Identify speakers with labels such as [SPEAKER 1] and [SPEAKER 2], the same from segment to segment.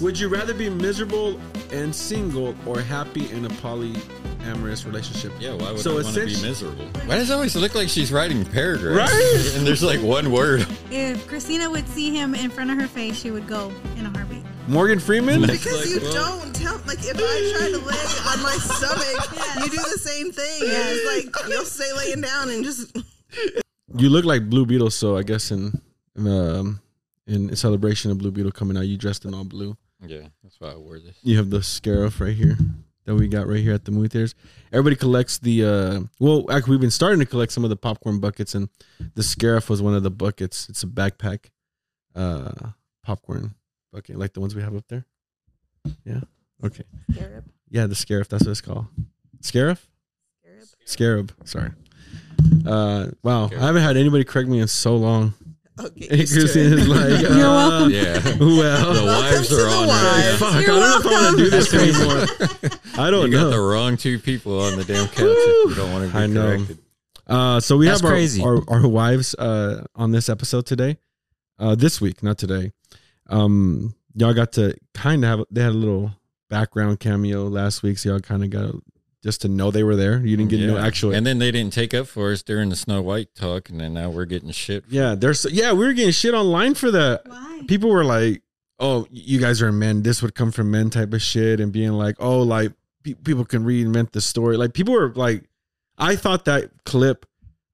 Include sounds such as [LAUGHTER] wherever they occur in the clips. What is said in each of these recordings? [SPEAKER 1] Would you rather be miserable and single or happy in a polyamorous relationship?
[SPEAKER 2] Yeah, why would
[SPEAKER 1] So
[SPEAKER 2] I want to be
[SPEAKER 1] essentially-
[SPEAKER 2] miserable?
[SPEAKER 3] Why does it always look like she's writing paragraphs?
[SPEAKER 1] Right?
[SPEAKER 3] And there's like one word.
[SPEAKER 4] If Christina would see him in front of her face, she would go in a heartbeat.
[SPEAKER 1] Morgan Freeman?
[SPEAKER 2] It's
[SPEAKER 5] Because
[SPEAKER 2] like,
[SPEAKER 5] you
[SPEAKER 1] uh,
[SPEAKER 2] well-
[SPEAKER 5] don't tell. Like if I try to lay on my
[SPEAKER 1] [LAUGHS]
[SPEAKER 5] stomach, you do the same thing. Yeah, it's like you'll stay laying down and
[SPEAKER 1] [LAUGHS]
[SPEAKER 5] just.
[SPEAKER 1] you look like Blue Beetle, so I guess in in, um, in celebration of Blue Beetle coming out, you dressed in all blue.
[SPEAKER 3] Yeah, that's why I wore this.
[SPEAKER 1] You have the scarf right here that we got right here at the movie theaters. Everybody collects the uh well, actually we've been starting to collect some of the popcorn buckets and the scarf was one of the buckets. It's a backpack uh popcorn bucket, like the ones we have up there. Yeah. Okay.
[SPEAKER 5] Scarab,
[SPEAKER 1] Yeah, the scarf, that's what it's called. Scarf?
[SPEAKER 5] scarab.
[SPEAKER 1] Scarab. Sorry. Uh wow. I haven't had anybody correct me in so long. [LAUGHS]
[SPEAKER 5] Okay.
[SPEAKER 1] And
[SPEAKER 5] used to it.
[SPEAKER 1] Christine is
[SPEAKER 5] [LAUGHS]
[SPEAKER 1] like, uh,
[SPEAKER 4] You're welcome.
[SPEAKER 1] [LAUGHS]
[SPEAKER 3] Yeah. the
[SPEAKER 1] Well,
[SPEAKER 5] Welcome
[SPEAKER 3] wives
[SPEAKER 5] to
[SPEAKER 3] are
[SPEAKER 5] the
[SPEAKER 3] on
[SPEAKER 5] wives.
[SPEAKER 3] her.
[SPEAKER 1] fuck, [LAUGHS] Oh, I
[SPEAKER 4] You're
[SPEAKER 1] don't know if I want to do this anymore. I
[SPEAKER 3] You
[SPEAKER 1] don't
[SPEAKER 3] got the
[SPEAKER 1] know.
[SPEAKER 3] wrong two people on the damn couch if you don't want to
[SPEAKER 1] I
[SPEAKER 3] be
[SPEAKER 1] know.
[SPEAKER 3] corrected.
[SPEAKER 1] Uh, so we
[SPEAKER 6] That's
[SPEAKER 1] have our,
[SPEAKER 6] crazy.
[SPEAKER 1] our our wives uh, on this episode today, uh, this week, not today. Um, y'all got to kind of have they had a little background cameo last week, so y'all kind of got just to know they were there. You didn't get no
[SPEAKER 3] Mm, Yeah.
[SPEAKER 1] actual.
[SPEAKER 3] And then they didn't take up for us during the Snow White talk, and then now we're getting shit.
[SPEAKER 1] yeah, there's yeah we were getting shit online for that.
[SPEAKER 4] Why?
[SPEAKER 1] people were like, "Oh, you guys are men. This would come from men," type of shit, and being like, "Oh, like pe- people can reinvent the story." Like people were like, I thought that clip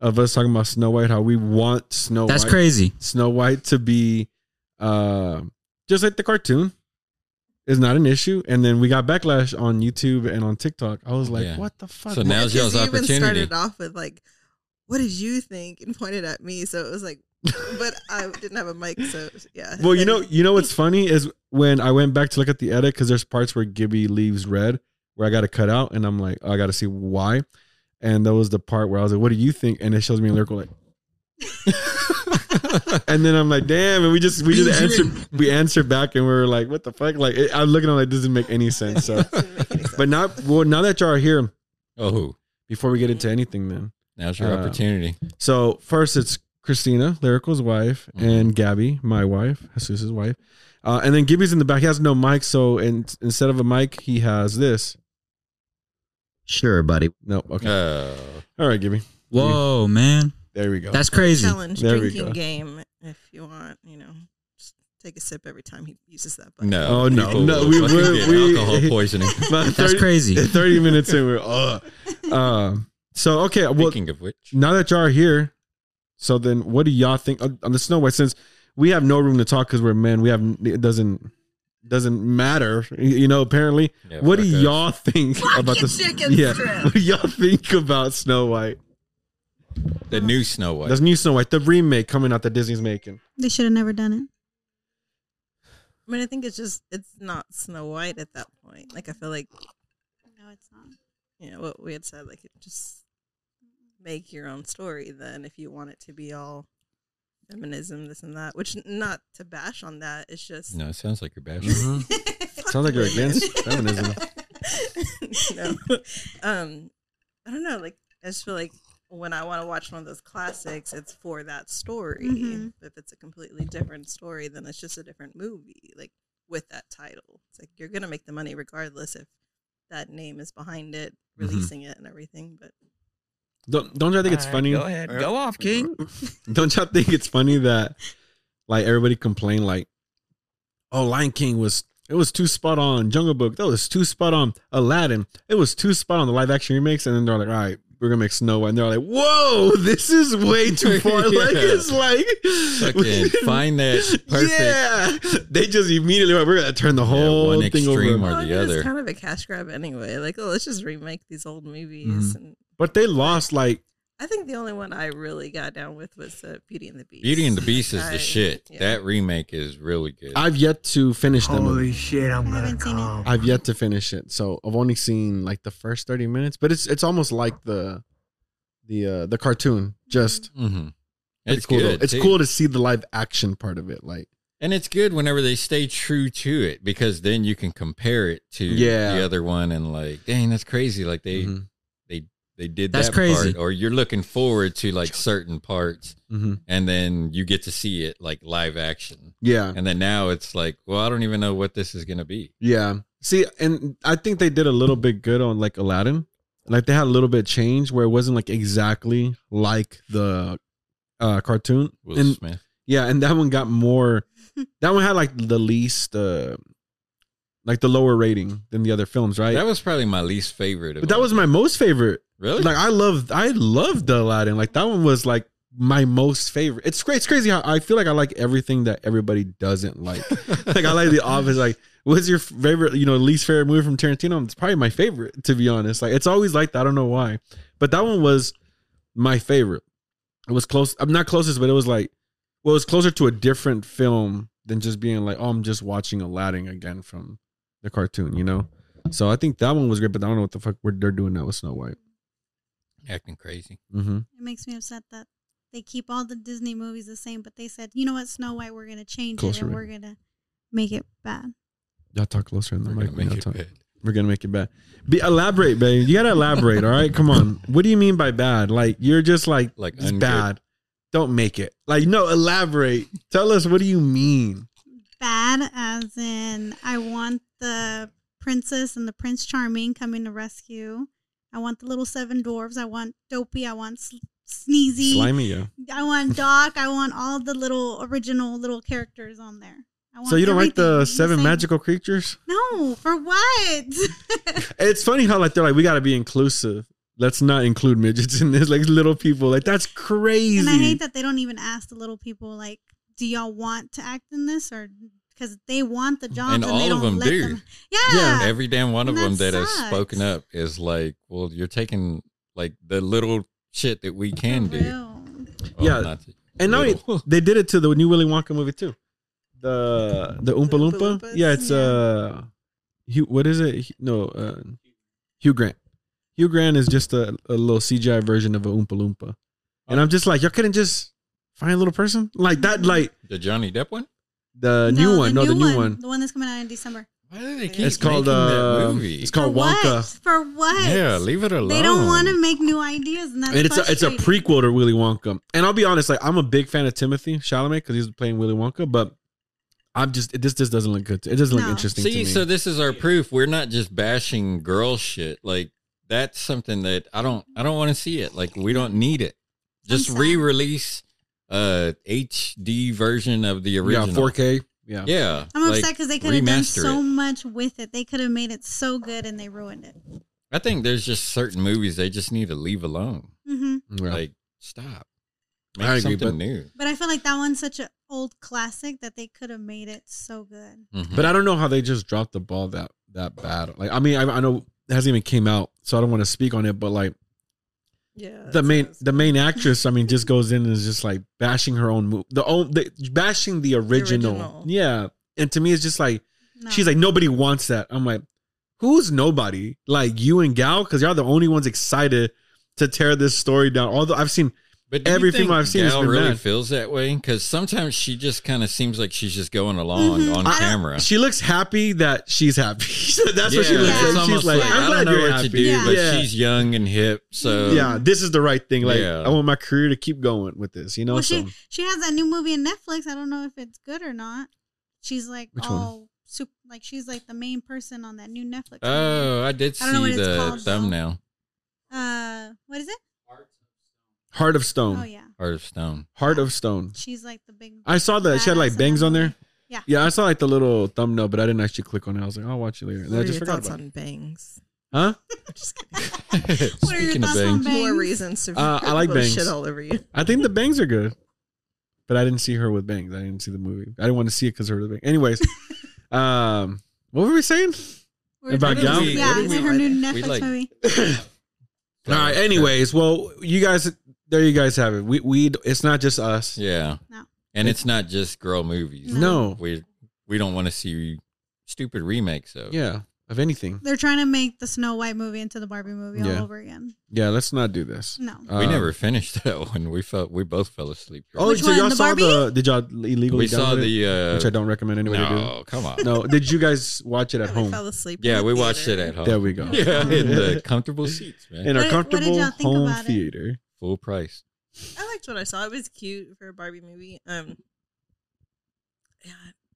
[SPEAKER 1] of us talking about Snow White, how we want Snow
[SPEAKER 6] That's
[SPEAKER 1] White,
[SPEAKER 6] crazy.
[SPEAKER 1] Snow White to be uh, just like the cartoon is not an issue. And then we got backlash on YouTube and on TikTok. I was like,
[SPEAKER 3] Yeah.
[SPEAKER 1] "What the fuck?"
[SPEAKER 3] So
[SPEAKER 5] [LAUGHS]
[SPEAKER 3] now- Now's y'all's
[SPEAKER 5] Because you even
[SPEAKER 3] opportunity.
[SPEAKER 5] started off with like, "What did you think?" and pointed at me, so it was like, but I didn't have a mic, so yeah.
[SPEAKER 1] Well, you know, you know what's funny is when I went back to look at the edit because there's parts where Gibby leaves red where I got to cut out, and I'm like, oh, I got to see why. And that was the part where I was like, "What do you think?" And it shows me in lyrical like, [LAUGHS] and then I'm like, "Damn!" And we just we just answered we answered back, and we were like, "What the fuck?" Like it, I'm looking at it, like this doesn't make any sense. So,
[SPEAKER 5] [LAUGHS] Didn't make any sense.
[SPEAKER 1] [LAUGHS] but now well now that y'all are here,
[SPEAKER 3] Oh,
[SPEAKER 1] before we get into anything, then
[SPEAKER 3] now's your
[SPEAKER 1] Uh,
[SPEAKER 3] opportunity.
[SPEAKER 1] so first, it's Christina, Lyrical's wife,
[SPEAKER 3] Mm-hmm.
[SPEAKER 1] and Gabby, my wife, Jesus's wife, uh, and then Gibby's in the back. He has no mic, so in, instead of a mic, he has this.
[SPEAKER 6] Sure, buddy.
[SPEAKER 1] No, okay,
[SPEAKER 3] Oh,
[SPEAKER 1] all right, Gibby.
[SPEAKER 6] Whoa, man.
[SPEAKER 1] There we go.
[SPEAKER 6] That's crazy.
[SPEAKER 5] challenge
[SPEAKER 1] There we
[SPEAKER 5] drinking
[SPEAKER 1] go.
[SPEAKER 5] game if you want. You know, just take a sip every time he uses that button.
[SPEAKER 3] no.
[SPEAKER 1] Oh, no,
[SPEAKER 3] People
[SPEAKER 1] no,
[SPEAKER 3] will
[SPEAKER 1] we-
[SPEAKER 3] fucking
[SPEAKER 1] we-
[SPEAKER 3] get
[SPEAKER 1] we- [LAUGHS]
[SPEAKER 3] alcohol poisoning.
[SPEAKER 1] [LAUGHS] About
[SPEAKER 6] That's
[SPEAKER 1] 30 [LAUGHS]
[SPEAKER 6] crazy.
[SPEAKER 1] Thirty minutes in, we're uh, um, so okay. Well,
[SPEAKER 3] Speaking of which,
[SPEAKER 1] now that y'all are here, so then what do y'all think on on the Snow White? Since we have no room to talk because we're men, we have it doesn't doesn't matter, you know. Apparently,
[SPEAKER 3] Yeah,
[SPEAKER 1] what do
[SPEAKER 3] fuck us.
[SPEAKER 1] y'all think about
[SPEAKER 5] your
[SPEAKER 1] this?
[SPEAKER 5] chicken
[SPEAKER 1] [LAUGHS]
[SPEAKER 5] strip.
[SPEAKER 1] what do y'all think about Snow White?
[SPEAKER 3] the new Snow White.
[SPEAKER 1] That's new Snow White, the remake coming out that Disney's making.
[SPEAKER 4] They should have never done it.
[SPEAKER 5] I mean, I think it's just it's not Snow White at that point. Like I feel like
[SPEAKER 4] No, it's not.
[SPEAKER 5] you know what we had said. Like it just make your own story then if you want it to be all feminism, this and that. Which not to bash on that. It's just
[SPEAKER 3] No, it sounds like you're
[SPEAKER 1] Mm-hmm.
[SPEAKER 3] bashing.
[SPEAKER 1] Sounds like you're against feminism.
[SPEAKER 5] [LAUGHS] no. Um, I don't know. Like, I just feel like when I want to watch one of those classics, it's for that story.
[SPEAKER 4] Mhm.
[SPEAKER 5] If it's a completely different story, then it's just a different movie, like with that title. It's like you're going to make the money regardless if that name is behind it, releasing it and everything. But
[SPEAKER 1] Don't, don't y'all think it's funny?
[SPEAKER 6] Go ahead. Go off, King.
[SPEAKER 1] [LAUGHS] Don't y'all think it's funny that like everybody complained like, oh, Lion King was it was too spot on. Jungle Book that was too spot on. Aladdin it was too spot on. The live action remakes, and then they're like, all right. We're gonna make Snow White, and they're like, "Whoa, [LAUGHS] this is way too far!" Like
[SPEAKER 3] Yeah.
[SPEAKER 1] it's like, [LAUGHS]
[SPEAKER 3] Fucking find [LAUGHS] that perfect.
[SPEAKER 1] yeah. They just immediately were like, we're gonna turn the whole
[SPEAKER 3] one
[SPEAKER 1] thing over.
[SPEAKER 3] extreme or-
[SPEAKER 5] Well, I
[SPEAKER 3] the
[SPEAKER 5] mean,
[SPEAKER 3] other.
[SPEAKER 5] it's kind of a cash grab anyway. Like, oh, let's just remake these old
[SPEAKER 3] Mm-hmm.
[SPEAKER 5] movies. And
[SPEAKER 1] But they lost like
[SPEAKER 5] I think the only one I really got down with was uh, Beauty and the Beast.
[SPEAKER 3] Beauty and the Beast is
[SPEAKER 5] I-
[SPEAKER 3] the shit.
[SPEAKER 5] yeah.
[SPEAKER 3] That remake is really good.
[SPEAKER 1] I've yet to finish them.
[SPEAKER 6] shit,
[SPEAKER 1] Oh
[SPEAKER 6] I'm
[SPEAKER 4] I haven't seen it.
[SPEAKER 1] I've yet to finish it, so I've only seen like the first thirty minutes. But it's it's almost like the the uh, the cartoon. Just
[SPEAKER 3] hmm
[SPEAKER 1] pretty
[SPEAKER 3] It's
[SPEAKER 1] cool. though.
[SPEAKER 3] good.
[SPEAKER 1] it's
[SPEAKER 3] too.
[SPEAKER 1] cool to see the live action part of it. Like
[SPEAKER 3] And it's good whenever they stay true to it because then you can compare it to
[SPEAKER 1] Yeah.
[SPEAKER 3] the other one and like, dang, that's crazy. Like they
[SPEAKER 1] Mhm.
[SPEAKER 3] they they did
[SPEAKER 6] That's
[SPEAKER 3] that
[SPEAKER 6] crazy.
[SPEAKER 3] part, or you're looking forward to like certain parts,
[SPEAKER 1] hmm
[SPEAKER 3] and then you get to see it like live action,
[SPEAKER 1] Yeah.
[SPEAKER 3] and then now it's like, well, I don't even know what this is gonna be.
[SPEAKER 1] Yeah. See, and I think they did a little bit good on like Aladdin. Like they had a little bit change where it wasn't like exactly like the uh cartoon.
[SPEAKER 3] Will
[SPEAKER 1] and
[SPEAKER 3] Smith.
[SPEAKER 1] yeah, and that one got more that one had like the least uh like the lower rating than the other films, right?
[SPEAKER 3] That was probably my least favorite. Of
[SPEAKER 1] but that
[SPEAKER 3] all
[SPEAKER 1] was
[SPEAKER 3] of
[SPEAKER 1] my most favorite.
[SPEAKER 3] them. really
[SPEAKER 1] Like I loved I loved the Aladdin. Like that one was like my most favorite. It's great. It's crazy how I feel like I like everything that everybody doesn't like. [LAUGHS] like I like
[SPEAKER 3] [LAUGHS]
[SPEAKER 1] The Office. Like, what's your favorite? You know, least favorite movie from Tarantino? It's probably my favorite, to be honest. Like, it's always like that. I don't know why, but that one was my favorite. It was close. I'm not closest, but it was like, well, it was closer to a different film than just being like, oh, I'm just watching Aladdin again from the cartoon. You know. So I think that one was great, but I don't know what the fuck we're, they're doing now with Snow White.
[SPEAKER 3] acting crazy.
[SPEAKER 1] Mm-hmm.
[SPEAKER 4] It makes me upset that they keep all the Disney movies the same, but they said, you know what, Snow White, we're gonna change
[SPEAKER 1] Closer
[SPEAKER 4] it and
[SPEAKER 1] in.
[SPEAKER 4] we're gonna make it bad.
[SPEAKER 1] Y'all talk closer in the
[SPEAKER 3] We're
[SPEAKER 1] mic.
[SPEAKER 3] gonna
[SPEAKER 1] man.
[SPEAKER 3] make
[SPEAKER 1] Y'all
[SPEAKER 3] it
[SPEAKER 1] talk-
[SPEAKER 3] bad.
[SPEAKER 1] We're gonna make it bad. Be elaborate, babe. You gotta elaborate. all right, come on. What do you mean by bad? Like you're just like
[SPEAKER 3] Like
[SPEAKER 1] it's
[SPEAKER 3] ungood.
[SPEAKER 1] bad. Don't make it. Like no, elaborate. Tell us what do you mean?
[SPEAKER 4] Bad as in I want the princess and the Prince Charming coming to rescue. I want the little seven dwarves. I want Dopey. I want S- Sneezy.
[SPEAKER 1] Slimy, yeah.
[SPEAKER 4] I want Doc. I want all the little original little characters on there. I want
[SPEAKER 1] So you don't like
[SPEAKER 4] everything
[SPEAKER 1] the
[SPEAKER 4] the
[SPEAKER 1] seven
[SPEAKER 4] same.
[SPEAKER 1] magical creatures?
[SPEAKER 4] No, for what?
[SPEAKER 1] It's funny how like they're like we gotta be inclusive. Let's not include midgets in this, like little people. Like that's crazy.
[SPEAKER 4] and I hate that they don't even ask the little people like, "Do y'all want to act in this?" Or because they want the jobs
[SPEAKER 3] And
[SPEAKER 4] and,
[SPEAKER 3] all
[SPEAKER 4] Oh, they
[SPEAKER 3] of
[SPEAKER 4] don't
[SPEAKER 3] them
[SPEAKER 4] let
[SPEAKER 3] do.
[SPEAKER 4] them.
[SPEAKER 1] Yeah.
[SPEAKER 4] Yeah.
[SPEAKER 3] Every damn one of
[SPEAKER 4] And
[SPEAKER 3] them
[SPEAKER 4] that
[SPEAKER 3] that has
[SPEAKER 4] sucks.
[SPEAKER 3] spoken up is like, well, you're taking like the little shit that we can
[SPEAKER 4] For
[SPEAKER 3] do.
[SPEAKER 4] real.
[SPEAKER 3] Well,
[SPEAKER 1] Yeah.
[SPEAKER 3] not the-
[SPEAKER 1] And e- now it-
[SPEAKER 3] little. [LAUGHS]
[SPEAKER 1] they did it to the new Willy Wonka movie too. The the Oompa
[SPEAKER 5] The Oompa
[SPEAKER 1] Loompa.
[SPEAKER 5] Loompas?
[SPEAKER 1] Yeah, it's
[SPEAKER 4] Yeah.
[SPEAKER 1] uh, Hugh. What is it? Hu- No, uh, Hugh Grant. Hugh Grant is just a, a little CGI version of a Oompa Loompa, and I'm just like, y'all couldn't just find a little person like that, like
[SPEAKER 3] the Johnny Depp one.
[SPEAKER 1] the
[SPEAKER 4] No,
[SPEAKER 1] new one, no, the new one.
[SPEAKER 4] the one that's coming out in December.
[SPEAKER 3] Why do they keep
[SPEAKER 1] It's called
[SPEAKER 3] making that
[SPEAKER 1] uh,
[SPEAKER 3] movie?
[SPEAKER 1] it's called
[SPEAKER 4] for What?
[SPEAKER 1] Wonka.
[SPEAKER 4] For what?
[SPEAKER 3] yeah, leave it alone.
[SPEAKER 4] they don't want to make new ideas, and that's
[SPEAKER 1] And it's a, it's a
[SPEAKER 4] frustrating.
[SPEAKER 1] prequel to Willy Wonka, and I'll be honest, like I'm a big fan of Timothy Chalamet because he's playing Willy Wonka, but I'm just it, this this doesn't look good. To, it doesn't look
[SPEAKER 4] No.
[SPEAKER 1] interesting. to
[SPEAKER 3] See,
[SPEAKER 1] me.
[SPEAKER 3] so this is our proof. We're not just bashing girl shit. Like that's something that I don't I don't want to see it. Like we don't need it. Just
[SPEAKER 4] sad.
[SPEAKER 3] re-release uh HD version of the
[SPEAKER 1] yeah,
[SPEAKER 3] original.
[SPEAKER 1] 4K. Yeah,
[SPEAKER 3] Yeah.
[SPEAKER 4] I'm
[SPEAKER 3] like,
[SPEAKER 4] upset because they could have done
[SPEAKER 3] remaster
[SPEAKER 4] so
[SPEAKER 3] it.
[SPEAKER 4] much with it. They could have made it so good, and they ruined it.
[SPEAKER 3] I think there's just certain movies they just need to leave alone.
[SPEAKER 4] hmm
[SPEAKER 1] Yeah.
[SPEAKER 3] Like stop. Make
[SPEAKER 1] I agree,
[SPEAKER 3] something
[SPEAKER 1] but-
[SPEAKER 3] new.
[SPEAKER 4] But I feel like that one's such an old classic that they could have made it so good.
[SPEAKER 1] But I don't know how they just dropped the ball that that bad. Like I mean, I, I know it hasn't even came out, so I don't want to speak on it. But like
[SPEAKER 5] Yeah.
[SPEAKER 1] the
[SPEAKER 5] that
[SPEAKER 1] main
[SPEAKER 5] sounds-
[SPEAKER 1] the main actress, I mean, just goes in and is just like bashing her own move, the own the, bashing the original.
[SPEAKER 5] original.
[SPEAKER 1] Yeah, and to me, it's just like
[SPEAKER 4] No.
[SPEAKER 1] she's like nobody wants that. I'm like, who's nobody? Like you and Gal, because y'all the only ones excited to tear this story down. Although I've seen
[SPEAKER 3] But do you
[SPEAKER 1] Every
[SPEAKER 3] think
[SPEAKER 1] female I've seen has
[SPEAKER 3] Gal
[SPEAKER 1] been
[SPEAKER 3] really
[SPEAKER 1] mad.
[SPEAKER 3] feels that way because sometimes she just kind of seems like she's just going along
[SPEAKER 4] Mhm.
[SPEAKER 3] on
[SPEAKER 4] I-
[SPEAKER 3] camera.
[SPEAKER 1] she looks happy that she's happy. [LAUGHS] That's what she
[SPEAKER 3] Yeah,
[SPEAKER 1] looks
[SPEAKER 4] it's
[SPEAKER 1] like. She's
[SPEAKER 3] almost
[SPEAKER 1] like,
[SPEAKER 4] like,
[SPEAKER 1] I'm
[SPEAKER 3] I
[SPEAKER 1] glad
[SPEAKER 3] don't know
[SPEAKER 1] you're
[SPEAKER 3] what
[SPEAKER 1] happy.
[SPEAKER 3] to do, but
[SPEAKER 1] Yeah. Mm-hmm.
[SPEAKER 3] she's young and hip. So
[SPEAKER 1] yeah, this is the right thing. Like
[SPEAKER 3] Yeah.
[SPEAKER 1] I want my career to keep going with this, you know.
[SPEAKER 4] well,
[SPEAKER 1] so
[SPEAKER 4] she she has that new movie on Netflix. I don't know if it's good or not. She's like
[SPEAKER 1] Which one?
[SPEAKER 4] all sup- like she's like the main person on that new Netflix. movie.
[SPEAKER 3] Oh, I did see
[SPEAKER 4] I don't know what it's
[SPEAKER 3] the
[SPEAKER 4] called, though.
[SPEAKER 3] thumbnail.
[SPEAKER 4] Uh, what is it?
[SPEAKER 1] Heart of Stone,
[SPEAKER 4] Oh yeah,
[SPEAKER 3] Heart of
[SPEAKER 4] [LAUGHS]
[SPEAKER 3] Stone. [LAUGHS]
[SPEAKER 1] Heart of Stone.
[SPEAKER 4] she's like the big.
[SPEAKER 1] I saw that she had like
[SPEAKER 4] badass
[SPEAKER 1] bangs
[SPEAKER 4] in
[SPEAKER 1] on there.
[SPEAKER 4] movie. Yeah.
[SPEAKER 1] Yeah, I saw like the little thumbnail, but I didn't actually click on it. I was like, I'll watch it later, and
[SPEAKER 5] What
[SPEAKER 1] I
[SPEAKER 5] are
[SPEAKER 1] just
[SPEAKER 5] your
[SPEAKER 1] forgot
[SPEAKER 5] thoughts
[SPEAKER 1] about it.
[SPEAKER 5] on bangs?
[SPEAKER 1] Huh?
[SPEAKER 4] Just kidding. what are your
[SPEAKER 3] Speaking of
[SPEAKER 4] thoughts on
[SPEAKER 3] bangs,
[SPEAKER 4] bangs?
[SPEAKER 5] More reasons to
[SPEAKER 1] Uh, I like
[SPEAKER 5] people to
[SPEAKER 1] bangs.
[SPEAKER 5] Shit all over you.
[SPEAKER 1] I think the bangs are good, but I didn't see her with bangs. I didn't see the movie. I didn't want to see it because of her bangs. Anyways, um, what were we saying?
[SPEAKER 4] We're
[SPEAKER 1] About
[SPEAKER 4] talking-
[SPEAKER 1] Gal?
[SPEAKER 4] Yeah,
[SPEAKER 5] We-
[SPEAKER 4] is
[SPEAKER 5] we-
[SPEAKER 4] it her new
[SPEAKER 3] we
[SPEAKER 4] Netflix
[SPEAKER 3] like-
[SPEAKER 4] movie?
[SPEAKER 3] [LAUGHS]
[SPEAKER 1] All right. Anyways, well, you guys, there you guys have it. We we it's not just us.
[SPEAKER 3] Yeah.
[SPEAKER 4] No.
[SPEAKER 3] And it's not just girl movies.
[SPEAKER 1] No.
[SPEAKER 3] We we don't want to see stupid remakes of.
[SPEAKER 1] Yeah. of anything.
[SPEAKER 4] They're trying to make the Snow White movie into the Barbie movie
[SPEAKER 1] Yeah.
[SPEAKER 4] all over again.
[SPEAKER 1] Yeah, let's not do this.
[SPEAKER 4] No.
[SPEAKER 3] we
[SPEAKER 1] Um,
[SPEAKER 3] never finished [LAUGHS] that one. We felt we both fell asleep.
[SPEAKER 1] Oh,
[SPEAKER 4] Which
[SPEAKER 1] so
[SPEAKER 4] one,
[SPEAKER 1] y'all
[SPEAKER 4] the
[SPEAKER 1] saw
[SPEAKER 4] Barbie?
[SPEAKER 1] the? Did y'all illegally?
[SPEAKER 3] we saw
[SPEAKER 1] download it?
[SPEAKER 3] the uh,
[SPEAKER 1] which I don't recommend anyone to do.
[SPEAKER 3] no, come on.
[SPEAKER 1] [LAUGHS] No, did you guys watch it at
[SPEAKER 5] [LAUGHS] I
[SPEAKER 1] home?
[SPEAKER 5] fell asleep. in
[SPEAKER 3] Yeah,
[SPEAKER 5] the
[SPEAKER 3] we watched it
[SPEAKER 5] theater.
[SPEAKER 3] at home.
[SPEAKER 1] There we go.
[SPEAKER 3] [LAUGHS] Yeah, in the
[SPEAKER 1] [LAUGHS]
[SPEAKER 3] comfortable seats, man.
[SPEAKER 1] In our
[SPEAKER 4] What did- what did
[SPEAKER 1] comfortable
[SPEAKER 4] y'all think
[SPEAKER 1] home
[SPEAKER 4] about it?
[SPEAKER 1] theater.
[SPEAKER 3] Full price.
[SPEAKER 5] I liked what I saw. It was cute for a Barbie movie. Um, yeah,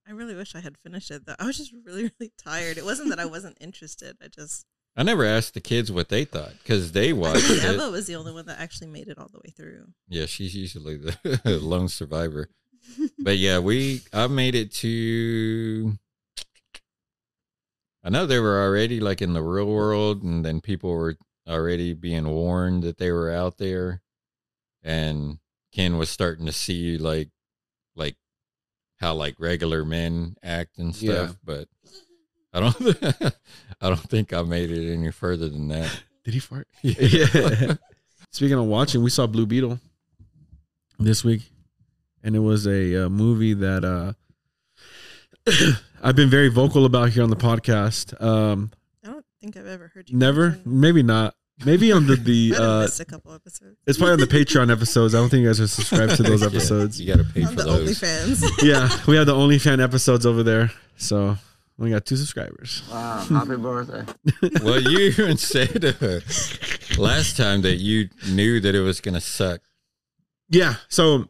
[SPEAKER 5] I really wish I had finished it though. I was just really, [LAUGHS] really tired. It wasn't that I wasn't interested. I just
[SPEAKER 3] I never asked the kids what they thought because they
[SPEAKER 5] I
[SPEAKER 3] watched
[SPEAKER 5] think Eva
[SPEAKER 3] it.
[SPEAKER 5] was the only one that actually made it all the way through.
[SPEAKER 3] Yeah, she's usually the [LAUGHS] lone survivor.
[SPEAKER 4] [LAUGHS]
[SPEAKER 3] But yeah, we I made it to. I know they were already like in the real world, and then people were already being warned that they were out there, and Ken was starting to see like, like how like regular men act and stuff.
[SPEAKER 1] Yeah.
[SPEAKER 3] But I don't, [LAUGHS] I don't think I made it any further than that.
[SPEAKER 1] Did he fart? [LAUGHS] Yeah. [LAUGHS] Speaking of watching, we saw Blue Beetle this week, and it was a uh, movie that uh, [COUGHS] I've been very vocal about here on the podcast. Um,
[SPEAKER 5] I don't think I've ever heard you.
[SPEAKER 1] never,
[SPEAKER 5] mention-
[SPEAKER 1] maybe not, maybe on the
[SPEAKER 4] [LAUGHS]
[SPEAKER 1] the.
[SPEAKER 5] Might have
[SPEAKER 1] Uh,
[SPEAKER 5] missed a couple episodes.
[SPEAKER 1] it's probably on the
[SPEAKER 5] [LAUGHS]
[SPEAKER 1] Patreon episodes. I don't think you guys are subscribed
[SPEAKER 3] [LAUGHS]
[SPEAKER 1] to those
[SPEAKER 3] Yeah,
[SPEAKER 1] episodes.
[SPEAKER 3] you got to pay
[SPEAKER 5] On
[SPEAKER 3] for
[SPEAKER 5] the
[SPEAKER 3] those.
[SPEAKER 1] [LAUGHS]
[SPEAKER 5] OnlyFans.
[SPEAKER 1] yeah, we have the OnlyFan episodes over there, so we got two subscribers.
[SPEAKER 2] Wow, happy birthday.
[SPEAKER 3] well, you [LAUGHS] even said uh, last time that you knew that it was going to suck.
[SPEAKER 1] yeah so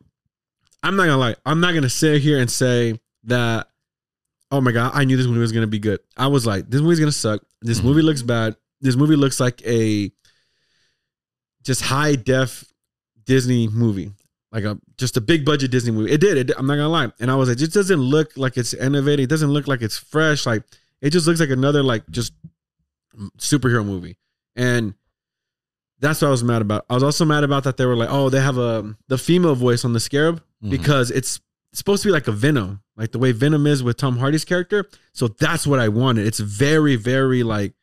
[SPEAKER 1] i'm not gonna lie i'm not gonna sit here and say that oh my god i knew this movie was gonna be good i was like this movie's gonna suck this
[SPEAKER 3] Mhm.
[SPEAKER 1] movie looks bad this movie looks like a just high def disney movie like a just a big budget disney movie it did it, i'm not gonna lie and i was like it just doesn't look like it's innovative it doesn't look like it's fresh like it just looks like another like just superhero movie and that's what i was mad about i was also mad about that they were like oh they have a the female voice on the scarab
[SPEAKER 3] Mhm.
[SPEAKER 1] because it's supposed to be like a venom like the way venom is with tom hardy's character so that's what i wanted it's very very like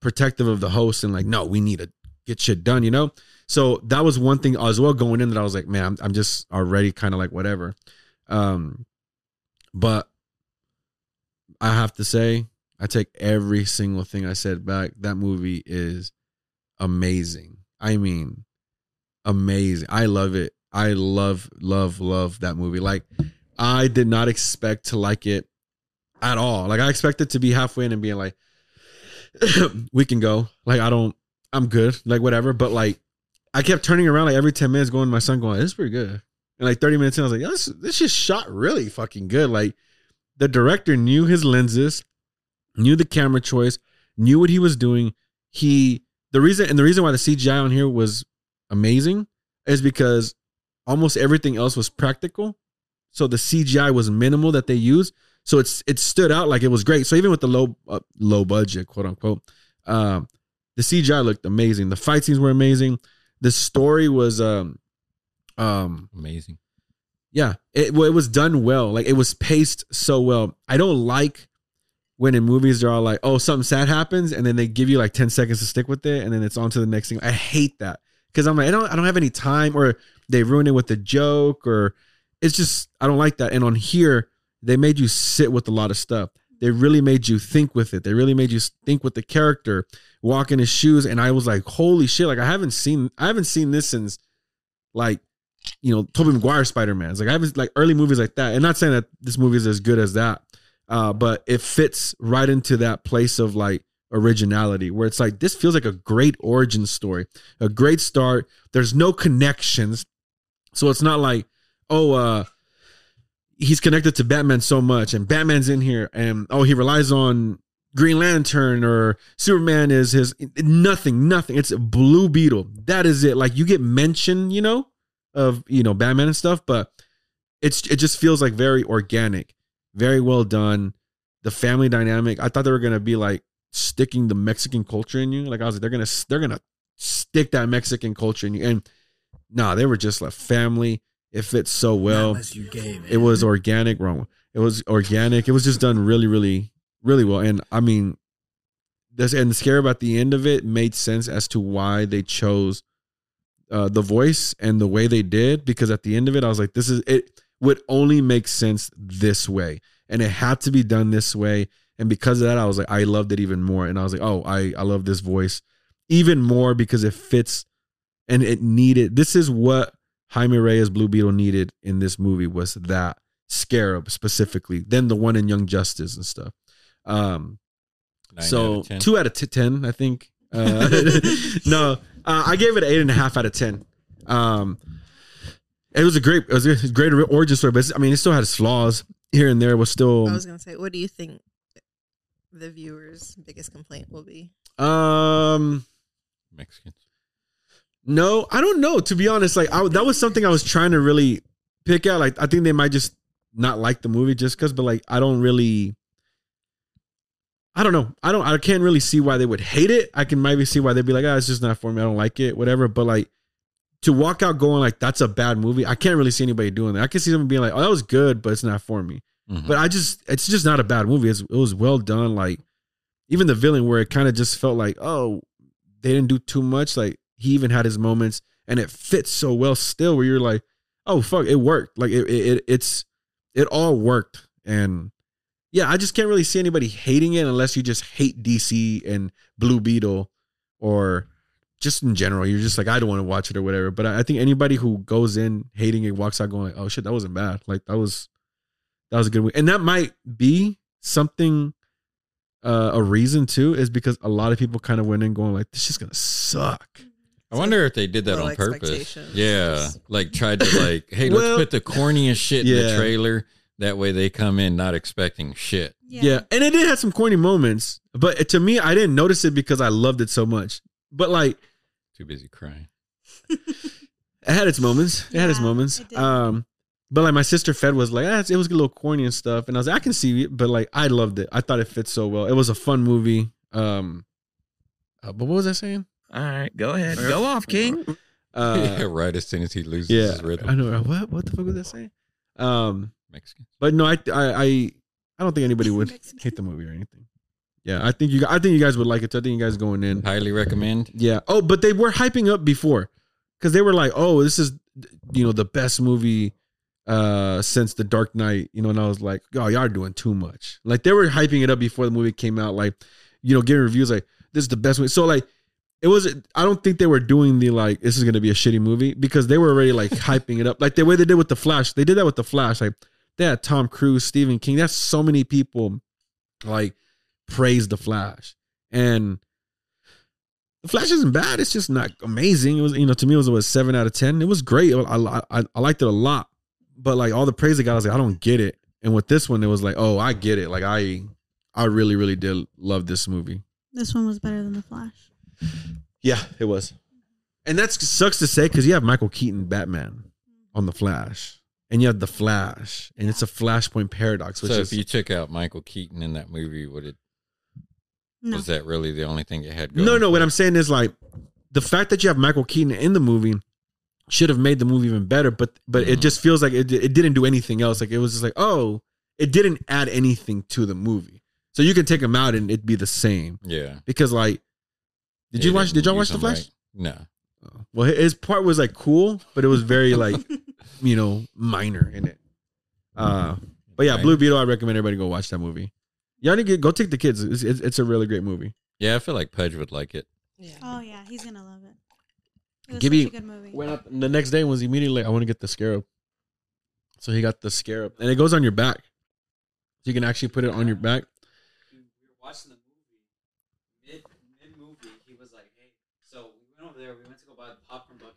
[SPEAKER 1] protective of the host and like no we need to get shit done you know so that was one thing as well going in that i was like man i'm, I'm just already kind of like whatever um but i have to say I take every single thing I said back. That movie is amazing. I mean, amazing. I love it. I love, love, love that movie. Like, I did not expect to like it at all. Like, I expected to be halfway in and being like, [CLEARS THROAT] we can go. Like, I don't, I'm good. Like, whatever. But, like, I kept turning around like every 10 minutes going, to my son going, this is pretty good. And like 30 minutes in, I was like, "Yo, this, this just shot really fucking good. Like, the director knew his lenses knew the camera choice, knew what he was doing. He the reason and the reason why the CGI on here was amazing is because almost everything else was practical. So the CGI was minimal that they used. So it's it stood out like it was great. So even with the low uh, low budget, quote unquote, um, the CGI looked amazing. The fight scenes were amazing. The story was um um
[SPEAKER 3] Amazing.
[SPEAKER 1] yeah, it well, it was done well. Like it was paced so well. I don't like when in movies they're all like, "Oh, something sad happens," and then they give you like ten seconds to stick with it, and then it's on to the next thing. I hate that because I'm like, I don't, I don't have any time, or they ruin it with a joke, or it's just I don't like that. And on here, they made you sit with a lot of stuff. They really made you think with it. They really made you think with the character, walk in his shoes, and I was like, "Holy shit!" Like I haven't seen, I haven't seen this since like you know, Tobey Maguire Spider Man's. Like I haven't like early movies like that. And not saying that this movie is as good as that, uh, but it fits right into that place of like originality where it's like this feels like a great origin story, a great start. There's no connections, so it's not like oh uh he's connected to Batman so much and Batman's in here and oh he relies on Green Lantern or Superman is his nothing nothing it's Blue Beetle that is it like you get mention you know of you know Batman and stuff, but it's it just feels like very organic, very well done. The family dynamic. I thought they were gonna be like sticking the Mexican culture in you. Like I was like, they're gonna they're gonna stick that Mexican culture in you. And nah, they were just like family. It fits so well.
[SPEAKER 2] you gave
[SPEAKER 1] It was organic. Wrong. one. It was organic. It was just done really, really, really well. And I mean, this and the scarab at the end of it made sense as to why they chose uh, the voice and the way they did. Because at the end of it, I was like, this is it would only make sense this way, and it had to be done this way. And because of that, I was like, I loved it even more. And I was like, oh, I, I love this voice even more because it fits and it needed. This is what Jaime Reyes Blue Beetle needed in this movie was that scarab specifically, then the one in Young Justice and stuff. Um,
[SPEAKER 3] Nine out
[SPEAKER 1] so
[SPEAKER 3] of 10.
[SPEAKER 1] two out of t- ten, I think. Uh, [LAUGHS] no, uh, I gave it eight and a half out of ten. Um, it was a great, it was a great origin story, but it's- I mean, it still had its flaws here and there. It was still
[SPEAKER 5] I was gonna say, what do you think the viewers' biggest complaint will be?
[SPEAKER 1] um.
[SPEAKER 3] Mexicans.
[SPEAKER 1] No, I don't know. To be honest, like I, that was something I was trying to really pick out. Like I think they might just not like the movie just because, but like I don't really, I don't know. I don't. I can't really see why they would hate it. I can maybe see why they'd be like, "Ah, it's just not for me. I don't like it. Whatever." But like to walk out going like that's a bad movie. I can't really see anybody doing that. I can see someone being like, "Oh, that was good, but it's not for me."
[SPEAKER 3] Mhm.
[SPEAKER 1] But I just, it's just not a bad movie. It's, it was well done. Like even the villain, where it kind of just felt like, oh, they didn't do too much. Like he even had his moments, and it fits so well still. Where you're like, oh fuck, it worked. Like it, it, it it's, it all worked. And yeah, I just can't really see anybody hating it unless you just hate DC and Blue Beetle, or just in general, you're just like, I don't want to watch it or whatever. But I, I think anybody who goes in hating it walks out going like, oh shit, that wasn't bad. Like that was that was a good week. And that might be something uh a reason too, is because a lot of people kind of went in going like, this is gonna suck.
[SPEAKER 3] I wonder if they did that
[SPEAKER 5] Low
[SPEAKER 3] on purpose.
[SPEAKER 5] expectations.
[SPEAKER 3] Yeah,
[SPEAKER 5] Just-
[SPEAKER 3] like tried to like, hey,
[SPEAKER 1] Well-
[SPEAKER 3] let's put the corniest shit in
[SPEAKER 1] Yeah.
[SPEAKER 3] the trailer. That way they come in not expecting shit.
[SPEAKER 1] Yeah. And it did have some corny moments, but to me, I didn't notice it because I loved it so much. But like
[SPEAKER 3] Too busy crying.
[SPEAKER 1] it had its moments. It had its
[SPEAKER 4] Yeah,
[SPEAKER 1] moments.
[SPEAKER 4] it did.
[SPEAKER 1] Um but like my sister Fed was like, ah, it's- it was a little corny and stuff. And I was like, I can see it, but like I loved it. I thought it fit so well. It was a fun movie. Um uh, but what was I saying?
[SPEAKER 6] All right, go ahead. Go off, King.
[SPEAKER 1] Uh,
[SPEAKER 3] [LAUGHS] yeah, right as soon as he loses
[SPEAKER 1] yeah,
[SPEAKER 3] his rhythm.
[SPEAKER 1] I know. What what the fuck was that saying? Um,
[SPEAKER 3] Mexican.
[SPEAKER 1] but no, I I I, I don't think anybody would
[SPEAKER 4] Mexican.
[SPEAKER 1] hate the movie or anything. Yeah, I think you gu- I think you guys would like it. Too. I think you guys going in.
[SPEAKER 3] Highly recommend.
[SPEAKER 1] Yeah. Oh, but they were hyping up before because they were like, "Oh, this is you know the best movie uh since The Dark Knight." You know, and I was like, "Oh, y'all are doing too much." Like they were hyping it up before the movie came out. Like, you know, giving reviews like, "This is the best movie." So like. It was. I don't think they were doing the like. This is gonna be a shitty movie because they were already like hyping it up, like the way they did with the Flash. They did that with the Flash. Like they had Tom Cruise, Stephen King. That's so many people, like praise the Flash, and the Flash isn't bad. It's just not amazing. It was, you know, to me, it was a seven out of ten. It was great. I, I, I liked it a lot, but like all the praise it got, I was like, I don't get it. And with this one, it was like, oh, I get it. Like I, I really, really did love this movie.
[SPEAKER 4] [LAUGHS] This one was better than the Flash.
[SPEAKER 1] Yeah, it was. And that sucks to say because you have Michael Keaton Batman on the Flash, and you have the Flash, and it's a Flashpoint paradox,
[SPEAKER 3] So
[SPEAKER 1] which is
[SPEAKER 3] if you took out Michael Keaton in that movie, would it
[SPEAKER 4] No.
[SPEAKER 3] was that really the only thing it had? Going?
[SPEAKER 1] No, no. What I'm saying is like the fact that you have Michael Keaton in the movie should have made the movie even better. But but it
[SPEAKER 3] Mhm.
[SPEAKER 1] just feels like it it didn't do anything else. Like it was just like oh, it didn't add anything to the movie. So you can take him out and it'd be the same
[SPEAKER 3] Yeah.
[SPEAKER 1] because like did you
[SPEAKER 3] It
[SPEAKER 1] watch
[SPEAKER 3] didn't
[SPEAKER 1] did y'all watch
[SPEAKER 3] use
[SPEAKER 1] the
[SPEAKER 3] him
[SPEAKER 1] Flash? Oh.
[SPEAKER 3] right. No.
[SPEAKER 1] Well, his part was like cool, but it was
[SPEAKER 3] [LAUGHS]
[SPEAKER 1] very like you know minor in it. Uh, but yeah,
[SPEAKER 3] Mm-hmm. Right.
[SPEAKER 1] Blue Beetle. I recommend everybody go watch that movie. Y'all need to get- go take the kids. It's, it's, it's a really great movie.
[SPEAKER 3] Yeah, I feel like Pudge would like it.
[SPEAKER 5] Yeah.
[SPEAKER 4] Oh yeah, he's gonna love it. It was
[SPEAKER 1] Give
[SPEAKER 4] such
[SPEAKER 1] you-
[SPEAKER 4] a good movie.
[SPEAKER 1] went up the next day and was immediately like, I want to get the scarab. So he got the scarab, and it goes on your back. You can actually put it on your back.
[SPEAKER 2] we we were watching the movie. Mid mid movie, he was like, "Hey." So we went over there. We went to go buy the popcorn bucket.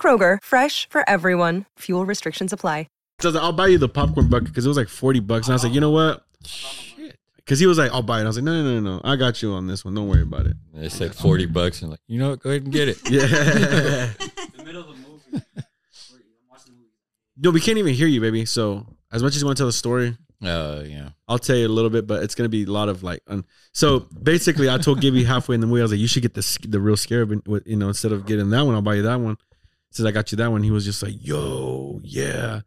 [SPEAKER 7] Kroger, fresh for everyone. Fuel restrictions apply.
[SPEAKER 1] So I was like, I'll buy you the popcorn bucket because it was like forty bucks, and I was like, you know what? Because he was like, I'll buy it. I was like, no, no, no, no, I got you on this one. Don't worry about
[SPEAKER 2] [LAUGHS]
[SPEAKER 1] it.
[SPEAKER 3] And They said forty bucks and like, you know what? Go ahead and get it. [LAUGHS]
[SPEAKER 1] Yeah.
[SPEAKER 2] In the middle of the movie, we're- I'm watching the movie.
[SPEAKER 1] no, we can't even hear you, baby. So as much as you want to tell the story,
[SPEAKER 3] Uh, yeah.
[SPEAKER 1] I'll tell you a little bit, but it's gonna be a lot of like. Un- so basically, I told Gibby halfway in the movie, I was like, "You should get the sc- the real scarab, and with- you know, instead of getting that one, I'll buy you that one." Since I got you that one, he was just like, "Yo, yeah,"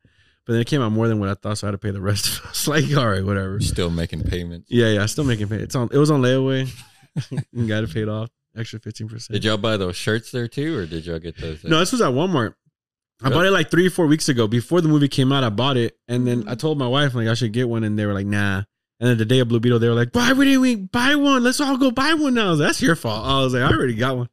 [SPEAKER 1] but then it came out more than what I thought, so I had to pay the rest. [LAUGHS] I was like, "All right, whatever."
[SPEAKER 3] Still making payments.
[SPEAKER 1] Yeah, yeah, still making pay. It's on. It was on layaway. [LAUGHS] you got it paid off. Extra fifteen
[SPEAKER 3] Did
[SPEAKER 1] percent.
[SPEAKER 3] y'all buy those shirts there too, or did y'all get those?
[SPEAKER 1] No, this was at Walmart. I
[SPEAKER 3] Yeah.
[SPEAKER 1] bought it like three or four weeks ago before the movie came out. I bought it, and then I told my wife like I should get one, and they were like, "Nah." And then the day of Blue Beetle, they were like, "Why didn't we buy one? Let's all go buy one now." I was like, That's your fault. I was like, "I already got one,"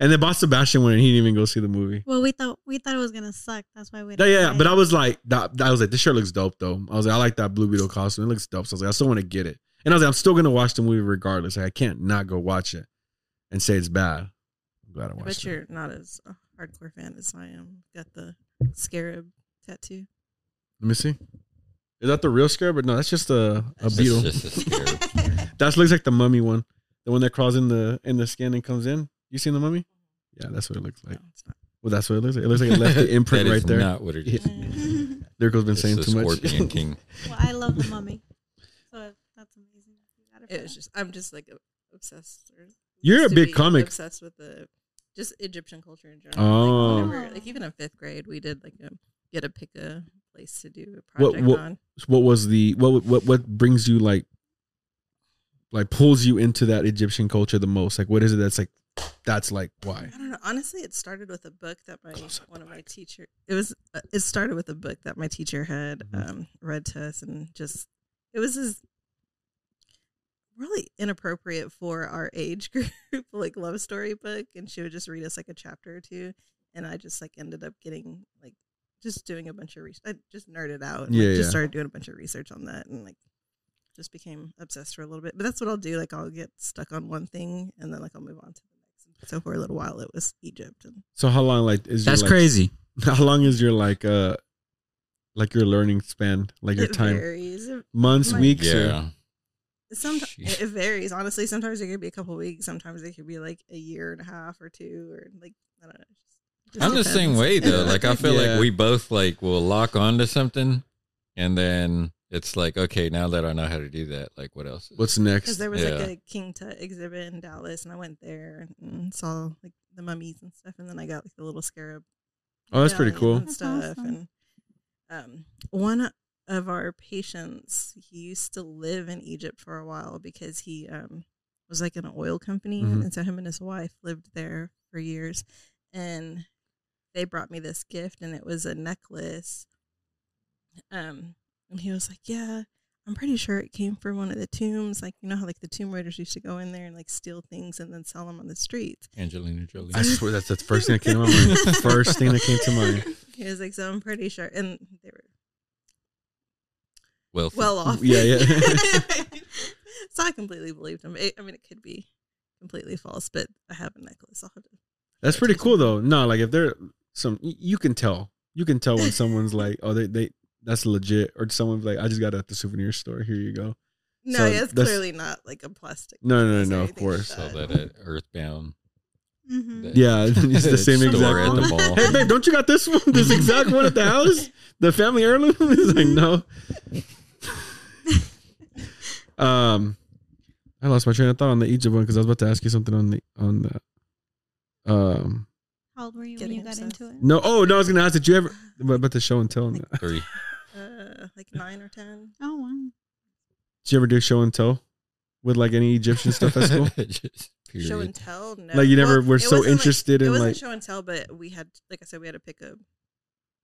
[SPEAKER 1] and they bought Sebastian one, and he didn't even go see the movie.
[SPEAKER 4] Well, we thought we thought it was gonna suck. That's why we.
[SPEAKER 1] Yeah,
[SPEAKER 4] didn't
[SPEAKER 1] yeah,
[SPEAKER 4] buy
[SPEAKER 1] but
[SPEAKER 4] it.
[SPEAKER 1] I was like, that, I was like, this shirt looks dope though. I was like, I like that Blue Beetle costume. It looks dope. So I was like, I still want to get it. And I was like, I'm still gonna watch the movie regardless. Like, I can't not go watch it and say it's bad. I'm glad I
[SPEAKER 5] I
[SPEAKER 1] watched
[SPEAKER 5] bet
[SPEAKER 1] it.
[SPEAKER 5] you're not as a hardcore fan as I am. Got the scarab tattoo.
[SPEAKER 1] Let me see. Is that the real scarab? But no, that's just a, a
[SPEAKER 3] It's
[SPEAKER 1] beetle.
[SPEAKER 3] just a
[SPEAKER 4] [LAUGHS]
[SPEAKER 1] [LAUGHS]
[SPEAKER 3] scarab.
[SPEAKER 1] That looks like the mummy one. The one that crawls in the in the skin and comes in. You seen the mummy? Yeah, that's what it looks like.
[SPEAKER 5] No, it's not.
[SPEAKER 1] Well, that's what it looks like. It looks like it left
[SPEAKER 3] [LAUGHS]
[SPEAKER 1] the imprint
[SPEAKER 3] That is
[SPEAKER 1] right there. [LAUGHS]
[SPEAKER 3] Not what it is.
[SPEAKER 1] Lyrical's been
[SPEAKER 3] It's
[SPEAKER 1] saying
[SPEAKER 3] the
[SPEAKER 1] too much. [LAUGHS]
[SPEAKER 3] Scorpion King.
[SPEAKER 4] well, I love the mummy, so that's amazing. You got it for
[SPEAKER 5] It was
[SPEAKER 4] that.
[SPEAKER 5] just I'm just like obsessed. Or
[SPEAKER 1] You're a
[SPEAKER 5] used to
[SPEAKER 1] big
[SPEAKER 5] be
[SPEAKER 1] comic.
[SPEAKER 5] Obsessed with the just Egyptian culture in general. Like,
[SPEAKER 1] Oh.
[SPEAKER 5] whenever- like, even in fifth grade, we did like a, you had to pick a place to do a
[SPEAKER 1] What-
[SPEAKER 5] project
[SPEAKER 1] what-
[SPEAKER 5] on.
[SPEAKER 1] what was the what what what brings you like like pulls you into that Egyptian culture the most? Like what is it that's like that's like why?
[SPEAKER 5] I don't know. Honestly, it started with a book that my
[SPEAKER 1] Close up
[SPEAKER 5] one
[SPEAKER 1] the
[SPEAKER 5] of my teacher. It was. uh, It started with a book that my teacher had
[SPEAKER 1] Mhm.
[SPEAKER 5] um, read to us, and just it was this really inappropriate for our age group, [LAUGHS] like love story book. And she would just read us like a chapter or two, and I just like ended up getting like just doing a bunch of research. I just nerded out. And, like,
[SPEAKER 1] Yeah, yeah.
[SPEAKER 5] Just started doing a bunch of research on that, and like just became obsessed for a little bit. But that's what I'll do. Like I'll get stuck on one thing and then like I'll move on to the next. So for a little while it was Egypt and
[SPEAKER 1] So how long like is your,
[SPEAKER 6] That's
[SPEAKER 1] like-
[SPEAKER 6] crazy.
[SPEAKER 1] [LAUGHS] How long is your like uh like your learning span, like your
[SPEAKER 5] it
[SPEAKER 1] time?
[SPEAKER 5] varies. It,
[SPEAKER 1] Months,
[SPEAKER 5] My-
[SPEAKER 1] weeks, or
[SPEAKER 3] Yeah.
[SPEAKER 5] some,
[SPEAKER 3] Sheesh.
[SPEAKER 5] it varies. Honestly, sometimes it could be a couple weeks, sometimes it could be like a year and a half or two or like I don't know. It just
[SPEAKER 3] I'm the same
[SPEAKER 5] depends.
[SPEAKER 3] way
[SPEAKER 5] [LAUGHS]
[SPEAKER 3] though. Like I feel
[SPEAKER 1] Yeah.
[SPEAKER 3] like we both like will lock onto something, and then it's like, okay, now that I know how to do that, like what else? is-
[SPEAKER 1] what's
[SPEAKER 5] because
[SPEAKER 1] next?
[SPEAKER 5] there was
[SPEAKER 3] Yeah.
[SPEAKER 5] like a King Tut exhibit in Dallas, and I went there and saw like the mummies and stuff, and then I got like the little scarab
[SPEAKER 1] Oh, that's pretty
[SPEAKER 5] medallion
[SPEAKER 1] cool.
[SPEAKER 5] And
[SPEAKER 4] That's
[SPEAKER 5] stuff.
[SPEAKER 4] awesome.
[SPEAKER 5] And um, one of our patients, he used to live in Egypt for a while because he um, was like in an oil company,
[SPEAKER 1] Mhm.
[SPEAKER 5] and so him and his wife lived there for years. And they brought me this gift, and it was a necklace. Um, and he was like, "Yeah." I'm pretty sure it came from one of the tombs, like you know how like the tomb raiders used to go in there and like steal things and then sell them on the streets.
[SPEAKER 3] Angelina Jolie.
[SPEAKER 1] I swear that's the first thing that came to my mind. First thing that came to mind.
[SPEAKER 5] [LAUGHS] He was like, so I'm pretty sure, and they were
[SPEAKER 3] Well,
[SPEAKER 5] well off.
[SPEAKER 1] Yeah, yeah.
[SPEAKER 5] [LAUGHS] so I completely believed him. It, I mean, it could be completely false, but I have a necklace. I'll have to.
[SPEAKER 1] That's pretty cool though. No, like if they're some, y- you can tell. You can tell when
[SPEAKER 5] [LAUGHS]
[SPEAKER 1] someone's like, oh, they they that's legit, or someone's like, I just got it at the souvenir store. Here you go.
[SPEAKER 5] No,
[SPEAKER 1] So
[SPEAKER 5] yeah, it's
[SPEAKER 1] that's-
[SPEAKER 5] clearly not like a plastic.
[SPEAKER 1] No, no,
[SPEAKER 5] necklace
[SPEAKER 1] no,
[SPEAKER 5] or
[SPEAKER 1] of
[SPEAKER 5] anything like
[SPEAKER 1] course.
[SPEAKER 3] saw
[SPEAKER 5] that.
[SPEAKER 3] that at Earthbound.
[SPEAKER 4] Mhm.
[SPEAKER 3] that [LAUGHS]
[SPEAKER 1] Yeah, it's the same
[SPEAKER 3] store
[SPEAKER 1] exact
[SPEAKER 3] at the
[SPEAKER 1] one.
[SPEAKER 3] mall.
[SPEAKER 1] [LAUGHS] Hey babe, don't you got this one? [LAUGHS] This exact one at the
[SPEAKER 5] [LAUGHS]
[SPEAKER 1] house? The family heirloom? [LAUGHS] He's like, no. um, I lost my train of thought on the Egypt one because I was about to ask you something on the on the um.
[SPEAKER 4] [LAUGHS] How old were you when
[SPEAKER 5] Getting
[SPEAKER 4] you got
[SPEAKER 5] obsessed.
[SPEAKER 4] into it?
[SPEAKER 1] No, oh no, I was gonna ask did you ever about the show and tell? Did [LAUGHS]
[SPEAKER 3] Three.
[SPEAKER 5] Uh, like nine or ten.
[SPEAKER 4] Oh wow. [LAUGHS]
[SPEAKER 1] you ever do show and tell with like any Egyptian stuff at [LAUGHS] school?
[SPEAKER 3] [LAUGHS] Just
[SPEAKER 5] Show and
[SPEAKER 3] period.
[SPEAKER 5] tell. No,
[SPEAKER 1] Like you never
[SPEAKER 5] Well,
[SPEAKER 1] were
[SPEAKER 5] it
[SPEAKER 1] so
[SPEAKER 5] wasn't, like-
[SPEAKER 1] interested
[SPEAKER 5] it
[SPEAKER 1] in
[SPEAKER 5] wasn't
[SPEAKER 1] like.
[SPEAKER 5] show and tell, but we had, like I said, we had to pick a,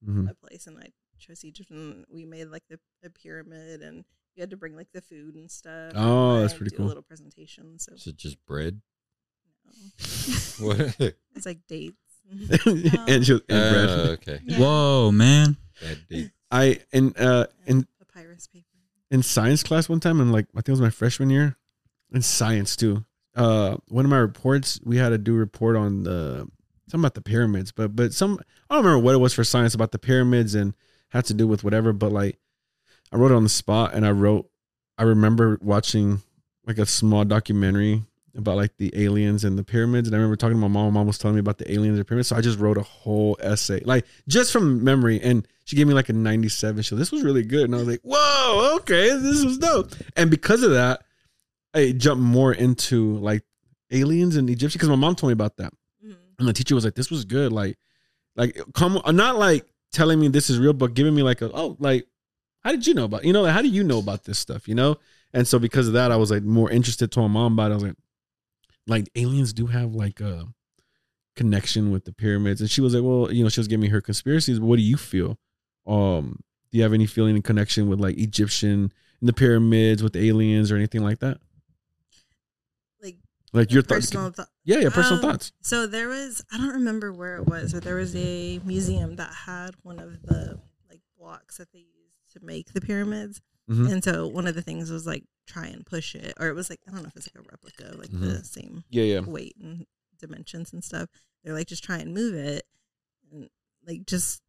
[SPEAKER 1] Mhm.
[SPEAKER 5] a place, and I chose Egypt, and we made like the a pyramid, and you had to bring like the food and stuff. and
[SPEAKER 1] Oh, that's
[SPEAKER 5] I
[SPEAKER 1] pretty
[SPEAKER 5] do
[SPEAKER 1] cool.
[SPEAKER 5] A little presentation. So
[SPEAKER 3] Is it just
[SPEAKER 5] [LAUGHS]
[SPEAKER 3] bread?
[SPEAKER 5] no.
[SPEAKER 3] What?
[SPEAKER 5] it's like dates. [LAUGHS]
[SPEAKER 1] Eh, [LAUGHS] and she, [LAUGHS] and
[SPEAKER 5] Uh,
[SPEAKER 1] Brad.
[SPEAKER 3] Oh, okay.
[SPEAKER 4] Yeah.
[SPEAKER 6] Whoa, man. [LAUGHS]
[SPEAKER 3] That deep.
[SPEAKER 1] I in uh in
[SPEAKER 5] papyrus paper.
[SPEAKER 1] in science class one time and like I think it was my freshman year in science too. Uh one of my reports we had to do a report on the something about the pyramids, but but some I don't remember what it was for science about the pyramids and had to do with whatever, but like I wrote it on the spot and I wrote I remember watching like a small documentary about like the aliens and the pyramids. And I remember talking to my mom. My mom was telling me about the aliens and the pyramids. So I just wrote a whole essay, like just from memory. And she gave me like a 97. So this was really good. And I was like, whoa, okay, this was dope. And because of that, I jumped more into like aliens and Egyptian because my mom told me about that.
[SPEAKER 5] Mm-hmm.
[SPEAKER 1] And the teacher was like, "This was good." Like, like come uh, not like telling me this is real, but giving me like a oh like, how did you know about you know like how do you know about this stuff you know? And so because of that, I was like more interested. Told my mom about. It. I was like, like aliens do have like a connection with the pyramids, and she was like, well, you know, she was giving me her conspiracies. But what do you feel? Um, do you have any feeling in connection with like Egyptian and the pyramids with aliens or anything like that?
[SPEAKER 5] Like,
[SPEAKER 1] Like your thoughts?
[SPEAKER 5] personal thought.
[SPEAKER 1] Yeah, yeah, personal
[SPEAKER 5] Um,
[SPEAKER 1] thoughts.
[SPEAKER 5] So there was I don't remember where it was, but there was a museum that had one of the like blocks that they used to make the pyramids.
[SPEAKER 1] Mhm.
[SPEAKER 5] And so one of the things was like try and push it. Or it was like I don't know if it's like a replica, like
[SPEAKER 1] Mm-hmm.
[SPEAKER 5] the same
[SPEAKER 1] Yeah, yeah.
[SPEAKER 5] weight and dimensions and stuff. They're like just try and move it and like just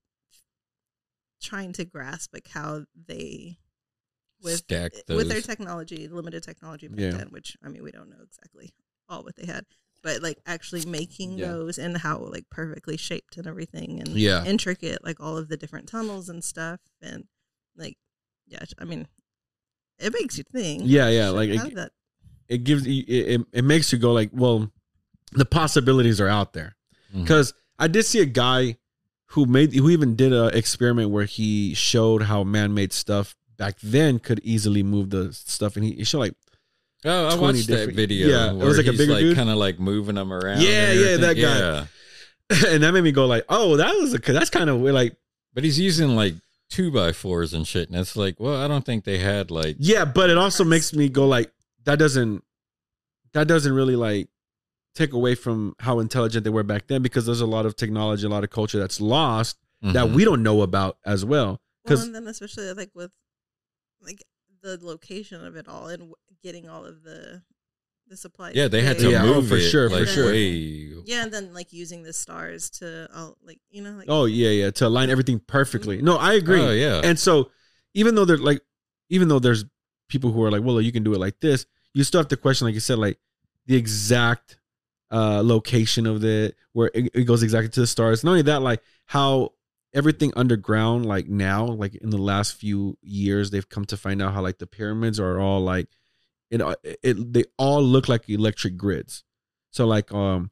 [SPEAKER 5] trying to grasp like how they [LAUGHS] with eh,
[SPEAKER 3] Stack
[SPEAKER 5] with their
[SPEAKER 3] those.
[SPEAKER 5] technology, limited technology back
[SPEAKER 1] Yeah.
[SPEAKER 5] then, which I mean we don't know exactly all what they had, but like actually making
[SPEAKER 1] Yeah.
[SPEAKER 5] those and how like perfectly shaped and everything and
[SPEAKER 3] Yeah.
[SPEAKER 5] intricate, like all of the different tunnels and stuff and like yeah, I mean it makes you think.
[SPEAKER 1] Yeah, yeah,
[SPEAKER 5] Shit,
[SPEAKER 1] like,
[SPEAKER 5] how
[SPEAKER 1] it-
[SPEAKER 5] did that
[SPEAKER 1] it gives it, it, it makes you go like well the possibilities are out there
[SPEAKER 3] Mhm.
[SPEAKER 1] because i did see a guy who made who even did a experiment where he showed how man-made stuff back then could easily move the stuff and he, he showed like [LAUGHS]
[SPEAKER 3] Oh, I
[SPEAKER 1] 20
[SPEAKER 3] watched that
[SPEAKER 1] different-
[SPEAKER 3] video.
[SPEAKER 1] Yeah, it was
[SPEAKER 3] where
[SPEAKER 1] like a
[SPEAKER 3] he's,
[SPEAKER 1] bigger
[SPEAKER 3] like,
[SPEAKER 1] dude.
[SPEAKER 3] kind of like moving them around.
[SPEAKER 1] Yeah,
[SPEAKER 3] and
[SPEAKER 1] yeah, that
[SPEAKER 3] everything.
[SPEAKER 1] guy.
[SPEAKER 3] Yeah.
[SPEAKER 1] and that made me go like oh that was a that's kind of weird like
[SPEAKER 3] But he's using like two by fours and shit, and it's like, well, I don't think they had like.
[SPEAKER 1] yeah but it also makes me go like that doesn't that doesn't really like take away from how intelligent they were back then because there's a lot of technology a lot of culture that's lost that
[SPEAKER 3] Mhm.
[SPEAKER 1] we don't know about as well
[SPEAKER 5] Well,
[SPEAKER 1] 'Cause-
[SPEAKER 5] and then especially uh, like with like the location of it all and w- getting all of the the supplies.
[SPEAKER 3] Yeah, they had to
[SPEAKER 1] Yeah, oh,
[SPEAKER 3] move
[SPEAKER 1] for
[SPEAKER 3] it,
[SPEAKER 1] sure, for
[SPEAKER 3] like,
[SPEAKER 5] sure.
[SPEAKER 3] way-
[SPEAKER 5] Yeah, and then like using the stars to all like you know like
[SPEAKER 1] Oh yeah, yeah. To align everything perfectly. No, I agree.
[SPEAKER 3] Oh yeah.
[SPEAKER 1] And so, even though they're like, even though there's people who are like, well, you can do it like this, you still have to question, like you said, like the exact uh location of the where it, it goes exactly to the stars. Not only that, like how everything underground, like now, like in the last few years, they've come to find out how like the pyramids are all like, it, it they all look like electric grids. So like um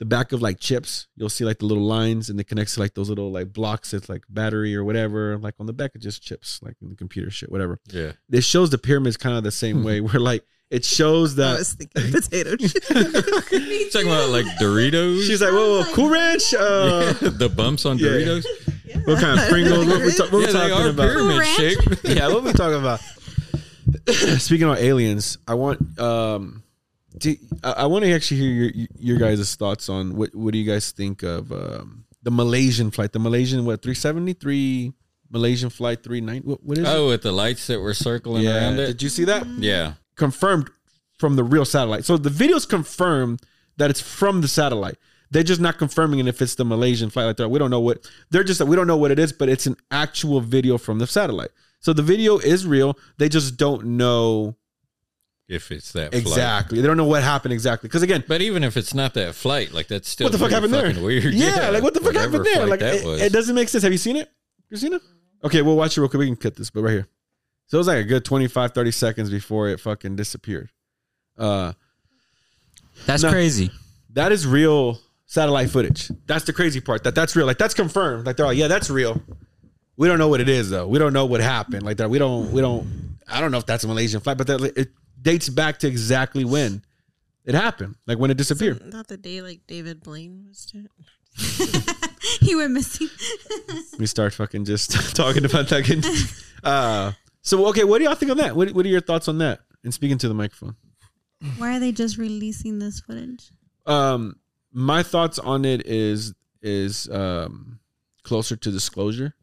[SPEAKER 1] the back of like chips, you'll see like the little lines and it connects to like those little like blocks. It's like battery or whatever, like on the back of just chips, like in the computer shit, whatever. [LAUGHS]
[SPEAKER 3] yeah.
[SPEAKER 1] It shows the pyramids kind of the same way where like it shows
[SPEAKER 5] I
[SPEAKER 1] that
[SPEAKER 3] Oh,
[SPEAKER 5] was thinking
[SPEAKER 2] [LAUGHS]
[SPEAKER 5] potato chip.
[SPEAKER 3] It's Talking about like Doritos. [LAUGHS]
[SPEAKER 1] she's like, whoa, whoa, cool ranch. Uh,
[SPEAKER 3] Yeah, the bumps on
[SPEAKER 1] Yeah.
[SPEAKER 3] Doritos.
[SPEAKER 1] [LAUGHS] What kind of Pringles? What we, ta- what we
[SPEAKER 3] yeah, they
[SPEAKER 1] talking
[SPEAKER 3] are
[SPEAKER 1] about?
[SPEAKER 3] pyramid
[SPEAKER 4] Ranch?
[SPEAKER 1] [LAUGHS]
[SPEAKER 3] shaped.
[SPEAKER 1] yeah, what we talking about? [COUGHS] Speaking on aliens, I want um, do, I, I want to actually hear your your guys' thoughts on what what do you guys think of um, the Malaysian flight? The Malaysian what three seventy three Malaysian flight three ninety? What, what is it?
[SPEAKER 3] Oh, with the lights that were circling
[SPEAKER 1] Yeah,
[SPEAKER 3] around it.
[SPEAKER 1] did you see that?
[SPEAKER 3] yeah.
[SPEAKER 1] Confirmed from the real satellite. So the video's confirmed that it's from the satellite. They're just not confirming it if it's the Malaysian flight. Like that. we don't know what they're just we don't know what it is, but it's an actual video from the satellite. So the video is real. They just don't know
[SPEAKER 3] If it's that flight.
[SPEAKER 1] exactly. They don't know what happened exactly. Because again,
[SPEAKER 3] But even if it's not that flight, like that's still
[SPEAKER 1] what the fuck
[SPEAKER 3] pretty
[SPEAKER 1] happened there?
[SPEAKER 3] fucking Weird.
[SPEAKER 1] Yeah, like what the fuck
[SPEAKER 3] Whatever
[SPEAKER 1] happened there?
[SPEAKER 3] flight
[SPEAKER 1] Like
[SPEAKER 3] that
[SPEAKER 1] it,
[SPEAKER 3] was.
[SPEAKER 1] it doesn't make sense. Have you seen it, Christina? Okay, we'll watch it real quick. We can cut this, but right here. So it was like a good 25, 30 seconds before it fucking disappeared. Uh,
[SPEAKER 2] That's
[SPEAKER 1] No.
[SPEAKER 2] crazy.
[SPEAKER 1] that is real satellite footage. That's the crazy part. That that's real. Like that's confirmed. Like they're like, yeah, that's real. We don't know what it is though. We don't know what happened. Like that. We don't. We don't. I don't know if that's a Malaysian flight, but that it dates back to exactly when it happened. Like when it disappeared.
[SPEAKER 5] Not the day like David Blaine was to
[SPEAKER 4] he went missing. [LAUGHS]
[SPEAKER 1] we start fucking just [LAUGHS] talking about that. Again. Uh, so okay, what do y'all think on that? What What are your thoughts on that? And speaking to the microphone,
[SPEAKER 4] Why are they just releasing this footage?
[SPEAKER 1] um, my thoughts on it is is um closer to disclosure.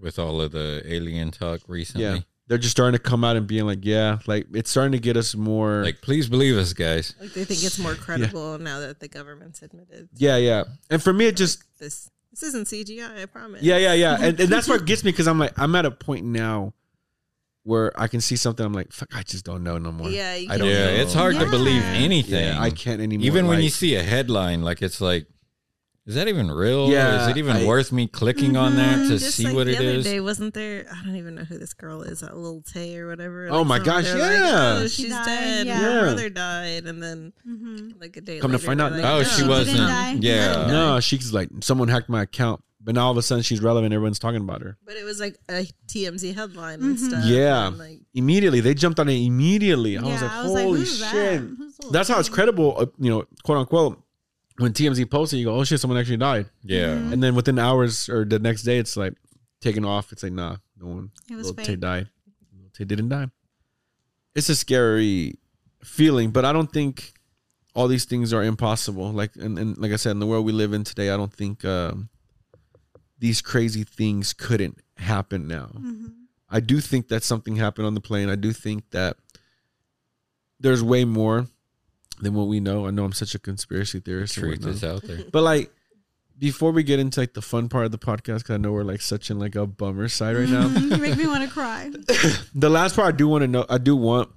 [SPEAKER 3] With all of the alien talk recently.
[SPEAKER 1] Yeah, they're just starting to come out and being like, yeah, like it's starting to get us more.
[SPEAKER 3] Like, please believe us, guys.
[SPEAKER 5] like they
[SPEAKER 1] [LAUGHS]
[SPEAKER 5] think it's more credible now that the government's admitted
[SPEAKER 1] yeah, yeah. And for me, it just
[SPEAKER 5] this. This isn't CGI, I promise.
[SPEAKER 1] Yeah, yeah, yeah. And, and that's what gets me because I'm like, I'm at a point now where I can see something. I'm like, fuck, I just don't know no more.
[SPEAKER 5] Yeah, you
[SPEAKER 1] I
[SPEAKER 3] Yeah,
[SPEAKER 1] don't
[SPEAKER 5] can't-
[SPEAKER 1] know.
[SPEAKER 3] it's hard to
[SPEAKER 5] Yeah.
[SPEAKER 3] believe
[SPEAKER 5] Yeah,
[SPEAKER 3] anything.
[SPEAKER 1] Yeah, I can't anymore.
[SPEAKER 3] even when you
[SPEAKER 1] Like,
[SPEAKER 3] see a headline, like it's like, is that even real?
[SPEAKER 1] Yeah,
[SPEAKER 3] is it even
[SPEAKER 1] I-
[SPEAKER 3] worth me clicking on that
[SPEAKER 5] Mhm,
[SPEAKER 3] to
[SPEAKER 5] just
[SPEAKER 3] see
[SPEAKER 5] like
[SPEAKER 3] what
[SPEAKER 5] the
[SPEAKER 3] it
[SPEAKER 5] other
[SPEAKER 3] is?
[SPEAKER 5] Day wasn't there? I don't even know who this girl is. That little Tay or whatever.
[SPEAKER 1] Oh my
[SPEAKER 5] someone-
[SPEAKER 1] gosh,
[SPEAKER 5] they're like,
[SPEAKER 1] yeah.
[SPEAKER 5] oh,
[SPEAKER 4] She
[SPEAKER 5] she's
[SPEAKER 4] died,
[SPEAKER 5] dead.
[SPEAKER 4] yeah.
[SPEAKER 5] Her
[SPEAKER 1] Yeah.
[SPEAKER 5] brother died, and then
[SPEAKER 4] hmm
[SPEAKER 5] like a day.
[SPEAKER 1] Come to
[SPEAKER 5] later,
[SPEAKER 1] find out
[SPEAKER 5] they're
[SPEAKER 1] that-
[SPEAKER 3] oh,
[SPEAKER 5] like,
[SPEAKER 3] she
[SPEAKER 5] "No,
[SPEAKER 3] wasn't.
[SPEAKER 4] didn't die.
[SPEAKER 3] Yeah,
[SPEAKER 1] no, she's like someone hacked my account, but now all of a sudden she's relevant. Everyone's talking about her.
[SPEAKER 5] But it was like a TMZ headline and
[SPEAKER 4] Mhm.
[SPEAKER 5] stuff.
[SPEAKER 1] Yeah.
[SPEAKER 5] and, like,
[SPEAKER 1] Immediately, they jumped on it. Immediately, I was like, holy
[SPEAKER 4] "Who's that?
[SPEAKER 1] shit.
[SPEAKER 4] Who's the
[SPEAKER 1] That's how it's
[SPEAKER 4] lady?"
[SPEAKER 1] credible, uh, you know, quote unquote. When TMZ posted, you go, oh shit, someone actually died.
[SPEAKER 3] yeah.
[SPEAKER 5] Mm-hmm.
[SPEAKER 4] Mhm.
[SPEAKER 1] And then within hours or the next day, it's like taken off. It's like, nah, no one.
[SPEAKER 4] It was
[SPEAKER 1] Lil Tay
[SPEAKER 4] fake.
[SPEAKER 1] died. Lil Tay didn't die. It's a scary feeling, but I don't think all these things are impossible. Like and, and like I said, in the world we live in today, I don't think um, these crazy things couldn't happen now.
[SPEAKER 4] Mhm.
[SPEAKER 1] I do think that something happened on the plane. I do think that there's way more than what we know. I know I'm such a conspiracy theorist. and
[SPEAKER 3] Truth
[SPEAKER 1] whatnot.
[SPEAKER 3] is
[SPEAKER 1] [LAUGHS]
[SPEAKER 3] out there.
[SPEAKER 1] But like before we get into like the fun part of the podcast, because I know we're like such in like a bummer side right now.
[SPEAKER 4] Mhm. [LAUGHS] You make me want
[SPEAKER 1] [LAUGHS]
[SPEAKER 4] to cry.
[SPEAKER 1] the last part I do want to know, I do want,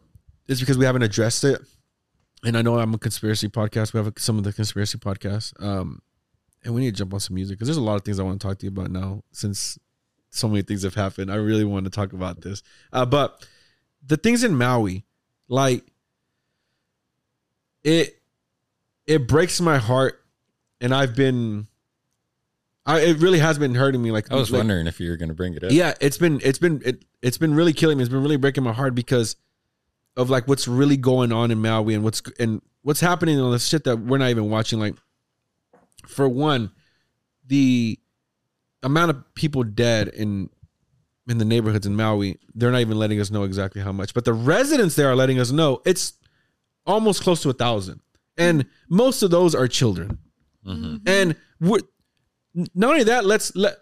[SPEAKER 1] is because we haven't addressed it, and I know I'm a conspiracy podcast. We have some of the conspiracy podcasts, um, and we need to jump on some music because there's a lot of things I want to talk to you about now since so many things have happened. I really want to talk about this, uh, but the things in Maui, like it, it breaks my heart, and I've been. I, it really has been hurting me. Like
[SPEAKER 3] I was
[SPEAKER 1] like,
[SPEAKER 3] wondering if you were going to bring it up.
[SPEAKER 1] yeah it's been it's been it, it's been really killing me it's been really breaking my heart because of like what's really going on in maui and what's and what's happening and all the shit that we're not even watching like for one the amount of people dead in in the neighborhoods in maui they're not even letting us know exactly how much but the residents there are letting us know it's almost close to a thousand and most of those are children
[SPEAKER 3] hmm
[SPEAKER 1] and we're, not only that, let's let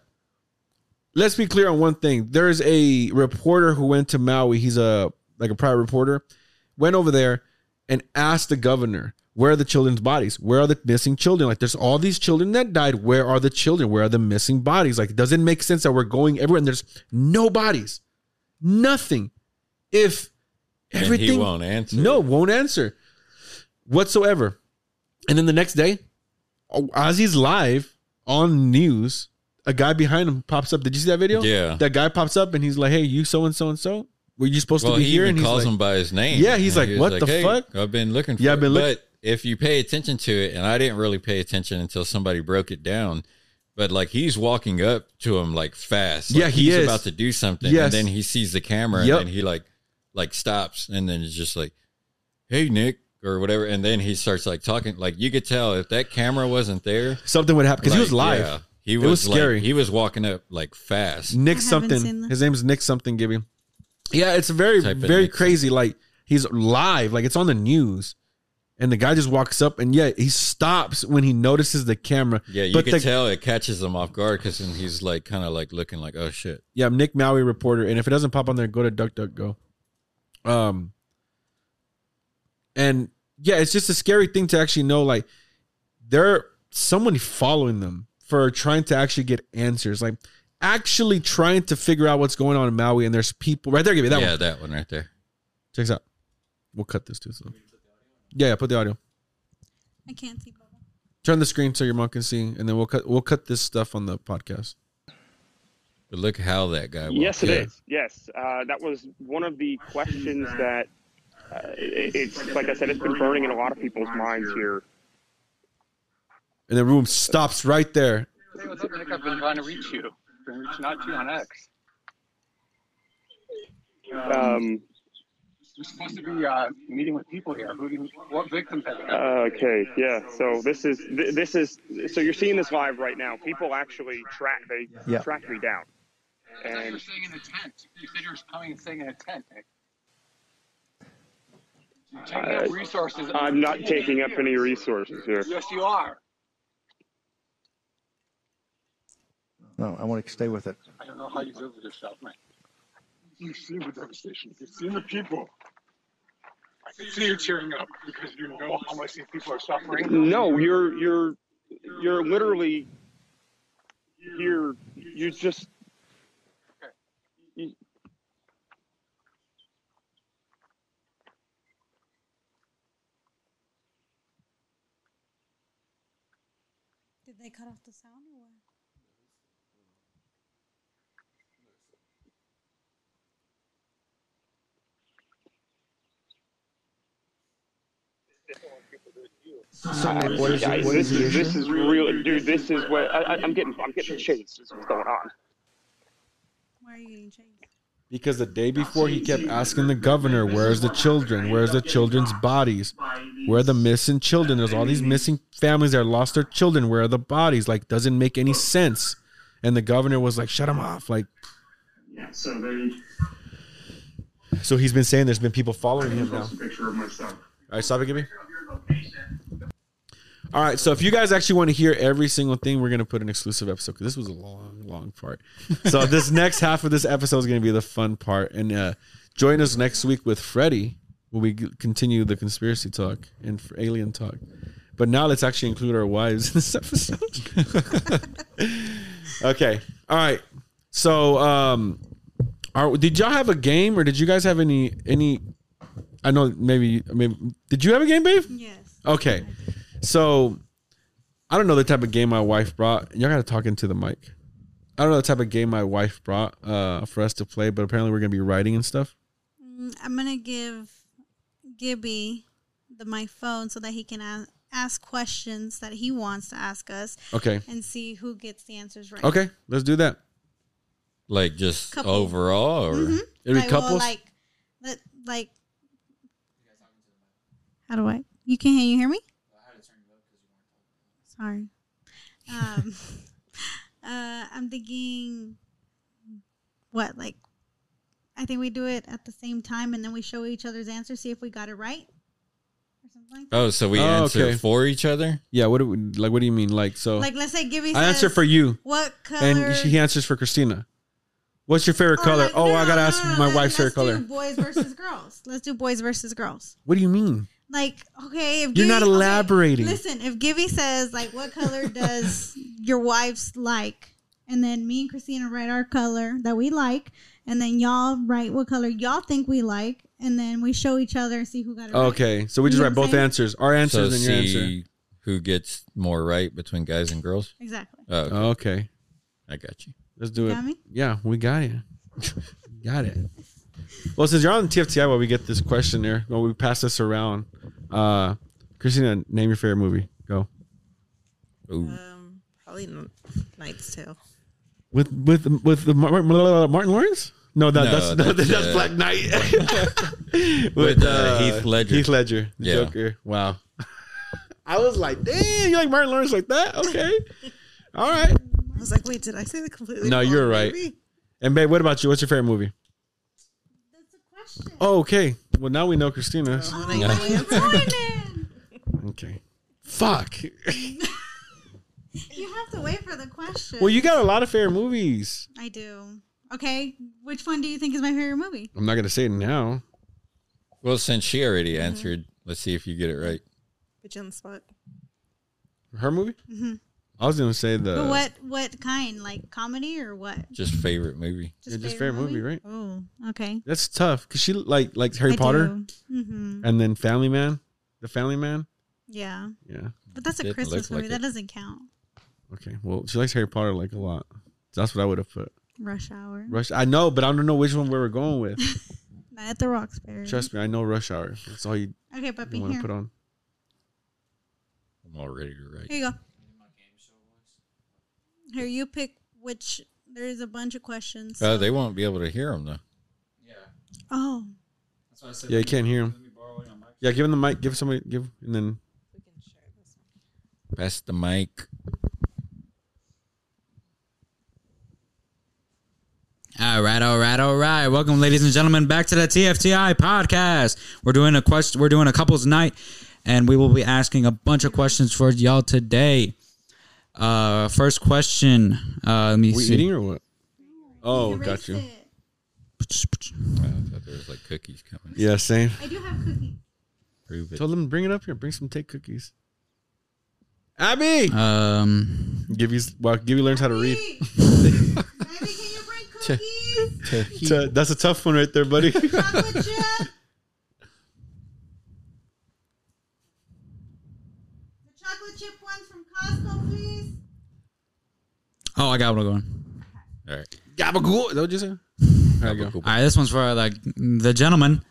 [SPEAKER 1] let's be clear on one thing. There's a reporter who went to Maui. He's a like a private reporter, went over there and asked the governor, "Where are the children's bodies? Where are the missing children? Like, there's all these children that died. Where are the children? Where are the missing bodies? Like, does it make sense that we're going everywhere and there's no bodies, nothing? If
[SPEAKER 3] And he
[SPEAKER 1] everything
[SPEAKER 3] won't answer.
[SPEAKER 1] no, won't answer whatsoever. And then the next day, oh, as he's live on news, a guy behind him pops up. Did you see that video?
[SPEAKER 3] Yeah.
[SPEAKER 1] That guy pops up and he's like, "Hey, you so and so and so, were you supposed
[SPEAKER 3] Well,
[SPEAKER 1] to be
[SPEAKER 3] he
[SPEAKER 1] here?"
[SPEAKER 3] even
[SPEAKER 1] and he's
[SPEAKER 3] calls
[SPEAKER 1] like,
[SPEAKER 3] him by his name.
[SPEAKER 1] Yeah, he's
[SPEAKER 3] And
[SPEAKER 1] like,
[SPEAKER 3] he was
[SPEAKER 1] "What the fuck?"
[SPEAKER 3] I've been looking for
[SPEAKER 1] Yeah, I've been
[SPEAKER 3] it."
[SPEAKER 1] look-
[SPEAKER 3] But if you pay attention to it, and I didn't really pay attention until somebody broke it down, but like he's walking up to him like fast. Like,
[SPEAKER 1] Yeah, he
[SPEAKER 3] he's
[SPEAKER 1] is.
[SPEAKER 3] about to do something.
[SPEAKER 1] Yes.
[SPEAKER 3] And then he sees the camera
[SPEAKER 1] Yep.
[SPEAKER 3] and then he like like stops and then it's just like, Hey Nick or whatever. And then he starts like talking. Like you could tell if that camera wasn't there.
[SPEAKER 1] something would happen because he was
[SPEAKER 3] like,
[SPEAKER 1] live.
[SPEAKER 3] yeah, he
[SPEAKER 1] was
[SPEAKER 3] was,
[SPEAKER 1] scary. Mm.
[SPEAKER 3] Like, he was walking up like fast.
[SPEAKER 1] Nick
[SPEAKER 4] I haven't seen
[SPEAKER 1] something.
[SPEAKER 4] that.
[SPEAKER 1] His name's Nick something. Gibby. Yeah, it's very
[SPEAKER 3] Type in
[SPEAKER 1] very
[SPEAKER 3] Nick
[SPEAKER 1] crazy. Like he's live. Like it's on the news. And the guy just walks up, and yeah, he stops when he notices the camera.
[SPEAKER 3] Yeah, you
[SPEAKER 1] But
[SPEAKER 3] could
[SPEAKER 1] the-
[SPEAKER 3] tell it catches him off guard because then he's like kind of like looking like, oh shit.
[SPEAKER 1] Yeah, I'm Nick Maui reporter, and if it doesn't pop on there, go to DuckDuckGo. Um, and yeah, it's just a scary thing to actually know. Like, there someone following them for trying to actually get answers, like actually trying to figure out what's going on in Maui. And there's people right there. Give me that
[SPEAKER 3] yeah,
[SPEAKER 1] one.
[SPEAKER 3] that one right there.
[SPEAKER 1] Check this out. We'll cut this too. So, yeah, yeah, put the audio.
[SPEAKER 4] I can't see. Bubba.
[SPEAKER 1] Turn the screen so your mom can see, and then we'll cut. We'll cut this stuff on the podcast.
[SPEAKER 3] But look how that guy. Walked.
[SPEAKER 8] Yes, it
[SPEAKER 3] Yeah.
[SPEAKER 8] is. Yes, uh, that was one of the questions that uh, it- it's like I said, it's been burning in a lot of people's minds here.
[SPEAKER 1] And the room stops right there.
[SPEAKER 9] Hey, what's up, Nick? I've been trying to reach you. Been reaching out to you on X.
[SPEAKER 8] Um,
[SPEAKER 9] You're supposed to be uh, meeting with people here. Who do you, what victims have you
[SPEAKER 8] uh, okay, yeah. So this is thi- this is so you're seeing this live right now. People actually track they
[SPEAKER 10] Yeah.
[SPEAKER 8] track me down.
[SPEAKER 9] I thought you were
[SPEAKER 8] And
[SPEAKER 9] staying in a tent. You said you were coming and staying in a tent, Nick. You're taking up
[SPEAKER 8] I-
[SPEAKER 9] resources.
[SPEAKER 8] I'm not taking up any resources here.
[SPEAKER 9] Yes, you are.
[SPEAKER 10] No, I want to stay with it.
[SPEAKER 9] I don't know how you live with yourself, man. You've seen the devastation. You've seen the people. I can see you cheering up because you know how much these people are suffering.
[SPEAKER 8] No, you're you're you're literally you're you just
[SPEAKER 4] Did they cut off the sound or what?
[SPEAKER 8] I-
[SPEAKER 9] what is-
[SPEAKER 8] guys,
[SPEAKER 9] what
[SPEAKER 8] this
[SPEAKER 9] is the
[SPEAKER 8] is this
[SPEAKER 9] issue?
[SPEAKER 8] is real, dude. This is what I, I- I'm getting. I'm getting chased. Is what's going on.
[SPEAKER 4] Why are you getting changed?
[SPEAKER 1] Because the day before he kept asking the governor, "Where's the children? Where's the children's bodies? Where are the missing children? There's all these missing families that lost their children. Where are the bodies? Like, doesn't make any sense." And the governor was like, "Shut him off!" Like,
[SPEAKER 9] Yeah, so they.
[SPEAKER 1] so he's been saying there's been people following him now.
[SPEAKER 9] Post a picture of myself.
[SPEAKER 1] All right, stop it, give me. All right, so if you guys actually want to hear every single thing, we're gonna put an exclusive episode because this was a long, long part. So this next half of this episode is gonna be the fun part, and uh, join us next week with Freddie when we g- continue the conspiracy talk and f- alien talk. But now let's actually include our wives in this episode. okay, all right. So, um, are, did y'all have a game, or did you guys have any any? I know maybe maybe did you have a game, babe?
[SPEAKER 4] Yes.
[SPEAKER 1] Okay. So I don't know the type of game my wife brought. Y'all gotta talk into the mic. I don't know the type of game my wife brought uh, for us to play, but apparently we're gonna be writing and stuff.
[SPEAKER 4] Mm, I'm gonna give Gibby the my phone so that he can ask, ask questions that he wants to ask us.
[SPEAKER 1] Okay.
[SPEAKER 4] And see who gets the answers right.
[SPEAKER 1] Okay, let's do that.
[SPEAKER 3] Like just
[SPEAKER 4] Couple.
[SPEAKER 3] overall, or
[SPEAKER 4] Mhm.
[SPEAKER 1] It'll be
[SPEAKER 4] Like, well,
[SPEAKER 1] couples?
[SPEAKER 4] like, let, like. How do I? You can hear you hear me? Sorry. Um, [LAUGHS] uh, I'm thinking, what like? I think we do it at the same time, and then we show each other's answers, see if we got it right, or something like that.
[SPEAKER 3] oh, so we
[SPEAKER 1] Oh,
[SPEAKER 3] answer
[SPEAKER 1] okay.
[SPEAKER 3] for each other.
[SPEAKER 1] Yeah. What do we, like? What do you mean? Like so?
[SPEAKER 4] Like let's say Gibby.
[SPEAKER 1] I
[SPEAKER 4] says,
[SPEAKER 1] answer for you,
[SPEAKER 4] What color?
[SPEAKER 1] and she- he answers for Christina. What's your favorite
[SPEAKER 4] Or
[SPEAKER 1] color?
[SPEAKER 4] like,
[SPEAKER 1] oh,
[SPEAKER 4] no,
[SPEAKER 1] I gotta
[SPEAKER 4] no,
[SPEAKER 1] ask
[SPEAKER 4] no, no,
[SPEAKER 1] my
[SPEAKER 4] like,
[SPEAKER 1] wife's favorite
[SPEAKER 4] let's
[SPEAKER 1] color.
[SPEAKER 4] do Boys versus girls. Let's do boys versus girls.
[SPEAKER 1] What do you mean?
[SPEAKER 4] Like okay, if
[SPEAKER 1] You're not
[SPEAKER 4] okay,
[SPEAKER 1] elaborating.
[SPEAKER 4] listen, if Gibby says like, "What
[SPEAKER 1] [LAUGHS]
[SPEAKER 4] color does your wives like?" and then me and Christina write our color that we like, and then y'all write what color y'all think we like, and then we show each other and see who got it. right.
[SPEAKER 1] Okay, so we
[SPEAKER 4] You
[SPEAKER 1] just
[SPEAKER 4] know
[SPEAKER 1] write
[SPEAKER 4] what I'm
[SPEAKER 1] both
[SPEAKER 4] saying?
[SPEAKER 1] answers, our answers
[SPEAKER 3] so
[SPEAKER 1] and your answer.
[SPEAKER 3] see who gets more right between guys and girls.
[SPEAKER 4] Exactly.
[SPEAKER 3] Oh, okay.
[SPEAKER 1] Okay,
[SPEAKER 3] I got you.
[SPEAKER 1] let's do it.
[SPEAKER 4] Got me?
[SPEAKER 1] Yeah, we got it. [LAUGHS] got it. Well, since you're on TFTI, while we get this questionnaire, while we pass this around, uh, Christina, name your favorite movie. Go
[SPEAKER 3] Ooh.
[SPEAKER 5] Um, probably N- Knight's Tale.
[SPEAKER 1] with with with the Mar- Mar- Martin Lawrence. No, that,
[SPEAKER 3] No,
[SPEAKER 1] that's that's,
[SPEAKER 3] that's,
[SPEAKER 1] that's
[SPEAKER 3] uh,
[SPEAKER 1] Black Knight [LAUGHS] with,
[SPEAKER 3] [LAUGHS] with, uh, Heath Ledger.
[SPEAKER 1] Heath Ledger, the
[SPEAKER 3] Yeah.
[SPEAKER 1] Joker. Wow. [LAUGHS] I was like, damn, you like Martin Lawrence like that? Okay, [LAUGHS] all right.
[SPEAKER 5] I was like, wait, did I say the completely?
[SPEAKER 1] No,
[SPEAKER 5] wrong
[SPEAKER 1] you're right.
[SPEAKER 5] movie?
[SPEAKER 1] And babe, what about you? What's your favorite movie?
[SPEAKER 4] That's the question.
[SPEAKER 1] Oh, okay. Well, now we know Christina.
[SPEAKER 4] Uh-huh.
[SPEAKER 5] Oh, and I got my
[SPEAKER 1] [LAUGHS]
[SPEAKER 5] answer.
[SPEAKER 4] Morning.
[SPEAKER 1] Okay.
[SPEAKER 4] [LAUGHS]
[SPEAKER 1] Fuck.
[SPEAKER 4] you have to wait for the question.
[SPEAKER 1] Well, you got a lot of favorite movies.
[SPEAKER 4] I do. Okay, which one do you think is my favorite movie?
[SPEAKER 1] I'm not gonna say it now.
[SPEAKER 3] Well, since she already answered, let's see if you get it right.
[SPEAKER 5] Put you on the spot.
[SPEAKER 1] Her movie?
[SPEAKER 4] Mhm.
[SPEAKER 1] I was gonna say the
[SPEAKER 4] but what what kind? Like comedy or what?
[SPEAKER 3] Just favorite movie.
[SPEAKER 1] Yeah, just favorite movie, right?
[SPEAKER 4] Oh, okay.
[SPEAKER 1] That's tough because she like likes Harry Potter
[SPEAKER 4] Mm-hmm.
[SPEAKER 1] and then Family Man, the Family Man.
[SPEAKER 4] Yeah,
[SPEAKER 1] Yeah.
[SPEAKER 4] but that's a
[SPEAKER 3] Didn't
[SPEAKER 4] Christmas
[SPEAKER 3] look like
[SPEAKER 4] movie. that
[SPEAKER 3] it.
[SPEAKER 4] doesn't count.
[SPEAKER 1] Okay. Well, she likes Harry Potter like a lot. So that's what I would have put.
[SPEAKER 4] Rush Hour.
[SPEAKER 1] Rush. I know, but I don't know which one we were going with.
[SPEAKER 4] [LAUGHS] Not at the Roxbury.
[SPEAKER 1] Trust me, I know Rush Hour. That's all you,
[SPEAKER 4] Okay, but be
[SPEAKER 1] you want to
[SPEAKER 4] here.
[SPEAKER 1] put on.
[SPEAKER 3] I'm already right.
[SPEAKER 4] Here you go. Here you pick which. There's a bunch of questions.
[SPEAKER 1] Uh,
[SPEAKER 3] Oh,
[SPEAKER 4] so-
[SPEAKER 3] they won't be able to hear them though.
[SPEAKER 2] Yeah.
[SPEAKER 4] Oh,
[SPEAKER 2] That's why I said.
[SPEAKER 1] Yeah, you can't hear him.
[SPEAKER 2] Let me borrow it on my.
[SPEAKER 1] Yeah, give him the mic. Give somebody. Give and then
[SPEAKER 3] Pass the mic. Uh,
[SPEAKER 2] All right, all right, all right. Welcome, ladies and gentlemen, back to the TFTI podcast. We're doing a quest. We're doing a couples night, and we will be asking a bunch of questions for y'all today. Uh, first question. Uh, let me
[SPEAKER 1] we
[SPEAKER 2] see.
[SPEAKER 1] eating or what? Oh,
[SPEAKER 4] erase
[SPEAKER 1] got you.
[SPEAKER 4] it.
[SPEAKER 3] Wow, I thought there was like cookies coming.
[SPEAKER 1] Yeah, same.
[SPEAKER 4] I do have cookies.
[SPEAKER 3] Prove it.
[SPEAKER 1] Told them bring it up here. Bring some take cookies. Abby,
[SPEAKER 2] Um,
[SPEAKER 1] give you. Well, give you learns how to read.
[SPEAKER 4] Baby, can
[SPEAKER 1] [LAUGHS]
[SPEAKER 4] you bring cookies?
[SPEAKER 1] T- that's a tough one right there, buddy. [LAUGHS]
[SPEAKER 4] Chocolate chip. The chocolate chip ones from Costco, please.
[SPEAKER 2] Oh, I got one going.
[SPEAKER 3] All right.
[SPEAKER 1] Gabagool. Is that what you said? There you go.
[SPEAKER 2] All right, this one's for like the gentleman.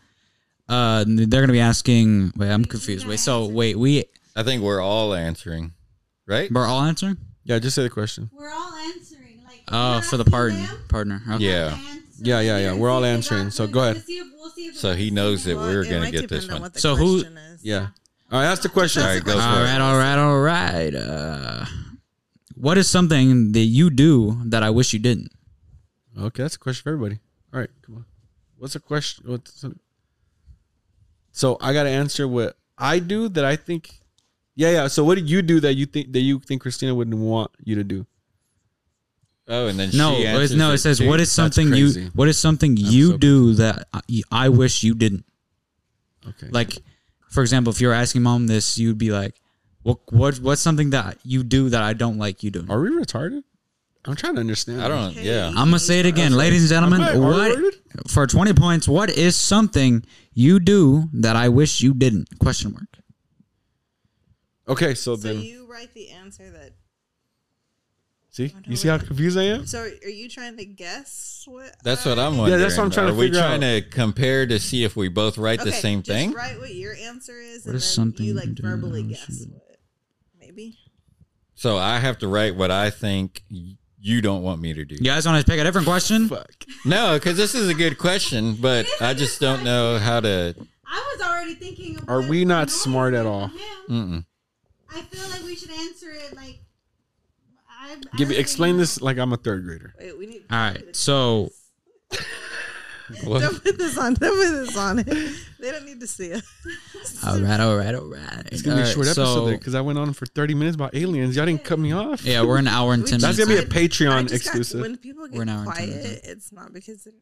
[SPEAKER 2] Uh, they're gonna be asking. Wait, I'm confused. Wait, so wait, we
[SPEAKER 3] I think we're all answering, right?
[SPEAKER 2] we're all answering.
[SPEAKER 1] Yeah, just say the question.
[SPEAKER 4] We're all answering. Like
[SPEAKER 2] Oh,
[SPEAKER 1] Uh,
[SPEAKER 4] we're
[SPEAKER 2] for the
[SPEAKER 4] asking
[SPEAKER 2] partner,
[SPEAKER 4] them
[SPEAKER 2] partner. Okay.
[SPEAKER 3] Yeah.
[SPEAKER 4] and
[SPEAKER 1] Yeah, yeah, yeah.
[SPEAKER 4] and
[SPEAKER 1] We're
[SPEAKER 4] see
[SPEAKER 1] all
[SPEAKER 4] if they
[SPEAKER 1] answering.
[SPEAKER 4] got-
[SPEAKER 1] So go ahead.
[SPEAKER 4] see if- we'll see if
[SPEAKER 3] So
[SPEAKER 4] we-
[SPEAKER 3] he knows that
[SPEAKER 5] Well,
[SPEAKER 3] we're
[SPEAKER 5] it
[SPEAKER 3] gonna
[SPEAKER 5] might
[SPEAKER 3] get this
[SPEAKER 5] depend
[SPEAKER 3] one.
[SPEAKER 5] on what the
[SPEAKER 2] So who-
[SPEAKER 5] question is.
[SPEAKER 1] Yeah. All right, ask the question.
[SPEAKER 3] All right, go for
[SPEAKER 2] All right,
[SPEAKER 3] it.
[SPEAKER 2] all right, all right. Uh, what is something that you do that I wish you didn't?
[SPEAKER 1] Okay, that's a question for everybody. All right, come on. What's a question? What's a- so I got to answer what I do that I think. Yeah, yeah. So what do you do that you think that you think Christina wouldn't want you to do?
[SPEAKER 3] Oh, and then
[SPEAKER 2] No,
[SPEAKER 3] she
[SPEAKER 2] it's,
[SPEAKER 3] answers
[SPEAKER 2] no. It says
[SPEAKER 3] Dude,
[SPEAKER 2] what is
[SPEAKER 3] that's
[SPEAKER 2] something
[SPEAKER 3] crazy.
[SPEAKER 2] you what is something you
[SPEAKER 1] so
[SPEAKER 2] do that I, I wish you didn't.
[SPEAKER 1] Okay.
[SPEAKER 2] Like, for example, if you were asking mom this, you'd be like, "What what what's something that you do that I don't like you doing?"
[SPEAKER 1] are we retarded? I'm trying to understand.
[SPEAKER 3] I don't. Yeah.
[SPEAKER 2] I'm gonna say it again, ladies and gentlemen.
[SPEAKER 1] Am I
[SPEAKER 2] What
[SPEAKER 1] R-worded?
[SPEAKER 2] for twenty points? What is something you do that I wish you didn't? Question mark.
[SPEAKER 1] Okay, so,
[SPEAKER 5] So
[SPEAKER 1] then
[SPEAKER 5] you write the answer that.
[SPEAKER 1] see, you see how confused I am.
[SPEAKER 5] Oh, So are you trying to guess what?
[SPEAKER 3] That's
[SPEAKER 5] I-
[SPEAKER 3] what I'm
[SPEAKER 1] Yeah,
[SPEAKER 3] wondering.
[SPEAKER 1] that's what I'm trying to
[SPEAKER 3] Are we
[SPEAKER 1] figure
[SPEAKER 3] trying to compare to see if we both write the
[SPEAKER 5] Okay,
[SPEAKER 3] same
[SPEAKER 5] just
[SPEAKER 3] thing?
[SPEAKER 5] Write what your answer is,
[SPEAKER 2] What
[SPEAKER 5] and
[SPEAKER 2] is
[SPEAKER 5] then
[SPEAKER 2] something
[SPEAKER 5] you
[SPEAKER 2] you
[SPEAKER 5] like
[SPEAKER 2] do that
[SPEAKER 5] verbally
[SPEAKER 2] I wish
[SPEAKER 5] guess.
[SPEAKER 2] you did?
[SPEAKER 5] What, maybe.
[SPEAKER 3] So I have to write what I think y- you don't want me to do.
[SPEAKER 2] You guys want to pick a different
[SPEAKER 5] [LAUGHS]
[SPEAKER 2] question?
[SPEAKER 1] Fuck.
[SPEAKER 3] No, because this is a good question, but I just don't know how to.
[SPEAKER 4] I was already thinking. Of
[SPEAKER 1] Are
[SPEAKER 4] what
[SPEAKER 1] we not
[SPEAKER 4] annoys
[SPEAKER 1] smart at all?
[SPEAKER 4] him.
[SPEAKER 3] Mm-mm.
[SPEAKER 4] I feel like we should answer it like. I'm
[SPEAKER 1] Give me
[SPEAKER 4] asking
[SPEAKER 1] explain
[SPEAKER 4] him.
[SPEAKER 1] this like I'm a third grader.
[SPEAKER 5] Wait, we need.
[SPEAKER 2] All right, so
[SPEAKER 3] What?
[SPEAKER 5] Don't [LAUGHS] put this on. Don't put this on it. They don't need to see it.
[SPEAKER 2] all right, all right, all right.
[SPEAKER 1] It's gonna be a
[SPEAKER 2] All
[SPEAKER 1] short
[SPEAKER 2] right,
[SPEAKER 1] episode
[SPEAKER 2] so-
[SPEAKER 1] there because I went on for 30 minutes about aliens. Y'all didn't cut me off.
[SPEAKER 2] Yeah,
[SPEAKER 1] [LAUGHS]
[SPEAKER 2] we're an hour and ten
[SPEAKER 1] That's
[SPEAKER 2] minutes.
[SPEAKER 1] gonna be a
[SPEAKER 5] I- I just
[SPEAKER 1] Patreon
[SPEAKER 5] got-
[SPEAKER 1] exclusive.
[SPEAKER 5] when people get
[SPEAKER 2] We're an hour and ten
[SPEAKER 5] quiet,
[SPEAKER 2] minutes
[SPEAKER 5] it's not because. It,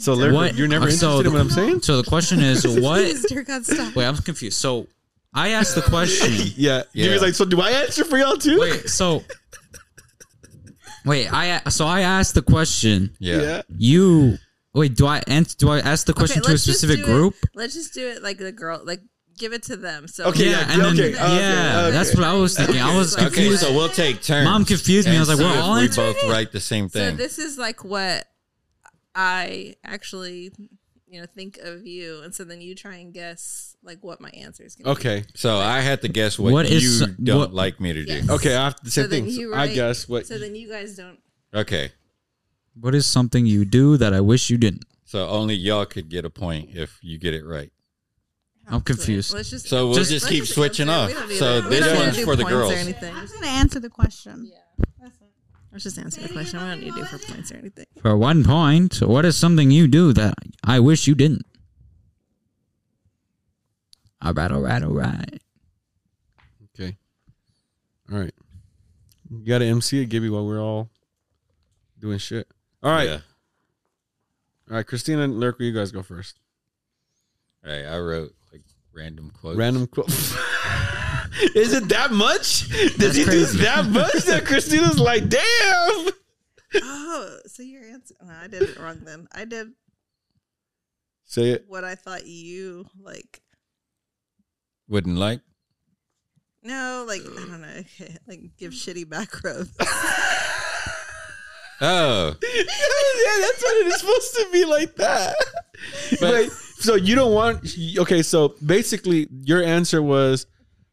[SPEAKER 1] So Larry,
[SPEAKER 2] What-
[SPEAKER 1] you're never
[SPEAKER 2] okay,
[SPEAKER 1] interested
[SPEAKER 2] so-
[SPEAKER 1] in what I'm
[SPEAKER 2] [LAUGHS]
[SPEAKER 1] saying?
[SPEAKER 2] So the
[SPEAKER 5] [LAUGHS]
[SPEAKER 2] question is, what?
[SPEAKER 5] Please, dear God, stop.
[SPEAKER 2] Wait, I'm confused. So I asked
[SPEAKER 1] [LAUGHS]
[SPEAKER 2] the question.
[SPEAKER 1] Yeah. He
[SPEAKER 3] Yeah.
[SPEAKER 1] was like, so do I answer for y'all too? [LAUGHS]
[SPEAKER 2] Wait, so wait, I so I asked the question.
[SPEAKER 3] Yeah.
[SPEAKER 2] You wait, do I ans- do I ask the question to a
[SPEAKER 5] let's just
[SPEAKER 2] specific
[SPEAKER 5] do it-
[SPEAKER 2] group?
[SPEAKER 5] Let's just do it like the girl, like give it to them. So
[SPEAKER 1] Okay, yeah,
[SPEAKER 2] and then
[SPEAKER 1] okay, okay,
[SPEAKER 2] yeah,
[SPEAKER 1] okay.
[SPEAKER 2] that's what I was thinking. I was
[SPEAKER 5] Okay,
[SPEAKER 3] Okay,
[SPEAKER 2] confused.
[SPEAKER 3] so
[SPEAKER 2] [LAUGHS]
[SPEAKER 3] we'll take turns.
[SPEAKER 2] Mom confused me. I
[SPEAKER 3] and
[SPEAKER 2] was like,
[SPEAKER 3] see
[SPEAKER 2] we're
[SPEAKER 3] if
[SPEAKER 2] all
[SPEAKER 3] we
[SPEAKER 2] answering
[SPEAKER 3] both write the same
[SPEAKER 5] So
[SPEAKER 3] thing.
[SPEAKER 5] this is like what I actually, you know, think of you, and so then you try and guess like what my answer is. Gonna
[SPEAKER 1] Okay.
[SPEAKER 3] So I had to guess what,
[SPEAKER 2] What
[SPEAKER 3] you
[SPEAKER 2] is so-
[SPEAKER 3] don't
[SPEAKER 2] what-
[SPEAKER 3] like me to do.
[SPEAKER 5] Yes.
[SPEAKER 1] Okay, I have the
[SPEAKER 5] Be. So
[SPEAKER 1] same
[SPEAKER 5] then
[SPEAKER 1] thing.
[SPEAKER 5] you
[SPEAKER 1] So
[SPEAKER 5] write,
[SPEAKER 1] I guess what
[SPEAKER 5] So then you guys don't.
[SPEAKER 3] Okay.
[SPEAKER 2] What is something you do that I wish you didn't?
[SPEAKER 3] So only y'all could get a point if you get it right.
[SPEAKER 2] I'm confused.
[SPEAKER 5] Let's just.
[SPEAKER 3] So we'll
[SPEAKER 2] Just-
[SPEAKER 3] just,
[SPEAKER 5] let's
[SPEAKER 3] keep
[SPEAKER 5] just
[SPEAKER 3] switching
[SPEAKER 5] answer.
[SPEAKER 3] off.
[SPEAKER 5] We don't need
[SPEAKER 3] So
[SPEAKER 5] to- we
[SPEAKER 3] this
[SPEAKER 5] don't need to
[SPEAKER 3] one's
[SPEAKER 5] do
[SPEAKER 3] for the
[SPEAKER 5] points or
[SPEAKER 3] girls.
[SPEAKER 5] anything.
[SPEAKER 4] I'm just gonna answer the question. Yeah. That's it.
[SPEAKER 5] Let's just answer the question. We don't need to do for points or anything.
[SPEAKER 2] For one point, what is something you do that I wish you didn't? All right, all right, all right.
[SPEAKER 1] Okay. All right. You gotta MC it, Gibby, while we're all doing shit. All right.
[SPEAKER 3] Yeah.
[SPEAKER 1] All right, Christina and Lurk, you guys go first.
[SPEAKER 3] All right. I wrote like random quotes.
[SPEAKER 1] Random quote. [LAUGHS] Is it that
[SPEAKER 3] [LAUGHS]
[SPEAKER 1] much? Did
[SPEAKER 2] That's
[SPEAKER 1] he
[SPEAKER 2] crazy.
[SPEAKER 1] do that much that Christina's like, damn?
[SPEAKER 5] [LAUGHS] Oh, so your answer? No, I did it wrong then. I did
[SPEAKER 1] Say it.
[SPEAKER 5] what I thought you like.
[SPEAKER 3] Wouldn't like.
[SPEAKER 5] No, like I don't know. [LAUGHS] Okay, like give shitty back rub. [LAUGHS]
[SPEAKER 3] Oh,
[SPEAKER 1] [LAUGHS] yeah, that's what it is supposed to be like that. Wait, so you don't want okay, so basically your answer was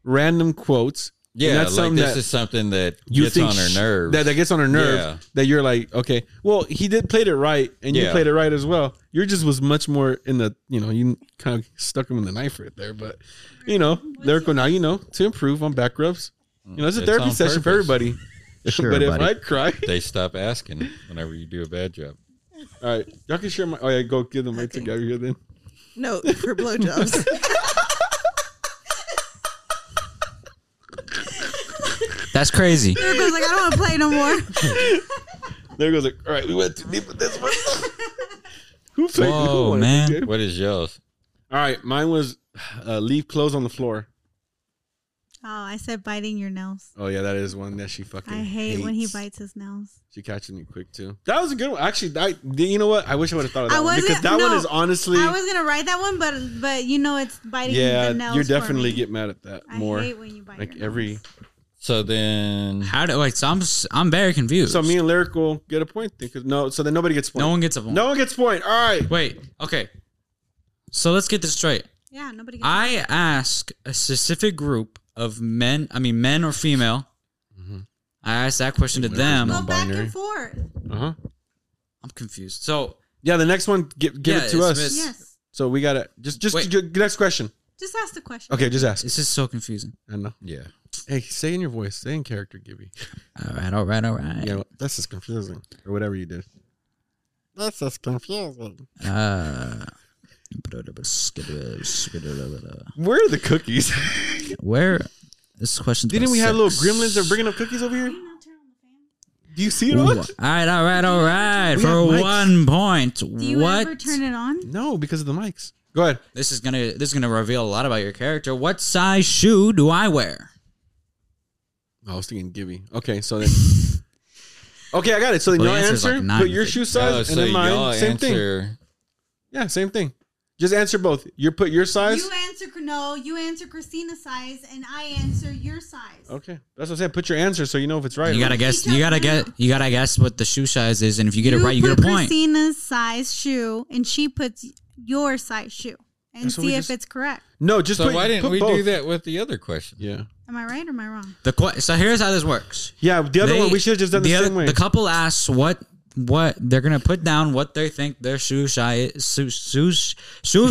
[SPEAKER 1] random quotes. and
[SPEAKER 3] yeah.
[SPEAKER 1] that's
[SPEAKER 3] like
[SPEAKER 1] something
[SPEAKER 3] this
[SPEAKER 1] that
[SPEAKER 3] is something that
[SPEAKER 1] you
[SPEAKER 3] gets
[SPEAKER 1] think
[SPEAKER 3] on her
[SPEAKER 1] sh-
[SPEAKER 3] nerves.
[SPEAKER 1] That, that gets on her nerves.
[SPEAKER 3] Yeah.
[SPEAKER 1] That you're like, okay, well, he did played it right, and you
[SPEAKER 3] Yeah.
[SPEAKER 1] played it right as well. Your just was much more in the, you know, you kind of stuck him in the knife right there. But you know, lyrical now, you know, to improve on back rubs. You know, it's a
[SPEAKER 3] It's
[SPEAKER 1] therapy
[SPEAKER 3] on
[SPEAKER 1] session for
[SPEAKER 3] purpose.
[SPEAKER 1] everybody.
[SPEAKER 10] Sure,
[SPEAKER 1] but if
[SPEAKER 10] buddy.
[SPEAKER 1] I cry,
[SPEAKER 3] they stop asking whenever you do a bad job.
[SPEAKER 1] all right, y'all can share my. Oh yeah, go give them right
[SPEAKER 5] Okay.
[SPEAKER 1] together here then.
[SPEAKER 5] No, for blowjobs. [LAUGHS]
[SPEAKER 2] That's crazy.
[SPEAKER 1] [LAUGHS]
[SPEAKER 4] Eric was like, I don't want to play no more.
[SPEAKER 1] There goes like, all right, we went too deep with this
[SPEAKER 4] [LAUGHS]
[SPEAKER 1] one. who played?
[SPEAKER 2] Whoa,
[SPEAKER 1] who won?
[SPEAKER 2] man.
[SPEAKER 1] All
[SPEAKER 3] What is y'all's?
[SPEAKER 1] right, mine was uh, leave clothes on the floor.
[SPEAKER 4] Oh, I said biting your nails.
[SPEAKER 1] Oh yeah, that is one that she fucking.
[SPEAKER 4] I hate when he
[SPEAKER 1] hates.
[SPEAKER 4] bites his nails.
[SPEAKER 1] She catches me quick too. That was a good one. Actually, that, you know what? I wish I would have thought of
[SPEAKER 4] I
[SPEAKER 1] that one
[SPEAKER 4] wasn't-
[SPEAKER 1] because that
[SPEAKER 4] no.
[SPEAKER 1] one is honestly.
[SPEAKER 4] I was gonna write that one, but but you know it's biting the
[SPEAKER 1] yeah,
[SPEAKER 4] nails.
[SPEAKER 1] you're
[SPEAKER 4] for
[SPEAKER 1] definitely
[SPEAKER 4] me.
[SPEAKER 1] get mad at that
[SPEAKER 4] I
[SPEAKER 1] more.
[SPEAKER 4] hate when you bite
[SPEAKER 1] Like
[SPEAKER 4] your
[SPEAKER 1] every
[SPEAKER 4] nails.
[SPEAKER 3] So then,
[SPEAKER 2] How do like? So I'm s- I'm very confused.
[SPEAKER 1] So me and Lyrical get a point because no, so then nobody gets point.
[SPEAKER 2] no one gets a point.
[SPEAKER 1] No one gets point. All right.
[SPEAKER 2] Wait. Okay. So let's get this straight.
[SPEAKER 4] Yeah, nobody. Gets
[SPEAKER 2] I ask a specific group of men. I mean, men or female.
[SPEAKER 1] Mm-hmm.
[SPEAKER 2] I ask that question to them.
[SPEAKER 4] go back
[SPEAKER 1] binary.
[SPEAKER 4] and forth.
[SPEAKER 1] Uh
[SPEAKER 2] Uh-huh.
[SPEAKER 1] huh.
[SPEAKER 2] I'm confused. So
[SPEAKER 1] Yeah, the next one give give
[SPEAKER 2] Yeah,
[SPEAKER 1] it to
[SPEAKER 2] it's
[SPEAKER 1] us.
[SPEAKER 2] miss-
[SPEAKER 4] Yes,
[SPEAKER 1] So we gotta just just
[SPEAKER 2] Wait.
[SPEAKER 1] ju- next question.
[SPEAKER 4] just ask the question.
[SPEAKER 1] Okay, just ask.
[SPEAKER 2] this is so confusing.
[SPEAKER 1] I know.
[SPEAKER 3] yeah,
[SPEAKER 1] Hey, say in your voice, say in character, Gibby.
[SPEAKER 2] All right. All right. All right.
[SPEAKER 1] [LAUGHS] Yeah, that's just confusing or whatever you did. That's just confusing.
[SPEAKER 2] Uh,
[SPEAKER 1] Where are the cookies?
[SPEAKER 2] where this
[SPEAKER 1] [LAUGHS]
[SPEAKER 2] question?
[SPEAKER 1] Didn't we have little gremlins that are bringing up cookies over here? Do you see it?
[SPEAKER 2] All
[SPEAKER 1] on?
[SPEAKER 2] right, all right, all right.
[SPEAKER 1] We
[SPEAKER 2] For
[SPEAKER 1] have mics.
[SPEAKER 2] one point,
[SPEAKER 4] Do you
[SPEAKER 2] what?
[SPEAKER 4] ever turn it on?
[SPEAKER 1] No, because of the mics. Go ahead.
[SPEAKER 2] This is gonna this is gonna reveal a lot about your character. What size shoe do I wear?
[SPEAKER 1] I was thinking Gibby. Okay, so then. [LAUGHS] Okay, I got it. So then
[SPEAKER 2] Well,
[SPEAKER 1] y'all
[SPEAKER 2] the answer's
[SPEAKER 1] answer,
[SPEAKER 2] like nine,
[SPEAKER 1] put your
[SPEAKER 2] I think.
[SPEAKER 1] shoe size
[SPEAKER 3] Oh,
[SPEAKER 1] and
[SPEAKER 3] so
[SPEAKER 1] then
[SPEAKER 3] y'all
[SPEAKER 1] mine. Same thing.
[SPEAKER 3] answer.
[SPEAKER 1] Yeah, same thing. Just answer both. You put your size.
[SPEAKER 4] You answer no. You answer Christina's size, and I answer your size.
[SPEAKER 1] Okay, that's what I said. Put your answer so you know if it's right.
[SPEAKER 2] You
[SPEAKER 1] or
[SPEAKER 2] gotta
[SPEAKER 1] not.
[SPEAKER 2] guess. You gotta get. You gotta guess what the shoe size is, and if you get it right, you
[SPEAKER 4] put
[SPEAKER 2] get a point.
[SPEAKER 4] Christina's size shoe, and she puts your size shoe, and
[SPEAKER 1] That's what we
[SPEAKER 4] see if
[SPEAKER 1] just-
[SPEAKER 4] it's correct.
[SPEAKER 1] No, just
[SPEAKER 3] So
[SPEAKER 1] put,
[SPEAKER 3] why didn't
[SPEAKER 1] put
[SPEAKER 3] we do
[SPEAKER 1] both.
[SPEAKER 3] that with the other question?
[SPEAKER 1] Yeah,
[SPEAKER 4] Am I right or am I wrong?
[SPEAKER 2] The que- so here's how this works.
[SPEAKER 1] yeah. The other
[SPEAKER 2] They-
[SPEAKER 1] one we should have just done the,
[SPEAKER 2] other-
[SPEAKER 1] same way.
[SPEAKER 2] The couple asks what what they're gonna put down what they think their shoe size shoe, shoe, shoe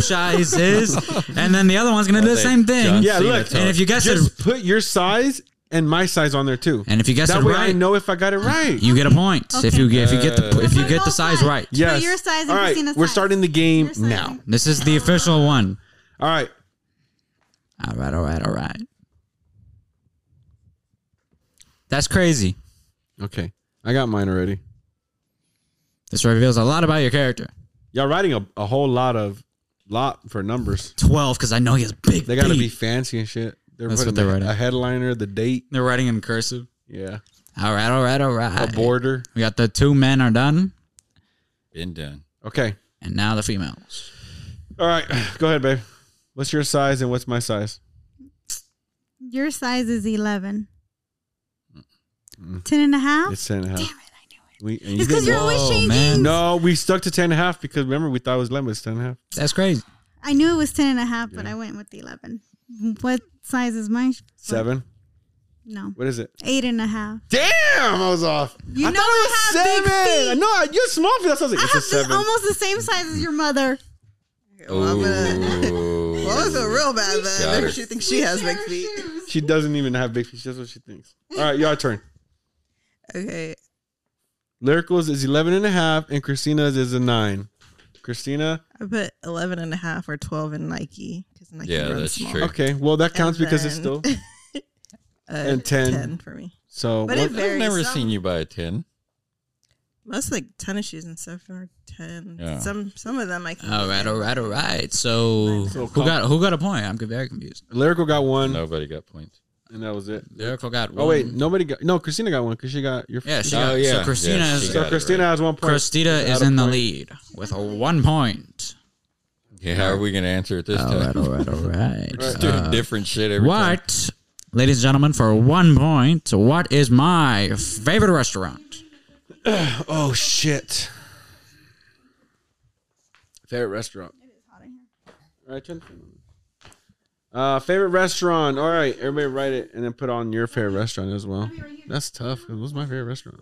[SPEAKER 1] [LAUGHS]
[SPEAKER 2] size is, and then the other one's gonna do the
[SPEAKER 3] they-
[SPEAKER 2] same thing.
[SPEAKER 3] John
[SPEAKER 1] Yeah,
[SPEAKER 3] Cena
[SPEAKER 1] look,
[SPEAKER 3] talk.
[SPEAKER 2] And if you guess it,
[SPEAKER 1] just put your size and my size on there too.
[SPEAKER 2] and if you guess
[SPEAKER 1] that
[SPEAKER 2] it
[SPEAKER 1] way,
[SPEAKER 2] right,
[SPEAKER 1] I know if I got it right.
[SPEAKER 2] you get a point. If you get if you get the
[SPEAKER 3] Uh,
[SPEAKER 2] if you
[SPEAKER 4] Put
[SPEAKER 2] get the
[SPEAKER 4] both
[SPEAKER 2] size
[SPEAKER 4] sides.
[SPEAKER 2] right.
[SPEAKER 1] yes.
[SPEAKER 4] Put your size and
[SPEAKER 1] All right,
[SPEAKER 4] Christina's
[SPEAKER 1] we're
[SPEAKER 4] size.
[SPEAKER 1] starting the game
[SPEAKER 4] Your size
[SPEAKER 1] now.
[SPEAKER 4] and-
[SPEAKER 2] This is the official one.
[SPEAKER 1] All right.
[SPEAKER 2] All right, all right, all right. That's crazy.
[SPEAKER 1] Okay, I got mine already.
[SPEAKER 2] This reveals a lot about your character.
[SPEAKER 1] Y'all writing a, a whole lot of lot for numbers.
[SPEAKER 2] Twelve, because I know he has big.
[SPEAKER 1] They got to
[SPEAKER 2] feet.
[SPEAKER 1] be fancy and shit. They're
[SPEAKER 2] That's
[SPEAKER 1] putting
[SPEAKER 2] what they're
[SPEAKER 1] the-
[SPEAKER 2] writing.
[SPEAKER 1] a headliner, the date,
[SPEAKER 2] They're writing in cursive.
[SPEAKER 1] yeah,
[SPEAKER 2] All right, all right, all right.
[SPEAKER 3] Oh,
[SPEAKER 1] a border.
[SPEAKER 2] We got the two men are done,
[SPEAKER 3] Been done.
[SPEAKER 1] Okay,
[SPEAKER 2] and now the females.
[SPEAKER 1] all right, [SIGHS] go ahead, babe. What's your size and what's my size?
[SPEAKER 4] Your size is 11. 10 and a half?
[SPEAKER 1] It's ten and a half.
[SPEAKER 4] Damn it, I knew it.
[SPEAKER 1] We, and you
[SPEAKER 4] It's because
[SPEAKER 1] didn't-
[SPEAKER 4] you're always
[SPEAKER 2] Whoa,
[SPEAKER 4] changing.
[SPEAKER 2] Oh, man.
[SPEAKER 1] no, we stuck to ten and a half because remember we thought it was lemon. It's ten and a half.
[SPEAKER 2] That's crazy.
[SPEAKER 4] I knew it was 10 and a half, but I went with the 11. What size is my? sh-
[SPEAKER 1] Seven.
[SPEAKER 4] No.
[SPEAKER 1] What is it?
[SPEAKER 4] Eight and a half.
[SPEAKER 1] Damn, I was off.
[SPEAKER 4] You
[SPEAKER 1] I
[SPEAKER 4] know
[SPEAKER 1] thought it
[SPEAKER 4] I
[SPEAKER 1] was
[SPEAKER 4] have big
[SPEAKER 1] seven.
[SPEAKER 4] feet.
[SPEAKER 1] No, I- you're small. For that's what I was
[SPEAKER 4] I
[SPEAKER 1] like.
[SPEAKER 4] have
[SPEAKER 1] It's a
[SPEAKER 4] the,
[SPEAKER 1] seven.
[SPEAKER 4] almost the same size as your mother.
[SPEAKER 5] Well, I'm gonna, well, I
[SPEAKER 3] Ooh.
[SPEAKER 5] feel real bad
[SPEAKER 3] Got
[SPEAKER 5] then. [LAUGHS]
[SPEAKER 3] her.
[SPEAKER 5] If she thinks she has big
[SPEAKER 4] Share
[SPEAKER 5] feet.
[SPEAKER 4] shoes.
[SPEAKER 1] She doesn't even have big feet. That's what she thinks. All right, your turn.
[SPEAKER 5] Okay.
[SPEAKER 1] Lyricals is 11 and a half, and Christina's is a nine. Christina,
[SPEAKER 5] I put 11 and a half or 12 in Nike because Nike
[SPEAKER 3] Yeah,
[SPEAKER 5] runs
[SPEAKER 3] that's
[SPEAKER 5] small. Uh,
[SPEAKER 3] true.
[SPEAKER 1] okay. Well, that counts
[SPEAKER 5] And
[SPEAKER 1] because it's still
[SPEAKER 5] then-
[SPEAKER 4] [LAUGHS]
[SPEAKER 5] Uh,
[SPEAKER 1] And 10.
[SPEAKER 5] for me.
[SPEAKER 1] so.
[SPEAKER 5] But
[SPEAKER 1] what-
[SPEAKER 5] it varies.
[SPEAKER 3] I've never
[SPEAKER 5] Some-
[SPEAKER 3] seen you buy a ten.
[SPEAKER 5] Most like tennis shoes and stuff are 10.
[SPEAKER 3] Yeah.
[SPEAKER 5] Some some of them I can.
[SPEAKER 2] All right, all right, all right. So,
[SPEAKER 1] So
[SPEAKER 2] who got who got a point? I'm very confused.
[SPEAKER 1] Lyrical got one,
[SPEAKER 3] Nobody got points.
[SPEAKER 1] and that was it.
[SPEAKER 2] Lyrical got.
[SPEAKER 1] Oh wait,
[SPEAKER 2] one.
[SPEAKER 1] nobody got. No, Christina got one because she got your.
[SPEAKER 2] Yeah, she
[SPEAKER 3] Oh,
[SPEAKER 2] got.
[SPEAKER 3] yeah.
[SPEAKER 2] So Christina
[SPEAKER 3] Yeah, she
[SPEAKER 2] is
[SPEAKER 3] got
[SPEAKER 1] so
[SPEAKER 3] it
[SPEAKER 1] Christina
[SPEAKER 3] right.
[SPEAKER 1] has one point.
[SPEAKER 2] Christina
[SPEAKER 1] She's out
[SPEAKER 2] is
[SPEAKER 1] of
[SPEAKER 2] in the
[SPEAKER 1] point.
[SPEAKER 2] lead with a one point.
[SPEAKER 3] Yeah, how are we gonna answer it this
[SPEAKER 2] All right,
[SPEAKER 3] time?
[SPEAKER 2] all right, all right.
[SPEAKER 3] Just doing different shit every time.
[SPEAKER 2] What, ladies and gentlemen, for one point, what is my favorite restaurant?
[SPEAKER 1] Oh shit. Favorite restaurant. All right, turn the phone on. Uh, favorite restaurant. All right, everybody write it and then put on your favorite restaurant as well. That's tough. 'cause What's my favorite restaurant?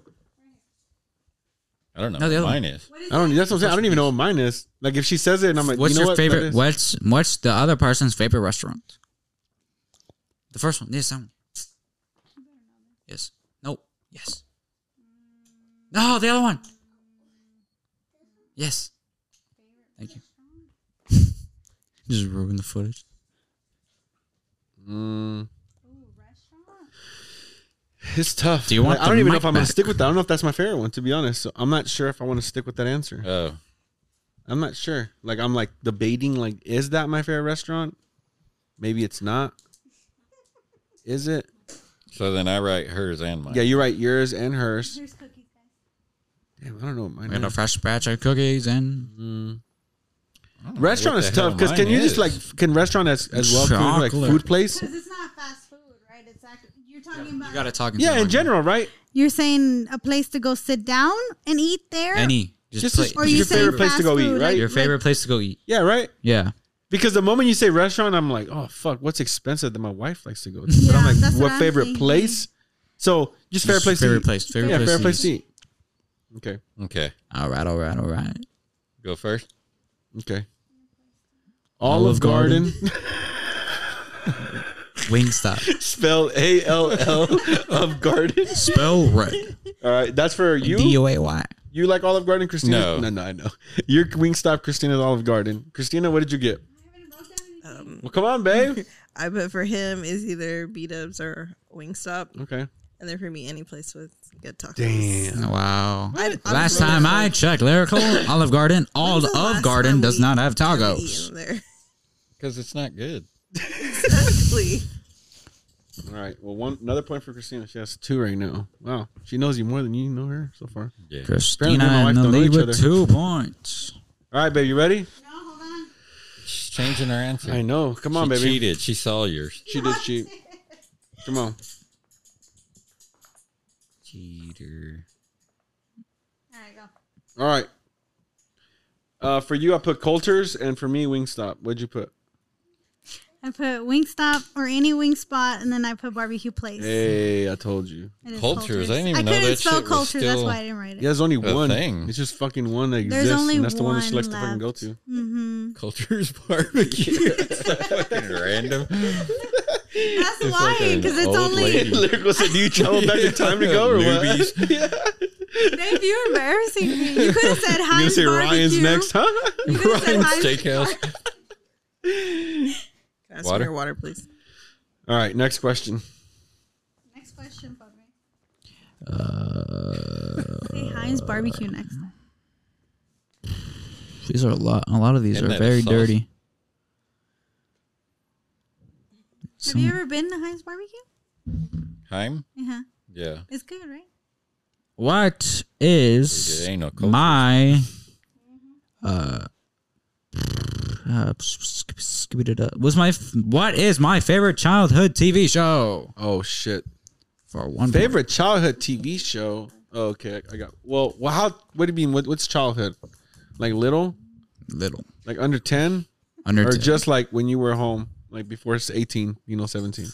[SPEAKER 3] I don't know.
[SPEAKER 2] No, the other
[SPEAKER 3] mine is.
[SPEAKER 1] I don't. That's what I'm saying. I don't even know what mine is. Like if she says it, and I'm like,
[SPEAKER 2] What's
[SPEAKER 1] you know
[SPEAKER 2] your
[SPEAKER 1] what that
[SPEAKER 2] favorite?
[SPEAKER 1] is?
[SPEAKER 2] What's what's the other person's favorite restaurant? The first one. Yes, that one. Yes. No. Yes. No, the other one. Yes. Thank you. [LAUGHS] Just ruin the footage.
[SPEAKER 1] Mm. It's tough.
[SPEAKER 2] Do you want
[SPEAKER 1] I don't
[SPEAKER 2] the
[SPEAKER 1] even know
[SPEAKER 2] mic
[SPEAKER 1] if I'm gonna
[SPEAKER 2] back?
[SPEAKER 1] stick with that. I don't know if that's my favorite one, to be honest. So I'm not sure if I want to stick with that answer.
[SPEAKER 3] Oh,
[SPEAKER 1] I'm not sure. Like I'm like debating. Like, is that my favorite restaurant? Maybe it's not. Is it?
[SPEAKER 3] so then I write hers and mine.
[SPEAKER 1] Yeah, you're right. Yours and hers.
[SPEAKER 4] Here's cookies, guys.
[SPEAKER 1] Damn, I don't know what mine
[SPEAKER 2] We got a
[SPEAKER 1] is.
[SPEAKER 2] fresh batch of cookies and
[SPEAKER 3] I don't know
[SPEAKER 1] Restaurant
[SPEAKER 3] what the
[SPEAKER 1] is
[SPEAKER 3] hell
[SPEAKER 1] tough because
[SPEAKER 3] mine
[SPEAKER 1] can you
[SPEAKER 3] is.
[SPEAKER 1] just like can restaurant as as well include, like
[SPEAKER 2] Chocolate.
[SPEAKER 1] food place?
[SPEAKER 4] Because it's not fast food, right? It's it's actually you're talking about.
[SPEAKER 2] You gotta talk. into
[SPEAKER 1] Yeah,
[SPEAKER 2] the
[SPEAKER 1] in
[SPEAKER 2] mic.
[SPEAKER 1] general, right?
[SPEAKER 4] You're saying a place to go sit down and eat there.
[SPEAKER 2] Any. Just,
[SPEAKER 1] Just Oh,
[SPEAKER 2] play,
[SPEAKER 1] as-
[SPEAKER 4] or
[SPEAKER 2] just
[SPEAKER 4] you
[SPEAKER 1] your
[SPEAKER 4] say
[SPEAKER 1] favorite place to
[SPEAKER 4] fast
[SPEAKER 1] go eat,
[SPEAKER 4] food,
[SPEAKER 1] right?
[SPEAKER 4] like-
[SPEAKER 2] your favorite place to go eat.
[SPEAKER 1] Yeah, right.
[SPEAKER 2] Yeah.
[SPEAKER 1] Because the moment you say restaurant, I'm like, oh fuck, what's expensive that my wife likes to go to? but I'm
[SPEAKER 4] Yeah,
[SPEAKER 1] like,
[SPEAKER 4] that's
[SPEAKER 1] what,
[SPEAKER 4] what I'm
[SPEAKER 1] favorite
[SPEAKER 4] thinking.
[SPEAKER 1] place? So just fair
[SPEAKER 2] Just
[SPEAKER 1] place.
[SPEAKER 2] Favorite
[SPEAKER 1] to eat.
[SPEAKER 2] place. Favorite
[SPEAKER 1] yeah,
[SPEAKER 2] place.
[SPEAKER 1] fair
[SPEAKER 2] to
[SPEAKER 1] place to
[SPEAKER 2] eat.
[SPEAKER 1] eat. Okay,
[SPEAKER 3] Okay,
[SPEAKER 2] All right. All right. All right.
[SPEAKER 3] go first.
[SPEAKER 1] okay.
[SPEAKER 2] Olive
[SPEAKER 1] Olive, Garden, [LAUGHS]
[SPEAKER 2] Wingstop.
[SPEAKER 1] spell A L L of Garden.
[SPEAKER 2] Spell
[SPEAKER 1] [LAUGHS]
[SPEAKER 2] right.
[SPEAKER 1] All right, that's for you.
[SPEAKER 2] D O A Y.
[SPEAKER 1] You like Olive Garden, Christina?
[SPEAKER 3] No.
[SPEAKER 1] no, no, I know. Your Wingstop, Christina's Olive Garden. Christina, what did you get?
[SPEAKER 5] Um,
[SPEAKER 1] Well, come on, [LAUGHS] babe.
[SPEAKER 5] I put for him is either B Dubs or Wingstop,
[SPEAKER 1] okay.
[SPEAKER 5] and then for me any place with good tacos.
[SPEAKER 2] Wow.
[SPEAKER 5] I- I
[SPEAKER 2] Last
[SPEAKER 5] was really
[SPEAKER 2] time I
[SPEAKER 5] like- [LAUGHS]
[SPEAKER 2] checked, Lyrical Olive Garden, all
[SPEAKER 5] When's the
[SPEAKER 2] of
[SPEAKER 5] last
[SPEAKER 2] Garden
[SPEAKER 5] time
[SPEAKER 2] does
[SPEAKER 5] we
[SPEAKER 2] not have
[SPEAKER 5] ever
[SPEAKER 2] tacos.
[SPEAKER 5] eaten there.
[SPEAKER 3] Because it's not good.
[SPEAKER 5] [LAUGHS] exactly.
[SPEAKER 1] All right. Well, one another point for Christina. She has two right now. Wow, she knows you more than you know her so far. Apparently
[SPEAKER 3] Yeah.
[SPEAKER 1] my
[SPEAKER 2] Christina
[SPEAKER 1] wife
[SPEAKER 2] in the
[SPEAKER 1] don't know
[SPEAKER 2] lead
[SPEAKER 1] each
[SPEAKER 2] with
[SPEAKER 1] other.
[SPEAKER 2] two points.
[SPEAKER 1] All right, babe. You ready?
[SPEAKER 4] No, hold on.
[SPEAKER 3] She's changing her answer.
[SPEAKER 1] I know. Come
[SPEAKER 3] She
[SPEAKER 1] on, baby.
[SPEAKER 3] cheated. She saw yours.
[SPEAKER 1] She did cheat. [LAUGHS] Come on.
[SPEAKER 2] Cheater.
[SPEAKER 4] All right, go.
[SPEAKER 1] All right. Uh, for you, I put Coulter's, and for me, Wingstop. What'd you put?
[SPEAKER 4] I put Wingstop or any wing spot, and then I put barbecue place.
[SPEAKER 1] Hey, I told you.
[SPEAKER 4] It is
[SPEAKER 3] Cultures. I didn't even know
[SPEAKER 4] couldn't
[SPEAKER 3] that
[SPEAKER 4] spell
[SPEAKER 3] shit was
[SPEAKER 4] culture. That's
[SPEAKER 3] still-
[SPEAKER 4] why I didn't write it.
[SPEAKER 1] Yeah, there's only
[SPEAKER 3] The
[SPEAKER 1] one.
[SPEAKER 3] thing.
[SPEAKER 1] It's just fucking one that exists,
[SPEAKER 4] There's only
[SPEAKER 1] and that's the one that
[SPEAKER 4] one
[SPEAKER 1] she likes to fucking go
[SPEAKER 4] left.
[SPEAKER 1] to.
[SPEAKER 4] Mm-hmm.
[SPEAKER 1] [LAUGHS]
[SPEAKER 3] Culture's [LAUGHS] barbecue. It's so fucking random.
[SPEAKER 4] That's
[SPEAKER 3] It's
[SPEAKER 4] why,
[SPEAKER 3] like an
[SPEAKER 4] because it's
[SPEAKER 3] old
[SPEAKER 4] only. [LAUGHS]
[SPEAKER 3] lady.
[SPEAKER 1] Lyrical said, "Do you travel back in time to go or what?" [LAUGHS]
[SPEAKER 3] Newbies.
[SPEAKER 1] yeah.
[SPEAKER 4] Babe, you're embarrassing me. You could
[SPEAKER 3] [LAUGHS]
[SPEAKER 4] have said
[SPEAKER 1] You gonna
[SPEAKER 4] Heinz
[SPEAKER 1] say
[SPEAKER 4] barbecue.
[SPEAKER 1] Ryan's next, huh? [LAUGHS]
[SPEAKER 4] You could have said
[SPEAKER 3] Ryan's
[SPEAKER 4] Heinz-
[SPEAKER 3] Steakhouse.
[SPEAKER 5] Can I have some
[SPEAKER 3] Water?
[SPEAKER 5] more water, please.
[SPEAKER 1] All right, next question.
[SPEAKER 4] Next question, Bobby. Say Heinz barbecue next time.
[SPEAKER 2] These are a lot. A lot of these
[SPEAKER 3] Isn't
[SPEAKER 2] are
[SPEAKER 3] that a
[SPEAKER 2] very
[SPEAKER 3] sauce?
[SPEAKER 2] dirty.
[SPEAKER 4] Have you ever been to Heinz barbecue?
[SPEAKER 3] Heim?
[SPEAKER 4] Yeah,
[SPEAKER 3] Yeah.
[SPEAKER 4] it's good, right?
[SPEAKER 2] What is
[SPEAKER 3] It ain't no culture.
[SPEAKER 2] my
[SPEAKER 1] Mm-hmm.
[SPEAKER 2] uh, uh skip, skip it up. Was my f- what is my favorite childhood TV show?
[SPEAKER 1] Oh shit!
[SPEAKER 2] For one point.
[SPEAKER 1] Favorite childhood TV show? Oh, okay, I got. Well, well, how? What do you mean? What, what's childhood? Like little?
[SPEAKER 2] little
[SPEAKER 1] Like under ten?
[SPEAKER 2] under
[SPEAKER 1] Or
[SPEAKER 2] 10.
[SPEAKER 1] just like when you were home, like before it's eighteen, you know, seventeen.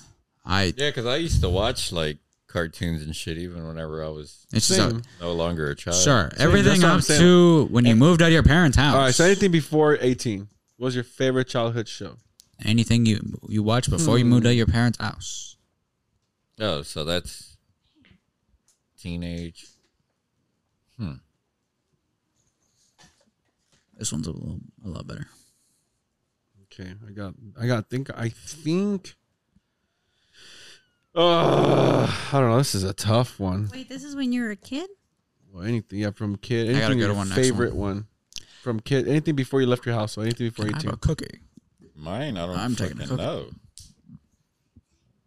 [SPEAKER 2] I
[SPEAKER 3] Yeah, because I used to watch like cartoons and shit even whenever I was
[SPEAKER 2] it's just
[SPEAKER 1] Same.
[SPEAKER 3] no longer a
[SPEAKER 1] Uh,
[SPEAKER 3] child.
[SPEAKER 2] sure
[SPEAKER 1] that's
[SPEAKER 2] everything
[SPEAKER 1] what I'm
[SPEAKER 2] up
[SPEAKER 1] saying.
[SPEAKER 2] to when you moved out of your parents' house.
[SPEAKER 1] All right. So anything before eighteen what was your favorite childhood show?
[SPEAKER 2] anything you you watched before you moved out of your parents' house.
[SPEAKER 3] Oh, so that's teenage.
[SPEAKER 2] This one's a little a lot better.
[SPEAKER 1] Okay, I got. I got. Think. I think. Oh, I don't know. This is a tough one.
[SPEAKER 4] Wait, this is when you were a kid?
[SPEAKER 1] Well, anything. Yeah, from kid.
[SPEAKER 2] I got a
[SPEAKER 1] Anything.
[SPEAKER 2] good
[SPEAKER 1] Your
[SPEAKER 2] one, next
[SPEAKER 1] favorite one. From kid. Anything before you left your house. So anything before
[SPEAKER 2] I have
[SPEAKER 1] eighteen.
[SPEAKER 2] a cookie.
[SPEAKER 3] Mine, I don't
[SPEAKER 2] I'm
[SPEAKER 3] I'm
[SPEAKER 2] taking a
[SPEAKER 3] fucking know.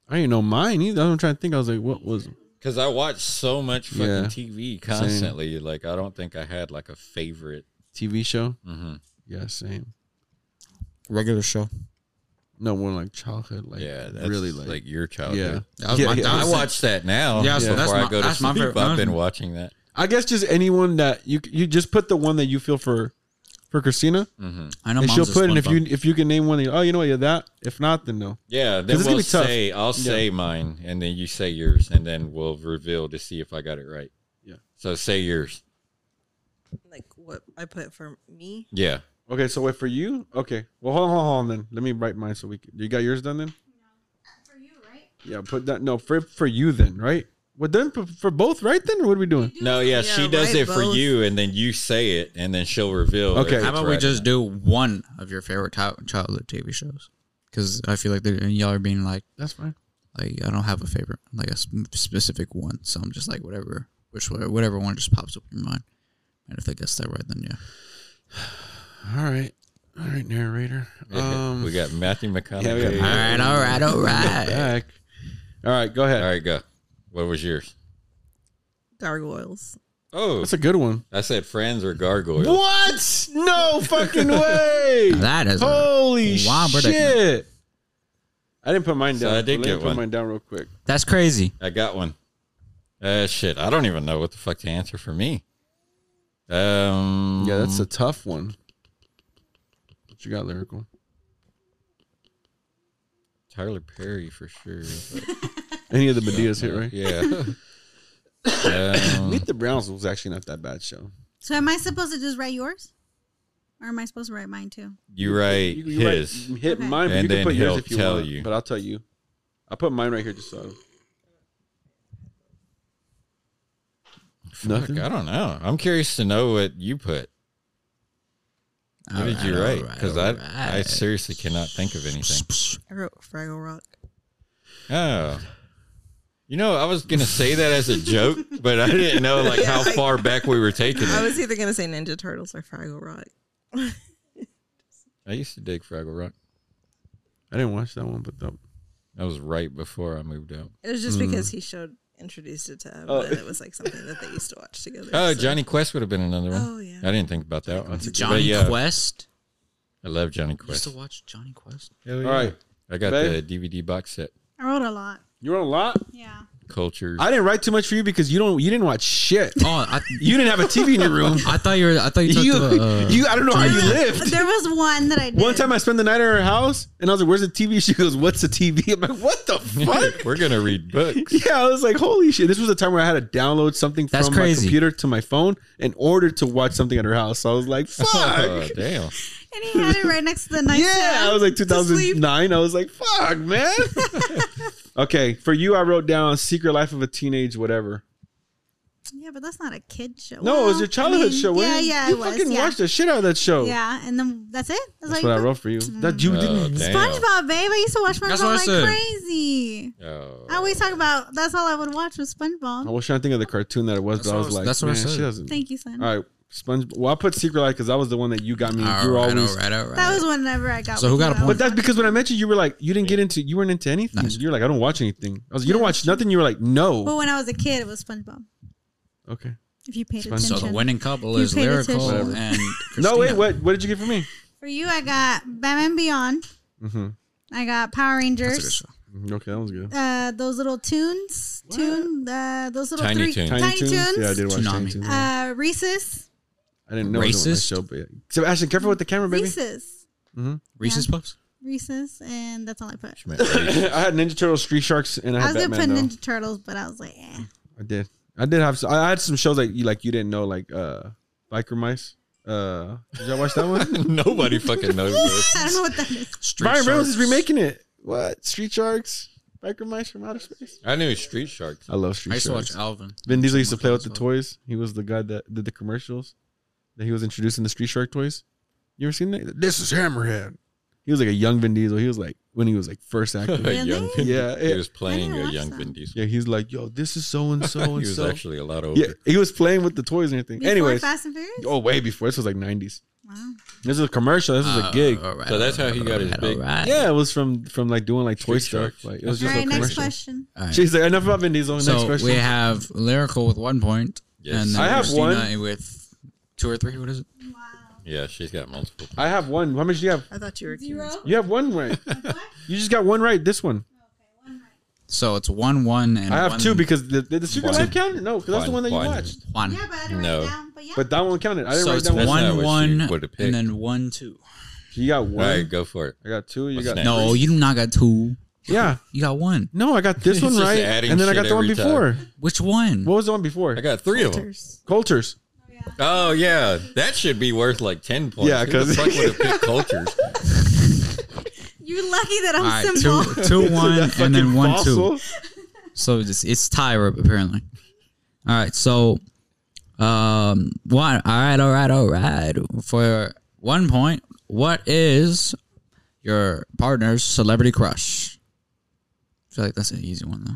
[SPEAKER 1] I didn't know mine either. I'm trying to think. I was like, what was?
[SPEAKER 3] Because I watched so much fucking
[SPEAKER 1] Yeah.
[SPEAKER 3] TV constantly. Like, I don't think I had like a favorite.
[SPEAKER 1] TV show?
[SPEAKER 3] Mhm.
[SPEAKER 1] Yeah, same.
[SPEAKER 2] Regular show.
[SPEAKER 1] No one like childhood, like
[SPEAKER 3] yeah, that's
[SPEAKER 1] really
[SPEAKER 3] like,
[SPEAKER 1] like,
[SPEAKER 3] your
[SPEAKER 1] yeah.
[SPEAKER 3] childhood.
[SPEAKER 2] That was
[SPEAKER 1] Yeah,
[SPEAKER 2] my-
[SPEAKER 1] yeah.
[SPEAKER 2] that
[SPEAKER 3] I
[SPEAKER 2] was-
[SPEAKER 3] watch that now.
[SPEAKER 2] Yeah,
[SPEAKER 3] Yeah,
[SPEAKER 2] so
[SPEAKER 3] before
[SPEAKER 2] that's
[SPEAKER 3] I
[SPEAKER 2] my-
[SPEAKER 3] go to
[SPEAKER 2] that's my
[SPEAKER 3] sleep,
[SPEAKER 2] favorite-
[SPEAKER 3] I've
[SPEAKER 2] that's-
[SPEAKER 3] been watching that.
[SPEAKER 1] I guess just anyone that you you just put the one that you feel for for Christina,
[SPEAKER 3] hmm
[SPEAKER 2] I know.
[SPEAKER 1] and
[SPEAKER 2] mom's
[SPEAKER 1] she'll
[SPEAKER 2] a
[SPEAKER 1] put. And if you
[SPEAKER 2] SpongeBob.
[SPEAKER 1] if you can name one, you- oh, you know what, yeah, that. If not, then no.
[SPEAKER 3] Yeah,
[SPEAKER 1] 'Cause
[SPEAKER 3] then
[SPEAKER 1] it's gonna
[SPEAKER 3] we'll
[SPEAKER 1] be tough.
[SPEAKER 3] say I'll say mine, and then you say yours, and then we'll reveal to see if I got it right.
[SPEAKER 1] Yeah.
[SPEAKER 3] So say yours.
[SPEAKER 5] Like what I put for me.
[SPEAKER 3] Yeah.
[SPEAKER 1] Okay, so wait for you. Okay, well hold on, hold on, hold on then. Let me write mine so we. Can, you got yours done then?
[SPEAKER 4] For you, right?
[SPEAKER 1] Yeah, put that. No, for for you then, right? Well then for, for both, right then, or what are we doing?
[SPEAKER 3] No, yeah,
[SPEAKER 5] Yeah,
[SPEAKER 3] she does
[SPEAKER 5] right,
[SPEAKER 3] it for
[SPEAKER 5] both.
[SPEAKER 3] you, and then you say it, and then she'll reveal.
[SPEAKER 1] Okay.
[SPEAKER 3] if
[SPEAKER 1] How
[SPEAKER 3] it's
[SPEAKER 2] How about we
[SPEAKER 3] right or
[SPEAKER 2] just
[SPEAKER 3] not.
[SPEAKER 2] do one of your favorite ti- childhood TV shows? Because I feel like they're- y'all are being like,
[SPEAKER 1] That's fine.
[SPEAKER 2] like I don't have a favorite, like a sp- specific one. So I'm just like whatever, which way- whatever one just pops up in your mind. And if I guess that right, then yeah.
[SPEAKER 1] All right, all right, narrator.
[SPEAKER 3] Yeah,
[SPEAKER 1] Um,
[SPEAKER 3] we got Matthew McConaughey.
[SPEAKER 1] yeah, we got-
[SPEAKER 2] All right, all right, all right.
[SPEAKER 1] back. All right, go ahead.
[SPEAKER 3] All right, go. What was yours?
[SPEAKER 5] Gargoyles.
[SPEAKER 3] Oh,
[SPEAKER 1] That's a good one.
[SPEAKER 3] I said friends or gargoyles.
[SPEAKER 1] What? No fucking way.
[SPEAKER 2] That is a
[SPEAKER 1] Holy
[SPEAKER 3] [LAUGHS]
[SPEAKER 2] wild
[SPEAKER 1] shit.
[SPEAKER 2] predicament.
[SPEAKER 1] [LAUGHS] I didn't put mine
[SPEAKER 3] So
[SPEAKER 1] down.
[SPEAKER 3] I
[SPEAKER 1] Let
[SPEAKER 3] did
[SPEAKER 1] me
[SPEAKER 3] get
[SPEAKER 1] put
[SPEAKER 3] one.
[SPEAKER 1] mine down real quick.
[SPEAKER 2] That's crazy.
[SPEAKER 3] I got one. Uh, shit, I don't even know what the fuck to answer for me. Um,
[SPEAKER 1] Yeah, that's a tough one. What you got, lyrical?
[SPEAKER 3] Tyler Perry for sure.
[SPEAKER 1] Any of the Medias hit, right?
[SPEAKER 3] Yeah. um,
[SPEAKER 1] Meet the Browns was actually not that bad show.
[SPEAKER 4] So am I supposed to just write yours, or am I supposed to write mine too?
[SPEAKER 3] you write
[SPEAKER 1] You, you write-
[SPEAKER 3] his.
[SPEAKER 1] you hit mine, but
[SPEAKER 3] And
[SPEAKER 1] you can
[SPEAKER 3] then
[SPEAKER 1] put yours
[SPEAKER 3] he'll
[SPEAKER 1] if you
[SPEAKER 3] tell
[SPEAKER 1] want.
[SPEAKER 3] you.
[SPEAKER 1] But I'll tell you. I put mine right here just so.
[SPEAKER 3] Fuck,
[SPEAKER 1] Nothing?
[SPEAKER 3] I don't know. I'm curious to know what you put. What did you write?
[SPEAKER 2] Alright, alright,
[SPEAKER 3] Because I, I
[SPEAKER 2] alright.
[SPEAKER 3] seriously cannot think of anything.
[SPEAKER 5] I wrote Fraggle Rock.
[SPEAKER 3] Oh. You know, I was gonna say that as a joke, but I didn't know like how far back we were taking
[SPEAKER 5] I
[SPEAKER 3] it.
[SPEAKER 5] was either gonna say Ninja Turtles or Fraggle Rock.
[SPEAKER 3] I used to dig Fraggle Rock.
[SPEAKER 1] I didn't watch that one, but the,
[SPEAKER 3] That was right before I moved out.
[SPEAKER 5] It was just because he showed introduced it to him,
[SPEAKER 1] Oh.
[SPEAKER 5] and it was like something that they used to watch together.
[SPEAKER 3] Oh,
[SPEAKER 5] so-
[SPEAKER 3] Johnny Quest would have been another one.
[SPEAKER 5] Oh, yeah.
[SPEAKER 3] I didn't think about that one.
[SPEAKER 2] Johnny
[SPEAKER 3] But, yeah,
[SPEAKER 2] Quest.
[SPEAKER 3] I love Johnny
[SPEAKER 2] You used
[SPEAKER 3] Quest.
[SPEAKER 2] to watch Johnny Quest.
[SPEAKER 1] yeah. Alright.
[SPEAKER 3] I got
[SPEAKER 1] Babe?
[SPEAKER 3] the DVD box set.
[SPEAKER 4] I wrote a lot.
[SPEAKER 1] you wrote a lot.
[SPEAKER 4] Yeah.
[SPEAKER 3] Culture.
[SPEAKER 1] I didn't write too much for you because you don't. You didn't watch shit.
[SPEAKER 2] Oh, I,
[SPEAKER 1] [LAUGHS] You didn't have a TV in your room.
[SPEAKER 2] I thought you were. I thought you.
[SPEAKER 1] [LAUGHS]
[SPEAKER 2] Talked
[SPEAKER 1] you,
[SPEAKER 2] about, uh,
[SPEAKER 1] [LAUGHS] you. I don't know how you lived.
[SPEAKER 4] There was one that I did.
[SPEAKER 1] One time I spent the night at her house and I was like, Where's the TV? She goes, What's the TV? I'm like, What [LAUGHS] the fuck?
[SPEAKER 3] [LAUGHS] we're gonna read
[SPEAKER 4] [LAUGHS]
[SPEAKER 3] books.
[SPEAKER 1] [LAUGHS] yeah, I was like, Holy shit. This was a time where I had to download something
[SPEAKER 2] That's
[SPEAKER 1] from my
[SPEAKER 2] crazy.
[SPEAKER 1] computer to my phone in order to watch something at her house. So I was
[SPEAKER 4] [LAUGHS]
[SPEAKER 1] like,
[SPEAKER 3] Oh,
[SPEAKER 1] Fuck.
[SPEAKER 3] damn.
[SPEAKER 4] and he had it right
[SPEAKER 3] [LAUGHS]
[SPEAKER 4] next to the night.
[SPEAKER 1] yeah. I was like, 2009. I was like, Fuck,
[SPEAKER 4] [LAUGHS]
[SPEAKER 1] man. okay. For you, I wrote down Secret Life of a Teenage Whatever.
[SPEAKER 4] yeah, but that's not a kid show.
[SPEAKER 1] No, it was your childhood show.
[SPEAKER 4] Yeah,
[SPEAKER 1] wasn't it?
[SPEAKER 4] yeah,
[SPEAKER 1] You
[SPEAKER 4] it was.
[SPEAKER 1] fucking
[SPEAKER 4] Yeah.
[SPEAKER 1] watched the shit out of that show.
[SPEAKER 4] yeah, and then that's it. That's,
[SPEAKER 1] That's
[SPEAKER 4] all
[SPEAKER 1] what I
[SPEAKER 4] you
[SPEAKER 1] wrote for you. That
[SPEAKER 4] Uh,
[SPEAKER 1] you
[SPEAKER 3] Oh,
[SPEAKER 1] didn't.
[SPEAKER 3] damn.
[SPEAKER 4] SpongeBob, babe. I used to watch
[SPEAKER 2] That's what
[SPEAKER 4] SpongeBob
[SPEAKER 2] I
[SPEAKER 4] like
[SPEAKER 2] said.
[SPEAKER 4] crazy.
[SPEAKER 3] Oh.
[SPEAKER 4] I always talk about. That's all I would watch was
[SPEAKER 1] I
[SPEAKER 4] SpongeBob.
[SPEAKER 1] was trying to think of the cartoon that it was,
[SPEAKER 2] That's
[SPEAKER 1] but I
[SPEAKER 2] what I
[SPEAKER 1] was
[SPEAKER 2] was-
[SPEAKER 1] like,
[SPEAKER 2] that's what I
[SPEAKER 1] man,
[SPEAKER 2] said.
[SPEAKER 1] she doesn't.
[SPEAKER 4] Thank you, son.
[SPEAKER 1] All right, Sponge. Well, I put Secret Life because that was the one that you got me. you were
[SPEAKER 2] alright,
[SPEAKER 1] always,
[SPEAKER 2] alright, alright.
[SPEAKER 4] That was whenever I got.
[SPEAKER 2] So who
[SPEAKER 4] with
[SPEAKER 2] got
[SPEAKER 4] you.
[SPEAKER 2] a
[SPEAKER 4] I was
[SPEAKER 1] but that's
[SPEAKER 4] watching-
[SPEAKER 1] because when I met you, you were like, you didn't get into, you weren't into anything.
[SPEAKER 2] Nice.
[SPEAKER 1] You're like, I don't watch anything. I was, you don't watch nothing. You were like,
[SPEAKER 4] But
[SPEAKER 1] no.
[SPEAKER 4] when I was a kid, it was SpongeBob.
[SPEAKER 1] Okay.
[SPEAKER 4] If you paid
[SPEAKER 1] SpongeBob.
[SPEAKER 4] attention.
[SPEAKER 2] so the winning couple
[SPEAKER 4] You
[SPEAKER 2] is
[SPEAKER 4] paid
[SPEAKER 2] lyrical
[SPEAKER 4] attention.
[SPEAKER 2] and
[SPEAKER 1] No, wait.
[SPEAKER 2] Christina.
[SPEAKER 1] What? What did you get for me?
[SPEAKER 4] For you, I got Batman Beyond.
[SPEAKER 1] hmm
[SPEAKER 4] I got Power
[SPEAKER 2] That's a good
[SPEAKER 4] Rangers.
[SPEAKER 2] show.
[SPEAKER 1] Mm, Okay, that was good.
[SPEAKER 4] Uh, those little tunes, tune, uh, those little
[SPEAKER 3] Tiny
[SPEAKER 4] three,
[SPEAKER 3] Toons.
[SPEAKER 4] Tiny, tunes.
[SPEAKER 1] Yeah, I did watch Tiny
[SPEAKER 2] Toonami.
[SPEAKER 1] Toons.
[SPEAKER 4] Uh, Reese's,
[SPEAKER 1] I didn't know it was on my
[SPEAKER 2] Racist?
[SPEAKER 1] show, but yeah. so Ashton, careful with the camera, baby.
[SPEAKER 4] Reese's,
[SPEAKER 2] Reese's Puffs.
[SPEAKER 4] Reese's, and that's all I put.
[SPEAKER 1] [LAUGHS] I had Ninja Turtles, Street Sharks, and I
[SPEAKER 4] I
[SPEAKER 1] had
[SPEAKER 4] was gonna put
[SPEAKER 1] Batman. though.
[SPEAKER 4] Ninja Turtles, but I was like, eh. [LAUGHS]
[SPEAKER 1] I did. I did have. I had some shows that you like. You didn't know, like uh, Biker Mice. Uh, did y'all watch that
[SPEAKER 4] [LAUGHS]
[SPEAKER 1] one?
[SPEAKER 3] [LAUGHS] Nobody fucking knows this.
[SPEAKER 4] I don't know what that is.
[SPEAKER 2] Street
[SPEAKER 1] Brian Reynolds is
[SPEAKER 2] Sharks.
[SPEAKER 1] remaking it. What? Street Sharks? Biker Mice from Outer Space?
[SPEAKER 3] I knew Street Sharks.
[SPEAKER 1] I love
[SPEAKER 2] I
[SPEAKER 1] Street
[SPEAKER 2] used to
[SPEAKER 1] Sharks.
[SPEAKER 2] watch Alvin.
[SPEAKER 1] Vin Diesel used to play with the
[SPEAKER 2] Well.
[SPEAKER 1] toys. He was the guy that did the commercials. That he was introducing the Street Shark toys. You ever seen that? This is Hammerhead. He was like a young Vin Diesel. He was like when he was like first
[SPEAKER 3] [LAUGHS] [LAUGHS] A
[SPEAKER 1] acting.
[SPEAKER 3] young Vin-
[SPEAKER 1] Yeah,
[SPEAKER 3] he
[SPEAKER 1] it-
[SPEAKER 3] was playing
[SPEAKER 4] I didn't
[SPEAKER 3] a
[SPEAKER 4] watch
[SPEAKER 3] young
[SPEAKER 4] that.
[SPEAKER 3] Vin Diesel.
[SPEAKER 1] yeah, he's like, yo, this is so
[SPEAKER 3] [LAUGHS]
[SPEAKER 1] and so
[SPEAKER 3] he
[SPEAKER 1] and
[SPEAKER 3] was
[SPEAKER 1] so.
[SPEAKER 3] actually a lot older.
[SPEAKER 1] Yeah, he was playing with the toys and everything.
[SPEAKER 4] Before
[SPEAKER 1] Anyways,
[SPEAKER 4] Fast and Furious.
[SPEAKER 1] oh, way before this was like '90s.
[SPEAKER 4] Wow.
[SPEAKER 1] This is a commercial. This
[SPEAKER 3] Uh,
[SPEAKER 2] Uh,
[SPEAKER 1] was a gig.
[SPEAKER 2] Alright,
[SPEAKER 3] So that's how he got his
[SPEAKER 2] alright,
[SPEAKER 3] big-
[SPEAKER 2] alright.
[SPEAKER 1] Yeah, it was from from like doing like toy
[SPEAKER 3] Street
[SPEAKER 1] stuff.
[SPEAKER 3] Sharks.
[SPEAKER 1] Like it was
[SPEAKER 4] All
[SPEAKER 1] just a
[SPEAKER 4] right, next
[SPEAKER 1] commercial.
[SPEAKER 4] question.
[SPEAKER 2] Alright.
[SPEAKER 1] She's like, enough about Vin Diesel. Next
[SPEAKER 2] So
[SPEAKER 1] question.
[SPEAKER 2] we have lyrical with one point,
[SPEAKER 3] Yes.
[SPEAKER 2] and then
[SPEAKER 1] I have
[SPEAKER 2] Christina
[SPEAKER 1] one.
[SPEAKER 2] with two or three. What is it?
[SPEAKER 3] Yeah, she's got multiple.
[SPEAKER 1] I have one. How much do you have?
[SPEAKER 5] I thought you were
[SPEAKER 4] Zero.
[SPEAKER 5] curious.
[SPEAKER 1] You have one
[SPEAKER 4] [LAUGHS]
[SPEAKER 1] right. you just got one right. This one.
[SPEAKER 2] So it's one, one, and
[SPEAKER 1] I have
[SPEAKER 2] one,
[SPEAKER 1] two because the, the, the Secret
[SPEAKER 3] One.
[SPEAKER 1] Life counted. No, because that's the
[SPEAKER 3] One.
[SPEAKER 1] one that you
[SPEAKER 3] One.
[SPEAKER 1] watched.
[SPEAKER 2] Juan.
[SPEAKER 4] Yeah, but I didn't
[SPEAKER 3] No.
[SPEAKER 4] write it down. But yeah,
[SPEAKER 1] But that one counted. I didn't
[SPEAKER 2] so
[SPEAKER 1] write
[SPEAKER 2] it's
[SPEAKER 1] down one.
[SPEAKER 3] That's not
[SPEAKER 2] one,
[SPEAKER 3] what
[SPEAKER 2] one,
[SPEAKER 3] she would've
[SPEAKER 2] and
[SPEAKER 3] picked.
[SPEAKER 2] then one, two.
[SPEAKER 1] You got
[SPEAKER 3] All
[SPEAKER 1] one.
[SPEAKER 3] right, go for it.
[SPEAKER 1] I got two. You
[SPEAKER 3] What's
[SPEAKER 1] got
[SPEAKER 3] next?
[SPEAKER 2] No, you do not got two.
[SPEAKER 1] yeah.
[SPEAKER 2] You got one.
[SPEAKER 1] No, I got
[SPEAKER 3] [LAUGHS]
[SPEAKER 1] this
[SPEAKER 3] He's
[SPEAKER 1] one
[SPEAKER 3] just
[SPEAKER 1] right,
[SPEAKER 3] adding
[SPEAKER 1] and then I
[SPEAKER 3] shit
[SPEAKER 1] got the one
[SPEAKER 3] every time.
[SPEAKER 1] before.
[SPEAKER 2] Which one?
[SPEAKER 1] What was the one before?
[SPEAKER 3] I got three of them.
[SPEAKER 5] Cultures.
[SPEAKER 1] Coulter's.
[SPEAKER 3] Oh yeah, that should be worth like ten points.
[SPEAKER 1] Yeah,
[SPEAKER 3] Who the
[SPEAKER 1] 'cause- [LAUGHS]
[SPEAKER 3] fuck would have picked cultures.
[SPEAKER 4] you're lucky that I'm
[SPEAKER 2] All right,
[SPEAKER 4] simple.
[SPEAKER 2] two,
[SPEAKER 1] [LAUGHS]
[SPEAKER 2] two, one, and
[SPEAKER 1] Fucking
[SPEAKER 2] then one, two.
[SPEAKER 1] fossil.
[SPEAKER 2] So it's, it's Tyra apparently. All right, so um, one. All right, all right, all right. For one point, what is your partner's celebrity crush? I feel like that's an easy one though.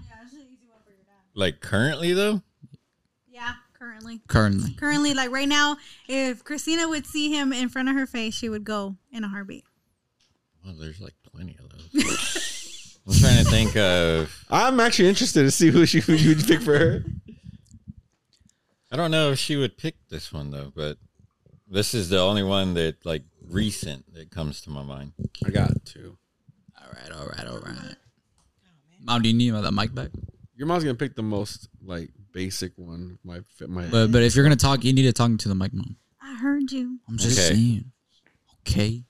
[SPEAKER 3] Like currently though,
[SPEAKER 4] [LAUGHS] yeah, currently.
[SPEAKER 2] Currently,
[SPEAKER 4] Currently, like right now, if Christina would see him in front of her face, she would go in a heartbeat.
[SPEAKER 3] well, there's like plenty of those.
[SPEAKER 4] [LAUGHS]
[SPEAKER 3] I'm trying to think of.
[SPEAKER 1] I'm actually interested to see who she who you would pick for her.
[SPEAKER 3] I don't know if she would pick this one though, but this is the only one that like recent that comes to my mind.
[SPEAKER 1] I got two.
[SPEAKER 2] all All right, all right, all right. Mom, do you need the mic back?
[SPEAKER 1] Your mom's gonna pick the most like basic one. My my.
[SPEAKER 2] But but if you're gonna talk, you need to talk into the mic, mom.
[SPEAKER 4] I heard you.
[SPEAKER 2] I'm just
[SPEAKER 1] Okay.
[SPEAKER 2] saying. Okay.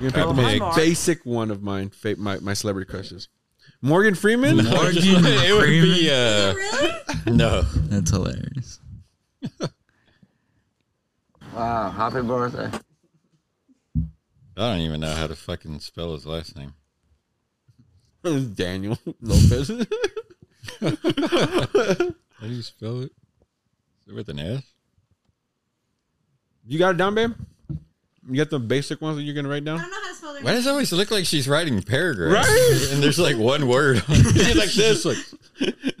[SPEAKER 1] You're gonna pick
[SPEAKER 2] Oh, hi,
[SPEAKER 1] the
[SPEAKER 2] Mark.
[SPEAKER 1] most basic one of mine. Fa- my my celebrity crushes. Morgan Freeman.
[SPEAKER 3] Morgan It would be, uh, no.
[SPEAKER 2] That's hilarious.
[SPEAKER 11] [LAUGHS] Wow, happy birthday.
[SPEAKER 3] I don't even know how to fucking spell his last name.
[SPEAKER 1] [LAUGHS] Daniel Lopez. [LAUGHS]
[SPEAKER 3] How do you spell it? Is it with an S?
[SPEAKER 1] You got it down, babe. You got the basic ones that you're gonna write down. I don't
[SPEAKER 4] know how to spell
[SPEAKER 3] Why does it always look like she's writing paragraphs?
[SPEAKER 1] Right?
[SPEAKER 3] And there's like one word. on it. She's like [LAUGHS] this. Like,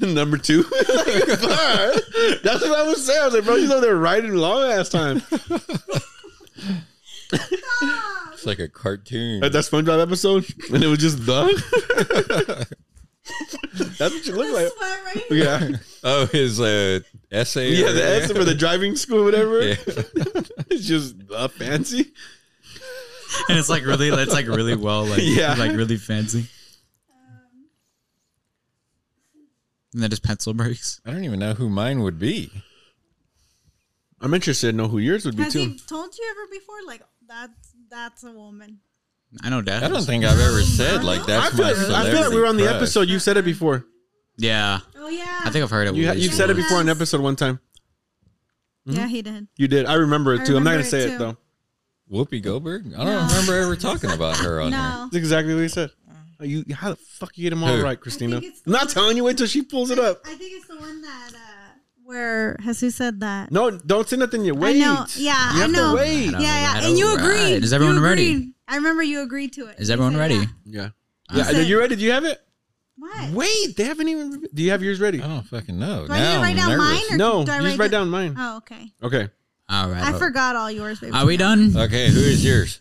[SPEAKER 1] [LAUGHS] Number two. [LAUGHS] Alright. That's what I was saying. I was like, bro, you know they're writing long ass [LAUGHS] time.
[SPEAKER 4] Ah,
[SPEAKER 3] it's like a cartoon.
[SPEAKER 1] At that SpongeBob episode, and it was just the. [LAUGHS] That's what you look like. Yeah.
[SPEAKER 3] Oh, his uh, essay.
[SPEAKER 1] Yeah,
[SPEAKER 3] or-
[SPEAKER 1] the S for the driving school, whatever.
[SPEAKER 3] [LAUGHS] Yeah. [LAUGHS]
[SPEAKER 1] it's just uh, fancy.
[SPEAKER 2] And it's like really, it's like really well,
[SPEAKER 11] [LAUGHS]
[SPEAKER 2] like
[SPEAKER 1] Yeah.
[SPEAKER 2] like really fancy. And then his pencil breaks.
[SPEAKER 3] I don't even know who mine would be.
[SPEAKER 1] I'm interested to know who yours would
[SPEAKER 4] Has he told you ever before? Like that's that's a woman.
[SPEAKER 2] I know dad.
[SPEAKER 3] I don't think I've ever said like
[SPEAKER 1] I
[SPEAKER 3] that's
[SPEAKER 1] feel,
[SPEAKER 3] my
[SPEAKER 1] like, I feel like we were on the
[SPEAKER 3] celebrity
[SPEAKER 1] episode. You said it before.
[SPEAKER 2] Yeah.
[SPEAKER 4] Oh yeah.
[SPEAKER 2] I think I've heard it.
[SPEAKER 1] You,
[SPEAKER 2] once
[SPEAKER 1] you said it
[SPEAKER 2] before.
[SPEAKER 1] before on an episode one time.
[SPEAKER 4] Yeah, he did.
[SPEAKER 1] You did. I remember it
[SPEAKER 4] I
[SPEAKER 1] too. I'm not
[SPEAKER 4] remember
[SPEAKER 1] going to say
[SPEAKER 4] it,
[SPEAKER 1] it,
[SPEAKER 4] too.
[SPEAKER 1] though.
[SPEAKER 3] Whoopi Goldberg? I don't remember ever talking about her on here.
[SPEAKER 4] No.
[SPEAKER 1] That's exactly what he said. Oh, You, how the fuck you get them all
[SPEAKER 3] Who?
[SPEAKER 1] right, Christina?
[SPEAKER 4] Mm. it's
[SPEAKER 1] I'm not telling you. Wait till she pulls it up.
[SPEAKER 4] I think it's the one that uh where Jesus said that.
[SPEAKER 1] No, don't say nothing yet. Wait.
[SPEAKER 4] I know. Yeah,
[SPEAKER 1] you
[SPEAKER 4] I
[SPEAKER 1] have
[SPEAKER 4] know.
[SPEAKER 1] To wait.
[SPEAKER 4] Yeah, yeah. And you
[SPEAKER 2] Alright.
[SPEAKER 4] agreed.
[SPEAKER 2] Is everyone
[SPEAKER 4] You
[SPEAKER 2] ready?
[SPEAKER 4] agreed. I remember you agreed to it.
[SPEAKER 2] Is
[SPEAKER 4] You
[SPEAKER 2] everyone
[SPEAKER 4] said
[SPEAKER 2] ready?
[SPEAKER 4] that.
[SPEAKER 1] Yeah.
[SPEAKER 4] I
[SPEAKER 1] Yeah. Are
[SPEAKER 4] said-
[SPEAKER 1] you ready? Do you have it?
[SPEAKER 4] What?
[SPEAKER 1] Wait, they haven't even. Do you have yours
[SPEAKER 4] Uh,
[SPEAKER 1] ready?
[SPEAKER 3] I don't fucking know.
[SPEAKER 4] Do I need to
[SPEAKER 3] now
[SPEAKER 4] write
[SPEAKER 3] I'm
[SPEAKER 4] down
[SPEAKER 3] nervous.
[SPEAKER 4] mine or
[SPEAKER 1] No,
[SPEAKER 4] do I
[SPEAKER 1] you just
[SPEAKER 4] write
[SPEAKER 1] write down mine.
[SPEAKER 4] Oh, okay.
[SPEAKER 1] Okay.
[SPEAKER 2] All right.
[SPEAKER 4] I forgot all yours, baby.
[SPEAKER 2] Are we done?
[SPEAKER 3] Okay, who is yours?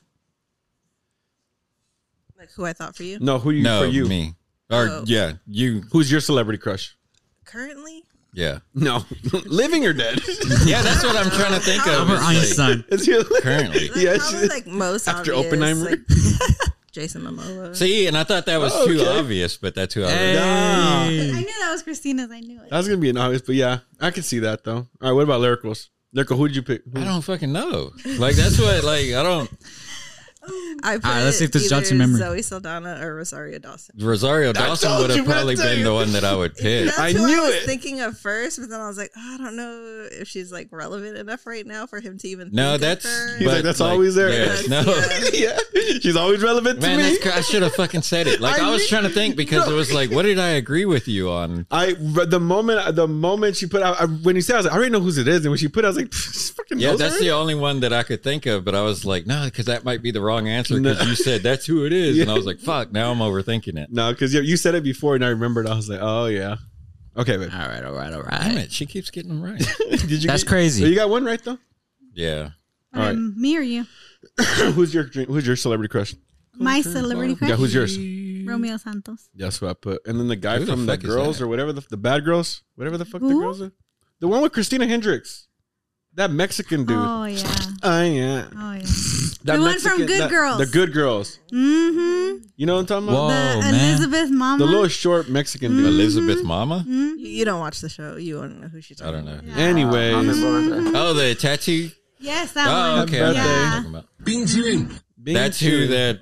[SPEAKER 5] Like who I thought for you
[SPEAKER 1] No, who you
[SPEAKER 3] no,
[SPEAKER 1] for you?
[SPEAKER 3] me. Or
[SPEAKER 5] Oh.
[SPEAKER 3] yeah, you.
[SPEAKER 1] Who's your celebrity crush?
[SPEAKER 5] currently.
[SPEAKER 3] Yeah,
[SPEAKER 1] No, [LAUGHS] living or dead? [LAUGHS]
[SPEAKER 3] yeah. That's what I'm trying to think of.
[SPEAKER 2] Albert
[SPEAKER 3] is, like,
[SPEAKER 2] Einstein.
[SPEAKER 1] It's your
[SPEAKER 3] currently.
[SPEAKER 5] Like,
[SPEAKER 1] Yes.
[SPEAKER 5] probably like most
[SPEAKER 1] After
[SPEAKER 5] obvious,
[SPEAKER 1] Oppenheimer?
[SPEAKER 5] like, [LAUGHS] Jason Momoa.
[SPEAKER 3] See, and I thought that was
[SPEAKER 1] Oh,
[SPEAKER 3] too
[SPEAKER 1] okay.
[SPEAKER 3] obvious, but that's who I.
[SPEAKER 2] Hey.
[SPEAKER 3] was.
[SPEAKER 4] I knew that was Christina's. I knew it.
[SPEAKER 1] That's gonna be an obvious, but yeah, I can see that though. All right, what about lyricals? Lyrical, who'd you pick?
[SPEAKER 3] I don't fucking know. Like that's what. Like I don't.
[SPEAKER 5] I put
[SPEAKER 2] All right, let's see if this
[SPEAKER 5] either
[SPEAKER 2] jogs your memory.
[SPEAKER 5] Zoe Saldana or Rosario Dawson.
[SPEAKER 3] Rosario Dawson
[SPEAKER 1] told
[SPEAKER 3] would
[SPEAKER 1] you,
[SPEAKER 3] have
[SPEAKER 1] I
[SPEAKER 3] probably
[SPEAKER 1] told
[SPEAKER 3] been
[SPEAKER 1] you.
[SPEAKER 3] the one that I would pick.
[SPEAKER 5] [LAUGHS] That's
[SPEAKER 1] I
[SPEAKER 5] who
[SPEAKER 1] knew
[SPEAKER 5] I was
[SPEAKER 1] it.
[SPEAKER 5] Thinking of first, but then I was like, oh, I don't know if she's like relevant enough right now for him to even.
[SPEAKER 3] No,
[SPEAKER 5] think
[SPEAKER 3] that's.
[SPEAKER 5] Of her.
[SPEAKER 1] He's like, that's always there.
[SPEAKER 3] yes, no.
[SPEAKER 1] [LAUGHS] yeah, she's always relevant to
[SPEAKER 3] Man,
[SPEAKER 1] me.
[SPEAKER 3] that's, cr- I should have fucking said it. Like
[SPEAKER 1] [LAUGHS] I
[SPEAKER 3] I, was
[SPEAKER 1] knew-
[SPEAKER 3] trying to think because
[SPEAKER 1] No.
[SPEAKER 3] it was like, what did I agree with you on?
[SPEAKER 1] I but the moment the moment she put out I, when you said I was like I already know whose it is and when she put it, I was like [LAUGHS] "She fucking
[SPEAKER 3] Yeah,
[SPEAKER 1] knows
[SPEAKER 3] that's
[SPEAKER 1] already."
[SPEAKER 3] the only one that I could think of, but I was like, no, because that might be the wrong answer because
[SPEAKER 1] No.
[SPEAKER 3] you said that's who it is, and I
[SPEAKER 1] Yeah. [LAUGHS]
[SPEAKER 3] was like, fuck, now I'm overthinking it.
[SPEAKER 1] no because you, you said it before and I remembered I was like oh yeah okay
[SPEAKER 3] [LAUGHS]
[SPEAKER 1] babe.
[SPEAKER 2] All right. All right. All
[SPEAKER 3] Damn
[SPEAKER 2] right.
[SPEAKER 3] it, she keeps getting
[SPEAKER 1] [LAUGHS]
[SPEAKER 3] them right.
[SPEAKER 1] did you
[SPEAKER 2] That's
[SPEAKER 1] get-
[SPEAKER 2] crazy.
[SPEAKER 1] so you got one right though [CLEARS THROAT]
[SPEAKER 3] yeah,
[SPEAKER 1] all right
[SPEAKER 4] Um, me or you?
[SPEAKER 1] who's your drink- who's your celebrity crush
[SPEAKER 4] My celebrity crush.
[SPEAKER 1] yeah who's yours
[SPEAKER 4] Romeo Santos.
[SPEAKER 1] that's what I put and then the guy
[SPEAKER 3] Who the
[SPEAKER 1] from the,
[SPEAKER 3] fuck is
[SPEAKER 1] girls
[SPEAKER 3] that?
[SPEAKER 1] or whatever the, the bad girls whatever the fuck the
[SPEAKER 4] Who?
[SPEAKER 1] girls are the one with Christina Hendricks that Mexican dude
[SPEAKER 4] Oh yeah.
[SPEAKER 1] oh yeah
[SPEAKER 4] Oh
[SPEAKER 2] [LAUGHS]
[SPEAKER 4] yeah.
[SPEAKER 1] that
[SPEAKER 4] The one from Good
[SPEAKER 1] that-
[SPEAKER 4] Girls.
[SPEAKER 1] the Good Girls
[SPEAKER 4] Mm-hmm.
[SPEAKER 1] you know what I'm talking about
[SPEAKER 2] Whoa,
[SPEAKER 4] The
[SPEAKER 2] Oh, man.
[SPEAKER 4] Elizabeth Mama.
[SPEAKER 1] the little short Mexican dude
[SPEAKER 4] Mm-hmm.
[SPEAKER 3] Elizabeth Mama.
[SPEAKER 4] Mhm.
[SPEAKER 5] You, you don't watch the show. You don't know who she's.
[SPEAKER 3] I don't know.
[SPEAKER 11] Happy
[SPEAKER 1] anyways
[SPEAKER 11] birthday.
[SPEAKER 3] Oh, the tattoo.
[SPEAKER 4] Yes, that one.
[SPEAKER 3] Oh, okay. I know what you're
[SPEAKER 4] Yeah.
[SPEAKER 3] talking about.
[SPEAKER 1] Being
[SPEAKER 3] That's who
[SPEAKER 1] true.
[SPEAKER 3] that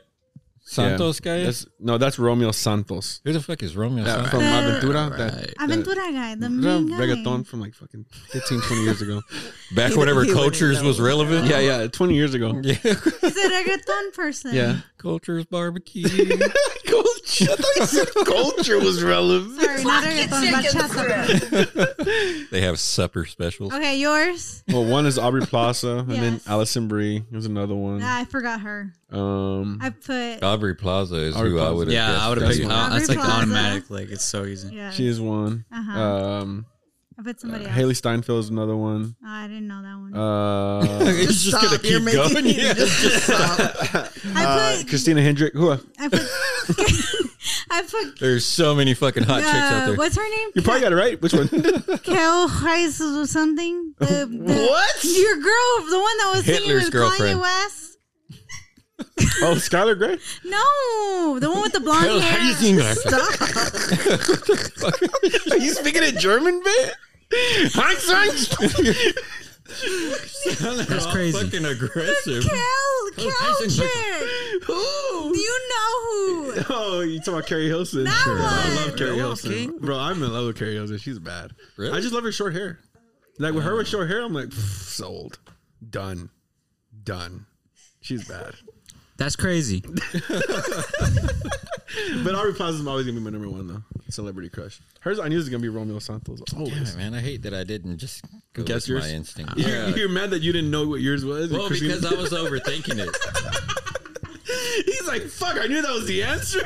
[SPEAKER 3] Santos guy is.
[SPEAKER 1] That's, no, that's Romeo Santos.
[SPEAKER 3] Who the fuck is Romeo
[SPEAKER 1] That
[SPEAKER 3] Santos?
[SPEAKER 1] from
[SPEAKER 4] The-
[SPEAKER 1] Aventura.
[SPEAKER 2] All
[SPEAKER 1] That,
[SPEAKER 2] right.
[SPEAKER 4] Aventura guy, the
[SPEAKER 1] that
[SPEAKER 4] main guy.
[SPEAKER 1] reggaeton from like fucking 15, 20 years ago.
[SPEAKER 3] Back
[SPEAKER 5] He-
[SPEAKER 3] whenever
[SPEAKER 5] [LAUGHS] he wouldn't
[SPEAKER 3] cultures
[SPEAKER 5] know.
[SPEAKER 3] was relevant.
[SPEAKER 1] yeah, [LAUGHS] [LAUGHS] yeah, 20 years ago.
[SPEAKER 3] Yeah.
[SPEAKER 4] He's a reggaeton person.
[SPEAKER 1] Yeah.
[SPEAKER 3] [LAUGHS] cultures barbecue.
[SPEAKER 1] culture. I thought you said [LAUGHS] culture was relevant.
[SPEAKER 4] Sorry, not reggaeton, bachata.
[SPEAKER 3] they have supper specials.
[SPEAKER 4] Okay, yours.
[SPEAKER 1] Well, one is Aubrey Plaza, and then
[SPEAKER 4] Yes.
[SPEAKER 1] Alison Brie is another one.
[SPEAKER 4] Nah, Ah, I forgot her.
[SPEAKER 1] Um,
[SPEAKER 4] I put.
[SPEAKER 3] Aubrey Plaza is
[SPEAKER 1] Aubrey
[SPEAKER 3] who I
[SPEAKER 1] Plaza.
[SPEAKER 3] would have.
[SPEAKER 2] Yeah, I would have
[SPEAKER 1] That's
[SPEAKER 2] picked.
[SPEAKER 1] one.
[SPEAKER 2] Uh, that's like the
[SPEAKER 4] Aubrey Plaza.
[SPEAKER 2] automatic. Like it's so easy.
[SPEAKER 4] Yeah.
[SPEAKER 1] she is one.
[SPEAKER 4] Uh-huh.
[SPEAKER 1] Um,
[SPEAKER 4] I put somebody else.
[SPEAKER 1] Haley Steinfeld is another one.
[SPEAKER 4] Oh, I didn't know that one.
[SPEAKER 1] [LAUGHS]
[SPEAKER 3] [LAUGHS]
[SPEAKER 1] Uh,
[SPEAKER 3] It's just gonna keep going. Yeah.
[SPEAKER 4] I
[SPEAKER 1] uh,
[SPEAKER 4] put.
[SPEAKER 1] Christina Hendrick. Who?
[SPEAKER 4] I put. [LAUGHS] I put.
[SPEAKER 3] [LAUGHS] There's so many fucking hot chicks out
[SPEAKER 4] Uh,
[SPEAKER 3] there.
[SPEAKER 4] what's her name?
[SPEAKER 1] You probably got it right. Which [LAUGHS] one?
[SPEAKER 4] Kel Heises or
[SPEAKER 1] [LAUGHS]
[SPEAKER 4] something. The, the,
[SPEAKER 1] What?
[SPEAKER 4] Your girl, the one that was singing
[SPEAKER 3] Hitler's
[SPEAKER 4] with
[SPEAKER 3] girlfriend.
[SPEAKER 4] Kanye West.
[SPEAKER 1] oh, Skylar Gray?
[SPEAKER 4] No, the one with the blonde
[SPEAKER 1] Hell,
[SPEAKER 4] hair.
[SPEAKER 1] have you seen that?
[SPEAKER 4] Stop.
[SPEAKER 1] Are you speaking in German, man? Hi, son.
[SPEAKER 2] That's crazy. Fucking
[SPEAKER 3] aggressive.
[SPEAKER 4] Kel, Kel chick. Do you know who?
[SPEAKER 1] Oh, you talking about Carrie Hilson?
[SPEAKER 4] That
[SPEAKER 1] Sure. I
[SPEAKER 4] one.
[SPEAKER 1] love Carrie
[SPEAKER 4] Go
[SPEAKER 1] Hilson,
[SPEAKER 4] King.
[SPEAKER 1] bro. I'm in love with Carrie Hilson. She's bad. I just love her short hair. Like with her
[SPEAKER 3] Oh.
[SPEAKER 1] with short hair, I'm like pff, sold, done, done. She's
[SPEAKER 3] [LAUGHS]
[SPEAKER 1] bad.
[SPEAKER 2] That's crazy.
[SPEAKER 1] but Aubrey Plaza is always gonna be my number one though. Celebrity crush. Hers, I knew it was gonna be Romeo Santos. Oh
[SPEAKER 3] Damn it, man, I hate that I didn't just go
[SPEAKER 1] Guess
[SPEAKER 3] Guess
[SPEAKER 1] yours.
[SPEAKER 3] my instinct.
[SPEAKER 1] You- You're mad that you didn't know what yours was.
[SPEAKER 3] Well,
[SPEAKER 1] Christine-
[SPEAKER 3] because I was overthinking
[SPEAKER 2] [LAUGHS]
[SPEAKER 3] it.
[SPEAKER 1] [LAUGHS] He's like, fuck. I knew that was the answer. [LAUGHS]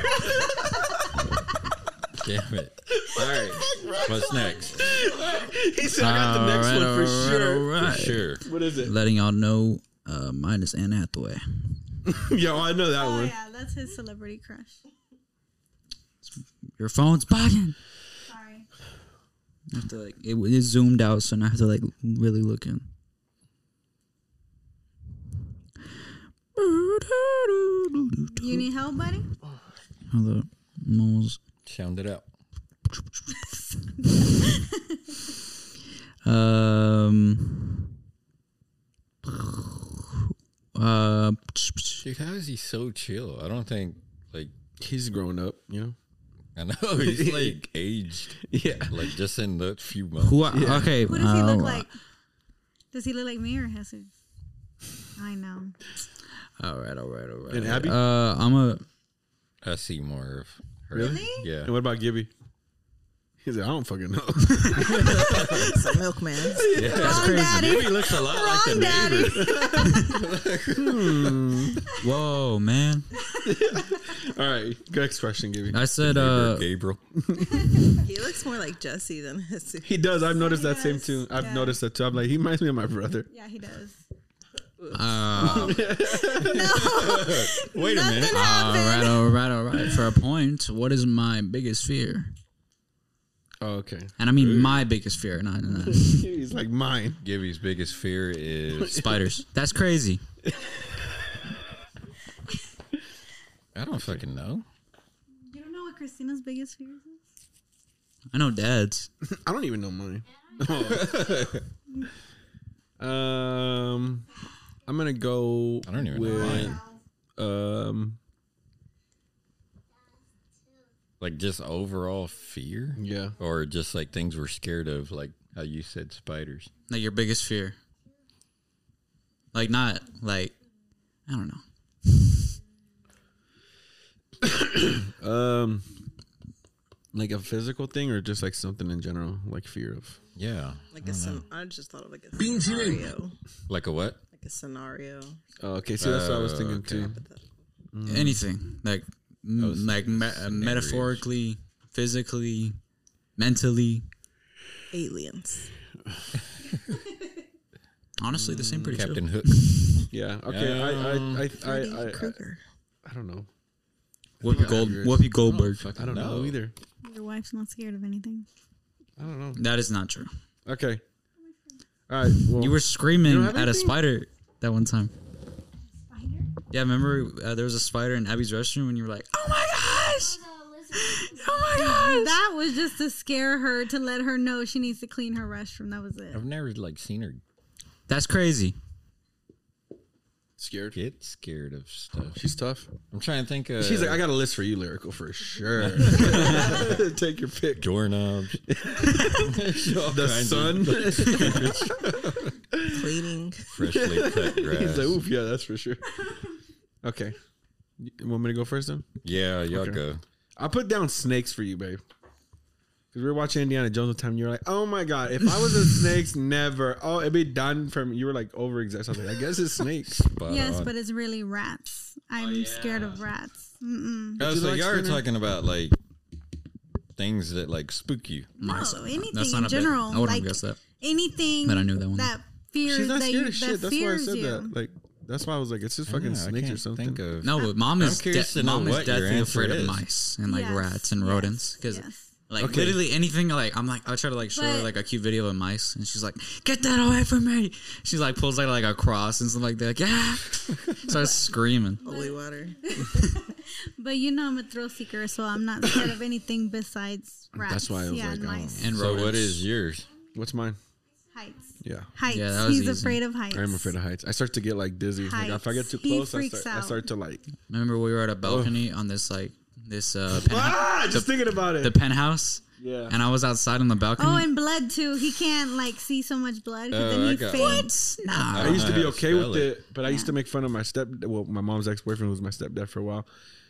[SPEAKER 3] Damn it. All right. What's next?
[SPEAKER 1] he said, I got the next
[SPEAKER 2] Alright,
[SPEAKER 1] one for
[SPEAKER 2] alright,
[SPEAKER 1] sure.
[SPEAKER 2] alright.
[SPEAKER 3] For sure.
[SPEAKER 1] What is it? [LAUGHS]
[SPEAKER 2] Letting y'all know, uh, mine is Anne Hathaway.
[SPEAKER 1] Yo, I know that
[SPEAKER 4] Oh
[SPEAKER 1] one.
[SPEAKER 4] yeah, that's his celebrity crush.
[SPEAKER 2] Your phone's bugging.
[SPEAKER 4] Sorry.
[SPEAKER 2] I have to like it, it zoomed out, so now I have to like really look in.
[SPEAKER 4] You need help, buddy?
[SPEAKER 2] Hello, moles.
[SPEAKER 3] Sound it out.
[SPEAKER 2] Um. Uh,
[SPEAKER 3] Dude, how is he so chill? I don't think like
[SPEAKER 1] he's grown up, you know.
[SPEAKER 3] I know [LAUGHS] he's like aged.
[SPEAKER 1] Yeah.
[SPEAKER 3] Like just in the few months.
[SPEAKER 2] Who I- Yeah. okay,
[SPEAKER 4] What does he
[SPEAKER 2] Oh,
[SPEAKER 4] look like? Does he look like me or Jesus? I know.
[SPEAKER 2] all right, all right, all right.
[SPEAKER 1] And Abby?
[SPEAKER 2] Uh, I'm a.
[SPEAKER 3] I see more of her.
[SPEAKER 1] Really?
[SPEAKER 3] Yeah.
[SPEAKER 1] And what about Gibby? He's like, I don't fucking know.
[SPEAKER 5] It's a milkman.
[SPEAKER 3] Yeah.
[SPEAKER 4] Wrong daddy.
[SPEAKER 3] Maybe he looks a lot like the
[SPEAKER 4] Wrong
[SPEAKER 3] neighbor.
[SPEAKER 4] daddy.
[SPEAKER 2] Whoa, man!
[SPEAKER 1] [LAUGHS] All right, next question, Gibby.
[SPEAKER 2] I said,
[SPEAKER 3] Neighbor
[SPEAKER 2] uh,
[SPEAKER 3] Gabriel.
[SPEAKER 5] He looks more like Jesse than [LAUGHS] Jesus.
[SPEAKER 1] He does. I've noticed that
[SPEAKER 4] Yes,
[SPEAKER 1] same too. I've
[SPEAKER 4] yeah.
[SPEAKER 1] noticed that too. I'm like, he reminds me of my brother.
[SPEAKER 4] Yeah, he does.
[SPEAKER 2] uh,
[SPEAKER 3] Wait a minute.
[SPEAKER 2] all right, all right, all right. For a point, what is my biggest fear?
[SPEAKER 1] Oh, okay. [LAUGHS]
[SPEAKER 2] And I mean my biggest fear, not, not
[SPEAKER 1] He's like mine. [LAUGHS]
[SPEAKER 3] Gibby's biggest fear is [LAUGHS]
[SPEAKER 2] spiders. That's crazy.
[SPEAKER 3] I don't fucking know.
[SPEAKER 4] You don't know what Christina's biggest fear is?
[SPEAKER 2] I know dads.
[SPEAKER 1] I don't even know mine. [LAUGHS] um, I'm gonna go.
[SPEAKER 3] I don't even know
[SPEAKER 1] with,
[SPEAKER 3] mine.
[SPEAKER 1] Um,
[SPEAKER 3] Like just overall fear?
[SPEAKER 1] yeah.
[SPEAKER 3] Or just like things we're scared of, like how you said spiders.
[SPEAKER 2] Like your biggest fear. Like not like I don't know.
[SPEAKER 1] Um, like a physical thing or just like something in general, like fear of.
[SPEAKER 3] Yeah.
[SPEAKER 5] Like a sen- I just thought of like a scenario.
[SPEAKER 3] Like a what?
[SPEAKER 5] Like a scenario.
[SPEAKER 1] Oh, okay, so that's what I was thinking too.
[SPEAKER 2] Anything like m-
[SPEAKER 3] Mm. was
[SPEAKER 2] like me- uh, metaphorically, physically, mentally.
[SPEAKER 5] Aliens.
[SPEAKER 2] Honestly, they seem pretty
[SPEAKER 3] Captain
[SPEAKER 2] chill.
[SPEAKER 3] Hook.
[SPEAKER 1] Yeah. Okay.
[SPEAKER 3] Um,
[SPEAKER 1] I, I, I,
[SPEAKER 5] Freddy
[SPEAKER 1] I, I, I,
[SPEAKER 5] Krueger.
[SPEAKER 1] I don't know.
[SPEAKER 2] Whoopi Gold
[SPEAKER 1] Yours.
[SPEAKER 2] Whoopi Goldberg.
[SPEAKER 1] I don't know either.
[SPEAKER 4] Your wife's not scared of anything.
[SPEAKER 1] I don't know.
[SPEAKER 2] That is not true.
[SPEAKER 1] Okay. All right. Well,
[SPEAKER 2] You were screaming
[SPEAKER 1] You don't have
[SPEAKER 2] at a
[SPEAKER 1] anything?
[SPEAKER 2] spider that one time.
[SPEAKER 4] Spider?
[SPEAKER 2] Yeah, remember uh, there was a spider in Abby's restroom, and you were like, "Oh my gosh! Oh my gosh!"
[SPEAKER 4] That was just to scare her to let her know she needs to clean her restroom. That was it.
[SPEAKER 3] I've never like seen her
[SPEAKER 2] That's crazy.
[SPEAKER 1] scared.
[SPEAKER 3] get scared of stuff.
[SPEAKER 1] She's tough.
[SPEAKER 3] I'm trying to think of
[SPEAKER 1] She's like, I got a list for you, lyrical for [LAUGHS] sure. Take your pick. [LAUGHS]
[SPEAKER 3] doorknobs.
[SPEAKER 1] The [LAUGHS] sun.
[SPEAKER 5] Cleaning.
[SPEAKER 3] freshly cut
[SPEAKER 1] [LAUGHS]
[SPEAKER 3] grass.
[SPEAKER 1] He's like, oof, yeah, that's for sure. Okay. You want me to go first then?
[SPEAKER 3] yeah, y'all
[SPEAKER 1] Okay.
[SPEAKER 3] go.
[SPEAKER 1] I put down snakes for you, babe. Because we were watching Indiana Jones one time, and you were like, oh my God, if I was in snakes, never. Oh, it'd be done for me. You were like, over exaggerated. I was like, I guess it's snakes.
[SPEAKER 3] Spot
[SPEAKER 4] yes,
[SPEAKER 3] on.
[SPEAKER 4] but it's really rats. I'm scared of rats. Mm-mm.
[SPEAKER 3] Oh,
[SPEAKER 1] Did you
[SPEAKER 3] so
[SPEAKER 1] like
[SPEAKER 3] y'all are
[SPEAKER 1] spinner?
[SPEAKER 3] talking about like things that like spook you.
[SPEAKER 4] No,
[SPEAKER 2] Nice.
[SPEAKER 4] anything in
[SPEAKER 2] That's not a bit-
[SPEAKER 4] general.
[SPEAKER 2] I wouldn't
[SPEAKER 4] like
[SPEAKER 2] have guessed that.
[SPEAKER 4] anything
[SPEAKER 2] That I knew that one.
[SPEAKER 4] that [LAUGHS] fears
[SPEAKER 1] She's not
[SPEAKER 4] that,
[SPEAKER 1] scared
[SPEAKER 4] you,
[SPEAKER 1] of shit.
[SPEAKER 4] that
[SPEAKER 1] That's why I
[SPEAKER 4] fears
[SPEAKER 1] said
[SPEAKER 4] you.
[SPEAKER 1] that. Like, that's why I was like, it's just fucking
[SPEAKER 3] Yeah, I
[SPEAKER 1] snakes or
[SPEAKER 3] can't
[SPEAKER 1] something.
[SPEAKER 3] Think of
[SPEAKER 2] No, but mom
[SPEAKER 3] I'm
[SPEAKER 2] is de-
[SPEAKER 3] curious to know
[SPEAKER 2] mom is
[SPEAKER 3] what your
[SPEAKER 2] deathly
[SPEAKER 3] answer
[SPEAKER 2] afraid of
[SPEAKER 3] is.
[SPEAKER 2] mice and like
[SPEAKER 4] Yes,
[SPEAKER 2] rats and
[SPEAKER 4] yes,
[SPEAKER 2] rodents because
[SPEAKER 4] yes.
[SPEAKER 2] Like
[SPEAKER 1] Okay.
[SPEAKER 2] literally anything. Like I'm like I try to like show her
[SPEAKER 4] But-
[SPEAKER 2] like a cute video of mice, and she's like, "Get that away from me!" She's like pulls out like a cross and something like
[SPEAKER 3] [LAUGHS]
[SPEAKER 2] that. Like, yeah, starts screaming.
[SPEAKER 5] Holy water.
[SPEAKER 4] But you know I'm a thrill seeker, so I'm not scared of anything besides rats.
[SPEAKER 1] That's why I was
[SPEAKER 4] yeah,
[SPEAKER 1] like,
[SPEAKER 4] and
[SPEAKER 1] I
[SPEAKER 4] mice.
[SPEAKER 1] don't know.
[SPEAKER 3] So what is yours?
[SPEAKER 1] What's mine?
[SPEAKER 4] heights.
[SPEAKER 1] Yeah.
[SPEAKER 4] Heights.
[SPEAKER 2] Yeah, that was
[SPEAKER 4] He's
[SPEAKER 2] easy.
[SPEAKER 4] afraid of heights.
[SPEAKER 1] I am afraid of heights. I start to get like dizzy. Like if I get
[SPEAKER 4] Heights.
[SPEAKER 1] too
[SPEAKER 4] He
[SPEAKER 1] close, I
[SPEAKER 4] freaks
[SPEAKER 1] start, I
[SPEAKER 4] out.
[SPEAKER 1] start to like.
[SPEAKER 2] Remember we were at a balcony on this like this uh penthouse,
[SPEAKER 1] [LAUGHS] Ah, just thinking about it. [LAUGHS]
[SPEAKER 2] the penthouse,
[SPEAKER 1] yeah.
[SPEAKER 2] and I was outside on the balcony.
[SPEAKER 4] Oh, and blood too. He can't like see so much blood because
[SPEAKER 3] Oh,
[SPEAKER 4] then
[SPEAKER 3] I
[SPEAKER 4] he
[SPEAKER 3] got-
[SPEAKER 4] faints.
[SPEAKER 2] nah,
[SPEAKER 1] I used to
[SPEAKER 3] know
[SPEAKER 1] be
[SPEAKER 3] how to
[SPEAKER 1] okay with
[SPEAKER 3] spell
[SPEAKER 1] it, but I used to make fun of my step. Well, my mom's ex boyfriend was my stepdad for a while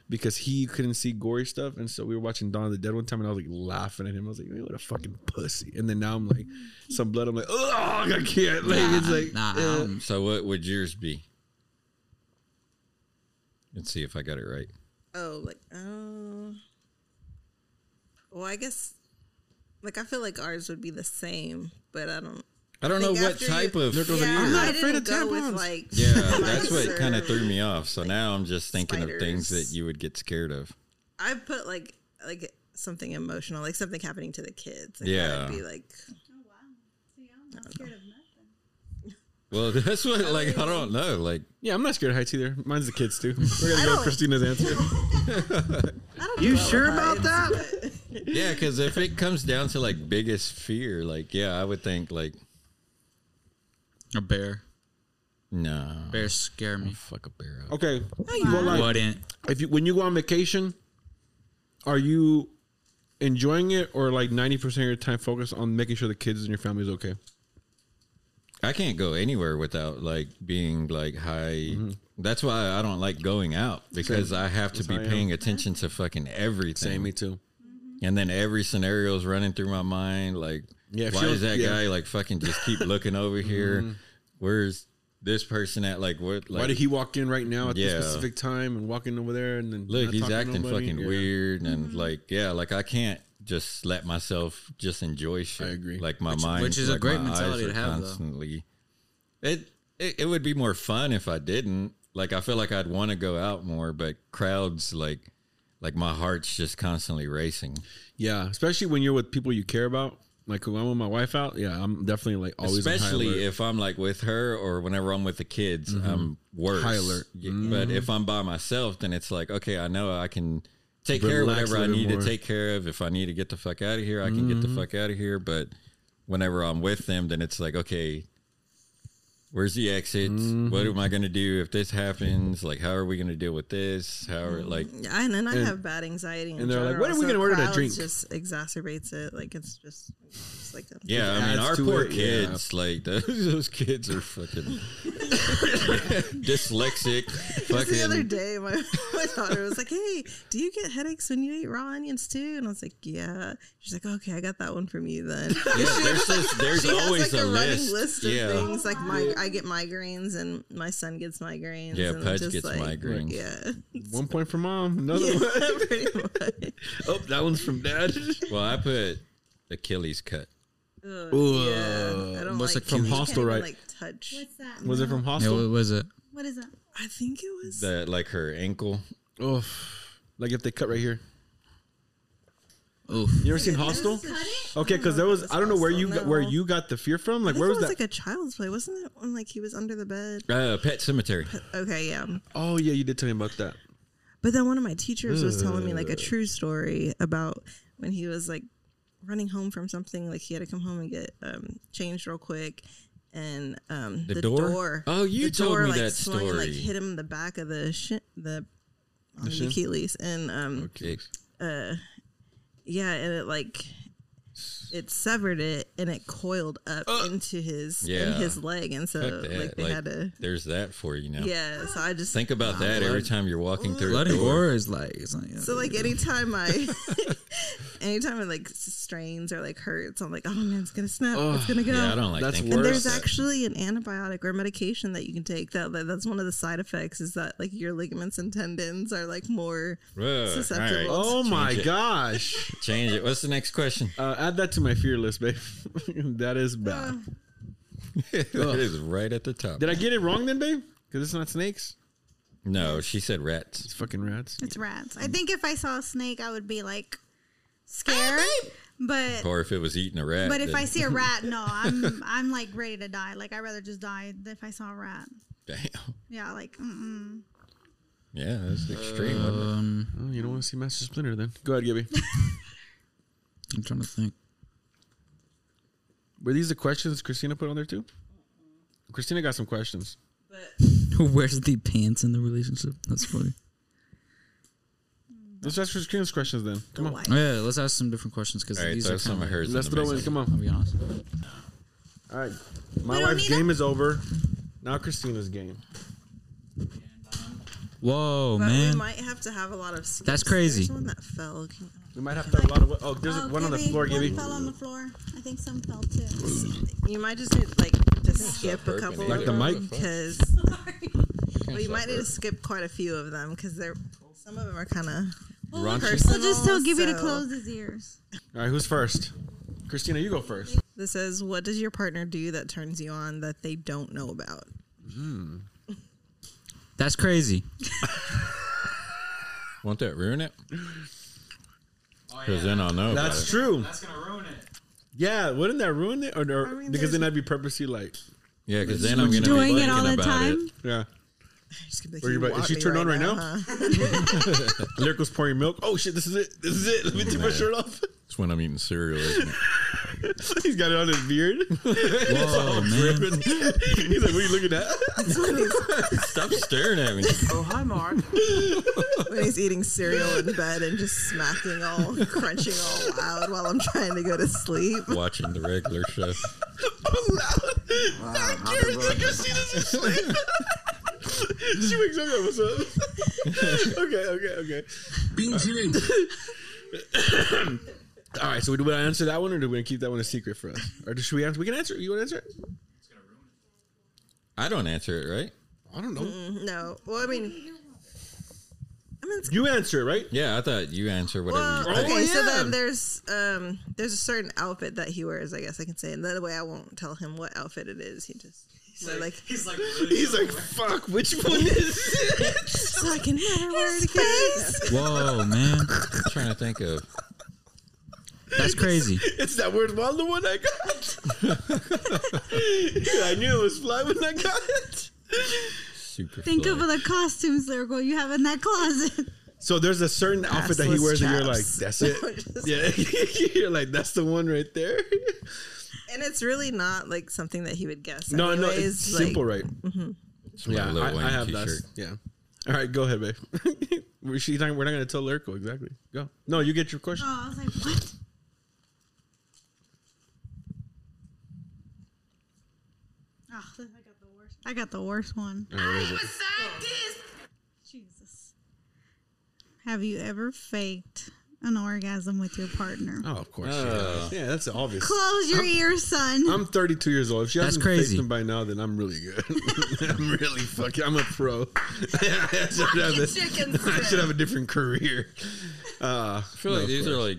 [SPEAKER 1] because he couldn't see gory stuff, and so we were watching Dawn of the Dead one time, and I was like laughing at him. I was like, "Man, "What a fucking pussy!" And then now I'm like, some blood. I'm like, "Oh, I can't." Like it's like
[SPEAKER 2] nah, um, I
[SPEAKER 1] eh.
[SPEAKER 2] don't-
[SPEAKER 3] So what would yours be? Let's see if I got it right.
[SPEAKER 5] Oh, like oh. Well, I guess like I feel like ours would be the same, but I don't.
[SPEAKER 3] I don't
[SPEAKER 5] I
[SPEAKER 3] know
[SPEAKER 5] think
[SPEAKER 3] what
[SPEAKER 5] after
[SPEAKER 3] type
[SPEAKER 5] you-
[SPEAKER 3] of
[SPEAKER 5] Yeah,
[SPEAKER 1] I'm not
[SPEAKER 5] I
[SPEAKER 1] afraid
[SPEAKER 5] didn't
[SPEAKER 1] of
[SPEAKER 5] go with
[SPEAKER 1] tampons.
[SPEAKER 5] like [LAUGHS]
[SPEAKER 3] yeah, that's
[SPEAKER 5] mice
[SPEAKER 3] what kind
[SPEAKER 5] or-
[SPEAKER 3] of threw me off. So now I'm just thinking of things
[SPEAKER 5] spiders.
[SPEAKER 3] that you would get scared of.
[SPEAKER 5] I put like like something emotional, like something happening to the kids. Like,
[SPEAKER 3] Yeah.
[SPEAKER 5] I'd be like,
[SPEAKER 3] Well, [LAUGHS] that's what like I don't know. Like
[SPEAKER 1] yeah, I'm not scared of heights either. Mine's the kids too. We're gonna
[SPEAKER 5] I
[SPEAKER 1] go with
[SPEAKER 5] don't-
[SPEAKER 1] Christina's answer.
[SPEAKER 5] I don't
[SPEAKER 6] You
[SPEAKER 5] dwell on
[SPEAKER 6] sure about
[SPEAKER 5] heights,
[SPEAKER 6] that?
[SPEAKER 5] but-
[SPEAKER 3] yeah, because if it comes down to like biggest fear, like yeah, I would think like
[SPEAKER 2] a bear.
[SPEAKER 3] no,
[SPEAKER 2] Bears scare me.
[SPEAKER 3] fuck a bear up.
[SPEAKER 1] Okay,
[SPEAKER 4] Wow.
[SPEAKER 1] Well, like,
[SPEAKER 2] Wouldn't.
[SPEAKER 1] if you when you go on vacation, are you enjoying it or like 90% of your time focused on making sure the kids and your family is okay?
[SPEAKER 3] I can't go anywhere without like being like high.
[SPEAKER 1] Mm-hmm.
[SPEAKER 3] That's why I don't like going out because I have to
[SPEAKER 1] That's
[SPEAKER 3] be
[SPEAKER 1] how I am.
[SPEAKER 3] paying attention to fucking everything.
[SPEAKER 1] too.
[SPEAKER 3] And then every scenario is running through my mind. Like,
[SPEAKER 1] Yeah, if
[SPEAKER 3] why
[SPEAKER 1] you'll-
[SPEAKER 3] does that
[SPEAKER 1] yeah. Mm-hmm.
[SPEAKER 3] guy like fucking just keep
[SPEAKER 1] [LAUGHS]
[SPEAKER 3] looking over here? Where's this person at? Like, what? Like,
[SPEAKER 1] Why did he walk in right now at
[SPEAKER 3] Yeah.
[SPEAKER 1] this specific time and walk in over there and then
[SPEAKER 3] look?
[SPEAKER 1] not
[SPEAKER 3] He's
[SPEAKER 1] talk to
[SPEAKER 3] acting
[SPEAKER 1] nobody?
[SPEAKER 3] fucking
[SPEAKER 1] Yeah.
[SPEAKER 3] weird and like, yeah, like I can't just let myself just enjoy shit.
[SPEAKER 1] agree.
[SPEAKER 3] Like my
[SPEAKER 2] Which-
[SPEAKER 3] mind,
[SPEAKER 2] which is a
[SPEAKER 3] like,
[SPEAKER 2] great
[SPEAKER 3] my eyes
[SPEAKER 2] mentality to
[SPEAKER 3] are
[SPEAKER 2] have, though.
[SPEAKER 3] Constantly, it, it it would be more fun if I didn't. Like, I feel like I'd want to go out more, but crowds like. Like my heart's just constantly racing.
[SPEAKER 1] Yeah, especially when you're with people you care about. Like when I'm with my wife out, yeah, I'm definitely like always on high alert.
[SPEAKER 3] especially if I'm like with her or whenever I'm with the kids, I'm worse.
[SPEAKER 1] Mm-hmm. High alert. Mm-hmm.
[SPEAKER 3] Yeah, But if I'm by myself, then it's like okay, I know I can take care of
[SPEAKER 1] Relax
[SPEAKER 3] whatever
[SPEAKER 1] a
[SPEAKER 3] I
[SPEAKER 1] little
[SPEAKER 3] need
[SPEAKER 1] more. Mm-hmm.
[SPEAKER 3] to take care of. If I need to get the fuck out of here, I can get the fuck out of here. But whenever I'm with them, then it's like okay. Where's the exit? What am
[SPEAKER 1] Mm-hmm.
[SPEAKER 3] I going to do if this happens? Like, how are we going to deal with this? How are like,
[SPEAKER 5] Yeah, and then I
[SPEAKER 1] And-
[SPEAKER 5] have bad anxiety. In
[SPEAKER 1] and they're like,
[SPEAKER 5] general,
[SPEAKER 1] "What are we
[SPEAKER 5] so
[SPEAKER 1] gonna order to
[SPEAKER 5] crowds
[SPEAKER 1] drink?"
[SPEAKER 5] Just exacerbates it. Like it's just, just like that.
[SPEAKER 3] yeah, I mean,
[SPEAKER 1] adds
[SPEAKER 3] our
[SPEAKER 1] to
[SPEAKER 3] poor
[SPEAKER 1] it, yeah.
[SPEAKER 3] kids, like [LAUGHS] those, those kids are fucking
[SPEAKER 1] [LAUGHS]
[SPEAKER 3] [LAUGHS] dyslexic.
[SPEAKER 5] Just
[SPEAKER 3] fucking
[SPEAKER 5] the other day, my, [LAUGHS] my daughter was like, "Hey, do you get headaches when you eat raw onions too?" And I was like, "Yeah." She's like, "Okay, I got that one from
[SPEAKER 3] [LAUGHS]
[SPEAKER 5] you then."
[SPEAKER 3] Yeah,
[SPEAKER 5] [LAUGHS]
[SPEAKER 3] there's this, there's
[SPEAKER 5] she has
[SPEAKER 3] always
[SPEAKER 5] like a,
[SPEAKER 3] a,
[SPEAKER 5] running
[SPEAKER 3] list.
[SPEAKER 5] list of
[SPEAKER 3] yeah.
[SPEAKER 5] things. Like my, I get migraines, and my son gets migraines.
[SPEAKER 3] Yeah,
[SPEAKER 5] and
[SPEAKER 3] Pudge
[SPEAKER 5] just
[SPEAKER 3] gets
[SPEAKER 5] like,
[SPEAKER 3] migraines.
[SPEAKER 5] Yeah, [LAUGHS]
[SPEAKER 1] one point for mom, another
[SPEAKER 3] [LAUGHS]
[SPEAKER 1] one.
[SPEAKER 5] yeah pretty much.
[SPEAKER 1] Oh, that one's from dad.
[SPEAKER 3] Well, I put Achilles cut.
[SPEAKER 5] Ugh,
[SPEAKER 1] Ooh.
[SPEAKER 5] yeah, I don't
[SPEAKER 2] What's
[SPEAKER 5] like
[SPEAKER 2] it
[SPEAKER 5] you
[SPEAKER 2] from
[SPEAKER 5] can't
[SPEAKER 1] Hostel,
[SPEAKER 5] even,
[SPEAKER 1] right?
[SPEAKER 5] Like touch.
[SPEAKER 4] What's that?
[SPEAKER 1] Was it from
[SPEAKER 2] Yeah,
[SPEAKER 1] Hostel?
[SPEAKER 2] what was it?
[SPEAKER 4] What is that?
[SPEAKER 5] I think it was.
[SPEAKER 3] The like her ankle.
[SPEAKER 1] Oh, like if they cut right here.
[SPEAKER 2] Oof.
[SPEAKER 1] You ever seen Hostel? Okay, because that was I don't know where you got, where
[SPEAKER 5] No.
[SPEAKER 1] you got the fear from.
[SPEAKER 5] I
[SPEAKER 1] Like
[SPEAKER 5] think
[SPEAKER 1] where
[SPEAKER 5] it
[SPEAKER 1] was
[SPEAKER 5] was
[SPEAKER 1] that?
[SPEAKER 5] like a child's play, wasn't it? When like he was under the bed.
[SPEAKER 3] Uh, Pet Cemetery.
[SPEAKER 5] Okay, yeah.
[SPEAKER 1] Oh yeah, you did tell me about that.
[SPEAKER 5] But then one of my teachers was telling me like a true story about when he was like running home from something. Like he had to come home and get um, changed real quick, and um,
[SPEAKER 3] The door? Oh, you
[SPEAKER 5] the
[SPEAKER 3] told
[SPEAKER 5] door,
[SPEAKER 3] me
[SPEAKER 5] like,
[SPEAKER 3] that
[SPEAKER 5] swung and, like
[SPEAKER 3] story.
[SPEAKER 5] hit him in the back of the shin, the on the,
[SPEAKER 1] shin?
[SPEAKER 5] Achilles, and um,
[SPEAKER 3] Okay. Oh.
[SPEAKER 5] yeah, and it like it severed it and it coiled up into his in
[SPEAKER 3] Yeah.
[SPEAKER 5] his leg, and so
[SPEAKER 3] Fuck
[SPEAKER 5] like
[SPEAKER 3] that.
[SPEAKER 5] they
[SPEAKER 3] Like,
[SPEAKER 5] had to.
[SPEAKER 3] there's that for you now.
[SPEAKER 5] Yeah, so I just
[SPEAKER 3] Think about that every time you're walking through
[SPEAKER 2] Blood
[SPEAKER 3] a
[SPEAKER 2] and
[SPEAKER 3] door.
[SPEAKER 2] gore is like it's like
[SPEAKER 5] So like anytime I, [LAUGHS] anytime it like strains or like hurts, I'm like, oh man, it's gonna snap, it's gonna go.
[SPEAKER 3] Yeah, I don't like
[SPEAKER 1] That's
[SPEAKER 3] thinking
[SPEAKER 5] and
[SPEAKER 1] worse.
[SPEAKER 3] about
[SPEAKER 5] there's
[SPEAKER 3] that.
[SPEAKER 5] actually an antibiotic or medication that you can take that, that that's one of the side effects is that like your ligaments and tendons are like more
[SPEAKER 3] Ugh,
[SPEAKER 5] susceptible.
[SPEAKER 1] Oh
[SPEAKER 3] all right.
[SPEAKER 1] my
[SPEAKER 3] Change it.
[SPEAKER 1] gosh!
[SPEAKER 3] Change it. What's the next
[SPEAKER 1] [LAUGHS]
[SPEAKER 3] question?
[SPEAKER 1] Uh, add that to my fear list, babe. [LAUGHS] that is bad.
[SPEAKER 4] Uh.
[SPEAKER 3] that is right at the top.
[SPEAKER 1] Oh. Did I get it wrong then, babe? Because it's not snakes.
[SPEAKER 3] No, she said rats.
[SPEAKER 1] It's fucking rats.
[SPEAKER 4] It's rats. I think if I saw a snake, I would be like scared, but
[SPEAKER 1] Oh,
[SPEAKER 3] Or if it was eating a rat.
[SPEAKER 4] but if
[SPEAKER 3] then-
[SPEAKER 4] I see a
[SPEAKER 1] [LAUGHS]
[SPEAKER 4] rat, no, I'm I'm like ready to die. Like I'd rather just die than if I saw a rat.
[SPEAKER 3] Damn. [LAUGHS]
[SPEAKER 4] Yeah, like mm-mm.
[SPEAKER 3] Yeah, that's extreme. wasn't
[SPEAKER 2] Um,
[SPEAKER 1] Oh, you don't want to see Master Splinter then. Go ahead,
[SPEAKER 4] [LAUGHS]
[SPEAKER 1] Gibby.
[SPEAKER 2] I'm trying to think.
[SPEAKER 1] Were these the questions Christina put on there too? Christina got some questions.
[SPEAKER 2] Who wears the pants in the relationship? That's funny.
[SPEAKER 1] Let's ask Christina's questions then. Come on.
[SPEAKER 2] Oh, Yeah, let's ask some different questions because
[SPEAKER 3] All right,
[SPEAKER 2] these
[SPEAKER 3] throw
[SPEAKER 2] are
[SPEAKER 3] some
[SPEAKER 2] kinda
[SPEAKER 3] of hers in
[SPEAKER 1] Let's
[SPEAKER 3] the
[SPEAKER 1] throw in.
[SPEAKER 3] mix.
[SPEAKER 1] Come
[SPEAKER 2] I'll
[SPEAKER 1] on.
[SPEAKER 2] be honest.
[SPEAKER 1] All right. My wife's game is over. Now Christina's game.
[SPEAKER 2] Whoa,
[SPEAKER 5] but we
[SPEAKER 2] man.
[SPEAKER 5] might have to have a lot of. Skips.
[SPEAKER 2] That's crazy.
[SPEAKER 5] There's one that fell. Can-
[SPEAKER 1] We might have to have a lot of. Oh, there's
[SPEAKER 4] Oh,
[SPEAKER 1] one on the
[SPEAKER 4] Gibby,
[SPEAKER 1] floor,
[SPEAKER 4] one
[SPEAKER 1] Gibby.
[SPEAKER 4] fell on the floor. I think some fell too.
[SPEAKER 5] You might just need like to skip a
[SPEAKER 3] burping either.
[SPEAKER 5] couple of
[SPEAKER 1] Like the
[SPEAKER 5] them
[SPEAKER 1] mic?
[SPEAKER 5] because well, you might need to skip quite a few of them because they're some of them are kind of
[SPEAKER 3] Well, Raunchy.
[SPEAKER 4] We'll just tell Gibby to
[SPEAKER 5] so-
[SPEAKER 4] close his ears.
[SPEAKER 1] All right, who's first? Christina, you go first.
[SPEAKER 5] This says, "What does your partner do that turns you on that they don't know about?"
[SPEAKER 2] That's crazy.
[SPEAKER 3] Won't that ruin it? Because then I'll know. about
[SPEAKER 1] That's
[SPEAKER 3] it.
[SPEAKER 1] true.
[SPEAKER 2] gonna ruin it.
[SPEAKER 1] Yeah, wouldn't that ruin it? Or, or
[SPEAKER 5] I mean,
[SPEAKER 1] because
[SPEAKER 5] there's-
[SPEAKER 1] then I'd be purposely like,
[SPEAKER 3] Yeah, because then I'm gonna be
[SPEAKER 4] Doing it
[SPEAKER 3] thinking
[SPEAKER 4] all the
[SPEAKER 3] about
[SPEAKER 4] time.
[SPEAKER 3] it.
[SPEAKER 1] yeah.
[SPEAKER 5] Just gonna be like,
[SPEAKER 1] Or you're
[SPEAKER 5] "You
[SPEAKER 1] about- is
[SPEAKER 5] want
[SPEAKER 1] she
[SPEAKER 5] me
[SPEAKER 1] turned on right now?"
[SPEAKER 5] huh?" [LAUGHS]
[SPEAKER 1] Lyrical's pouring milk. Oh shit, this is it. This is it. Let me take my
[SPEAKER 3] Man.
[SPEAKER 1] shirt off. [LAUGHS]
[SPEAKER 3] It's when I'm eating cereal. Isn't it?
[SPEAKER 1] He's got it on his beard.
[SPEAKER 2] [LAUGHS] Whoa, man.
[SPEAKER 1] He's like, what are you looking at?
[SPEAKER 3] Stop staring at me.
[SPEAKER 6] Oh, hi, Mark.
[SPEAKER 5] when he's eating cereal in bed and just smacking all, [LAUGHS] crunching all loud while I'm trying to go to sleep. [LAUGHS]
[SPEAKER 3] Watching the regular show.
[SPEAKER 1] [LAUGHS]
[SPEAKER 11] Wow, happy birthday.
[SPEAKER 1] [LAUGHS] she wakes up. like, What's up? [LAUGHS] okay, okay, okay. All right. So, do we answer that one, or do we keep that one a secret for us, or should we answer? We can answer. it. You want to answer it?
[SPEAKER 3] I don't answer it, right?
[SPEAKER 1] I don't know.
[SPEAKER 5] No, well, I mean, I mean, it's,
[SPEAKER 1] You answer it, right?
[SPEAKER 3] Yeah, I thought you answer whatever.
[SPEAKER 5] well,
[SPEAKER 3] you
[SPEAKER 1] Oh,
[SPEAKER 5] okay. So
[SPEAKER 1] yeah.
[SPEAKER 5] then there's um there's a certain outfit that he wears. I guess I can say, and that way I won't tell him what outfit it is. He just like, like
[SPEAKER 2] He's like,
[SPEAKER 1] He's like, fuck. Which one is it?
[SPEAKER 5] so I can never wear it again.
[SPEAKER 2] whoa, man.
[SPEAKER 3] I'm trying to think of.
[SPEAKER 2] That's crazy.
[SPEAKER 1] It's that word Waldo one I got. [LAUGHS] I knew it was fly when I got it.
[SPEAKER 3] Super.
[SPEAKER 4] Think of
[SPEAKER 3] fly.
[SPEAKER 4] the costumes, lyrical, you have in that closet.
[SPEAKER 1] So there's a certain outfit that he
[SPEAKER 5] Assless
[SPEAKER 1] wears, and you're like,
[SPEAKER 5] chaps.
[SPEAKER 1] that's it. [LAUGHS]
[SPEAKER 5] Just-
[SPEAKER 1] Yeah, [LAUGHS] you're like, that's the one right [LAUGHS] there.
[SPEAKER 5] And it's really not like something that he would guess.
[SPEAKER 1] no, no, it's
[SPEAKER 5] anyways, like-
[SPEAKER 1] simple, right?
[SPEAKER 3] It's my
[SPEAKER 1] Yeah,
[SPEAKER 3] Lil
[SPEAKER 1] I,
[SPEAKER 3] Wayne
[SPEAKER 1] I have
[SPEAKER 3] t-shirt.
[SPEAKER 1] that. Yeah. All right, go ahead, babe. [LAUGHS] we're, she's not, we're not going to tell lyrical exactly. Go. No, you get your question.
[SPEAKER 4] [LAUGHS] Oh, I was like, what? Oh, I got the worst. I got the worst one.
[SPEAKER 1] All right, what is it?
[SPEAKER 4] Jesus. Have you ever faked an orgasm with your partner?
[SPEAKER 1] Oh, of
[SPEAKER 3] Uh,
[SPEAKER 1] course. yeah. yeah, that's obvious.
[SPEAKER 4] Close your ears, son.
[SPEAKER 1] I'm 32 years old. If she
[SPEAKER 2] That's
[SPEAKER 1] hasn't
[SPEAKER 2] crazy.
[SPEAKER 1] crazy. them by now, then I'm really good. [LAUGHS] I'm really fucking. I'm a pro. [LAUGHS] I, should have a- [LAUGHS] I should have a different career. Uh,
[SPEAKER 3] I feel like these are like.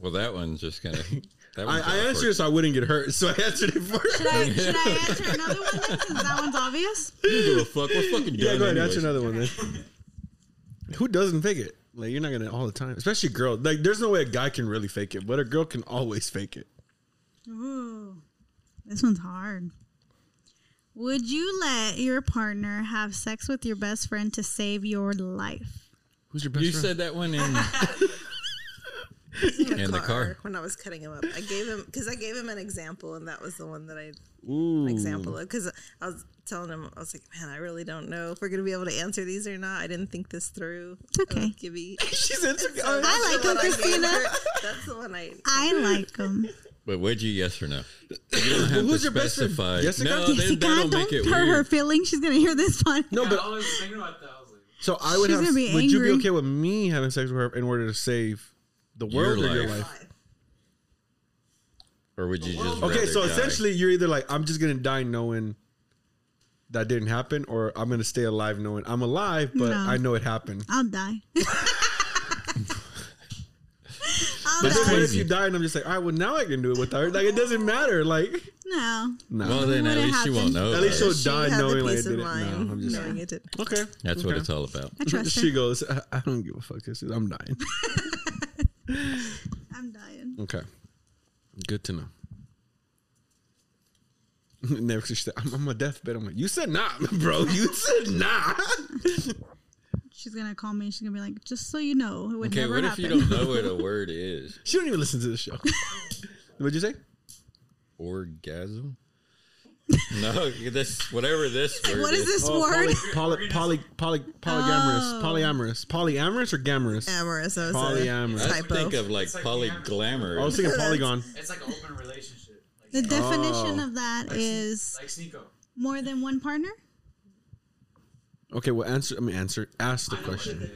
[SPEAKER 3] Well, that one's just kind of. That
[SPEAKER 1] I,
[SPEAKER 3] one's
[SPEAKER 1] I
[SPEAKER 3] awkward.
[SPEAKER 1] answered it so I wouldn't get hurt, [LAUGHS] so I answered it first.
[SPEAKER 4] should,
[SPEAKER 3] [LAUGHS]
[SPEAKER 4] I, should I answer another one then, since that one's obvious?
[SPEAKER 3] You don't give a fuck. We're [LAUGHS] fucking
[SPEAKER 1] Yeah,
[SPEAKER 3] done
[SPEAKER 1] go ahead.
[SPEAKER 3] anyways.
[SPEAKER 1] Answer another one then. [LAUGHS] Who doesn't fake it? Like you're not gonna all the time, especially girl. Like there's no way a guy can really fake it, but a girl can always fake it.
[SPEAKER 4] Ooh, this one's hard. Would you let your partner have sex with your best friend to save your life?
[SPEAKER 1] Who's your best
[SPEAKER 3] You
[SPEAKER 1] friend? [LAUGHS]
[SPEAKER 3] said that one in. In the car.
[SPEAKER 5] when I was cutting him up. I gave him because I gave him an example, and that was the one that I
[SPEAKER 1] Ooh.
[SPEAKER 5] an example of because I was telling him I was like, man, I really don't know if we're gonna be able to answer these or not. I didn't think this through.
[SPEAKER 4] It's okay.
[SPEAKER 5] Uh, Gibby.
[SPEAKER 1] She
[SPEAKER 3] [LAUGHS]
[SPEAKER 1] said it's-
[SPEAKER 5] So that's
[SPEAKER 4] like
[SPEAKER 5] the
[SPEAKER 4] him,
[SPEAKER 5] one I gave
[SPEAKER 4] Christina.
[SPEAKER 5] her. That's the one I.
[SPEAKER 3] [LAUGHS]
[SPEAKER 4] I like him.
[SPEAKER 3] [LAUGHS] But would you yes or no? You don't have
[SPEAKER 1] who's
[SPEAKER 3] to
[SPEAKER 1] your best friend?
[SPEAKER 3] specify.
[SPEAKER 1] Jessica?
[SPEAKER 3] No,
[SPEAKER 4] Jessica,
[SPEAKER 3] then that'll
[SPEAKER 4] don't
[SPEAKER 3] make it
[SPEAKER 4] hurt her
[SPEAKER 3] weird.
[SPEAKER 4] feelings. She's gonna hear this one.
[SPEAKER 1] No, but
[SPEAKER 2] was thinking about that.
[SPEAKER 1] So I would
[SPEAKER 4] She's
[SPEAKER 1] have.
[SPEAKER 4] gonna be
[SPEAKER 1] would you be
[SPEAKER 4] angry.
[SPEAKER 1] okay with me having sex with her in order to save the world
[SPEAKER 3] Your
[SPEAKER 1] or your
[SPEAKER 3] life.
[SPEAKER 1] life?
[SPEAKER 3] Or would you just
[SPEAKER 1] Okay,
[SPEAKER 3] rather
[SPEAKER 1] so
[SPEAKER 3] die?
[SPEAKER 1] essentially, you're either like, I'm just gonna die knowing that didn't happen, or I'm gonna stay alive knowing I'm alive, but
[SPEAKER 4] No.
[SPEAKER 1] I know it happened.
[SPEAKER 4] [LAUGHS] I'll die. [LAUGHS] I'll
[SPEAKER 1] But then
[SPEAKER 4] die.
[SPEAKER 1] what if
[SPEAKER 2] crazy.
[SPEAKER 1] you die and I'm just like, all right, well now I can do it without her. Like it doesn't matter. Like
[SPEAKER 4] No.
[SPEAKER 1] no.
[SPEAKER 3] Well, then
[SPEAKER 4] What
[SPEAKER 3] at least you won't
[SPEAKER 4] happened?
[SPEAKER 3] know.
[SPEAKER 1] At least
[SPEAKER 3] about
[SPEAKER 1] she'll
[SPEAKER 3] it.
[SPEAKER 5] She
[SPEAKER 1] die
[SPEAKER 5] had
[SPEAKER 1] knowing
[SPEAKER 5] the
[SPEAKER 1] like I
[SPEAKER 5] peace
[SPEAKER 1] did it.
[SPEAKER 5] of
[SPEAKER 1] No,
[SPEAKER 5] mind,
[SPEAKER 1] I'm just
[SPEAKER 5] knowing it did.
[SPEAKER 1] okay.
[SPEAKER 5] [LAUGHS]
[SPEAKER 3] That's what
[SPEAKER 1] Okay.
[SPEAKER 3] it's all about.
[SPEAKER 4] I trust
[SPEAKER 1] She
[SPEAKER 4] her.
[SPEAKER 1] goes, I I don't give a fuck. This is, I'm dying.
[SPEAKER 4] I'm dying.
[SPEAKER 1] Okay. Good to know. [LAUGHS] Never said, I'm on my deathbed. I'm like, you said not, [LAUGHS] bro. You said not. [LAUGHS]
[SPEAKER 4] She's gonna call me. She's gonna be like, just so you know, it would
[SPEAKER 3] okay,
[SPEAKER 4] never
[SPEAKER 3] what if
[SPEAKER 4] happen.
[SPEAKER 3] you don't know what a word is?
[SPEAKER 1] She don't even listen to the show. [LAUGHS] What'd you say?
[SPEAKER 3] Orgasm? no, this whatever this word.
[SPEAKER 4] [LAUGHS] what is this
[SPEAKER 1] Oh,
[SPEAKER 4] word?
[SPEAKER 1] Poly, poly, poly, poly, polyamorous,
[SPEAKER 4] Oh.
[SPEAKER 1] polyamorous, polyamorous or gamorous?
[SPEAKER 5] Amorous. That was
[SPEAKER 1] Polyamorous.
[SPEAKER 5] A
[SPEAKER 3] I
[SPEAKER 5] typo.
[SPEAKER 3] think of like polyglamorous.
[SPEAKER 1] I was
[SPEAKER 4] [LAUGHS]
[SPEAKER 1] thinking polygon.
[SPEAKER 2] It's like an open relationship.
[SPEAKER 4] [LAUGHS] The definition
[SPEAKER 1] Oh.
[SPEAKER 4] of that is
[SPEAKER 2] Like Sneeko.
[SPEAKER 4] more than one partner.
[SPEAKER 1] Okay, well, answer. I mean, answer. Ask the question.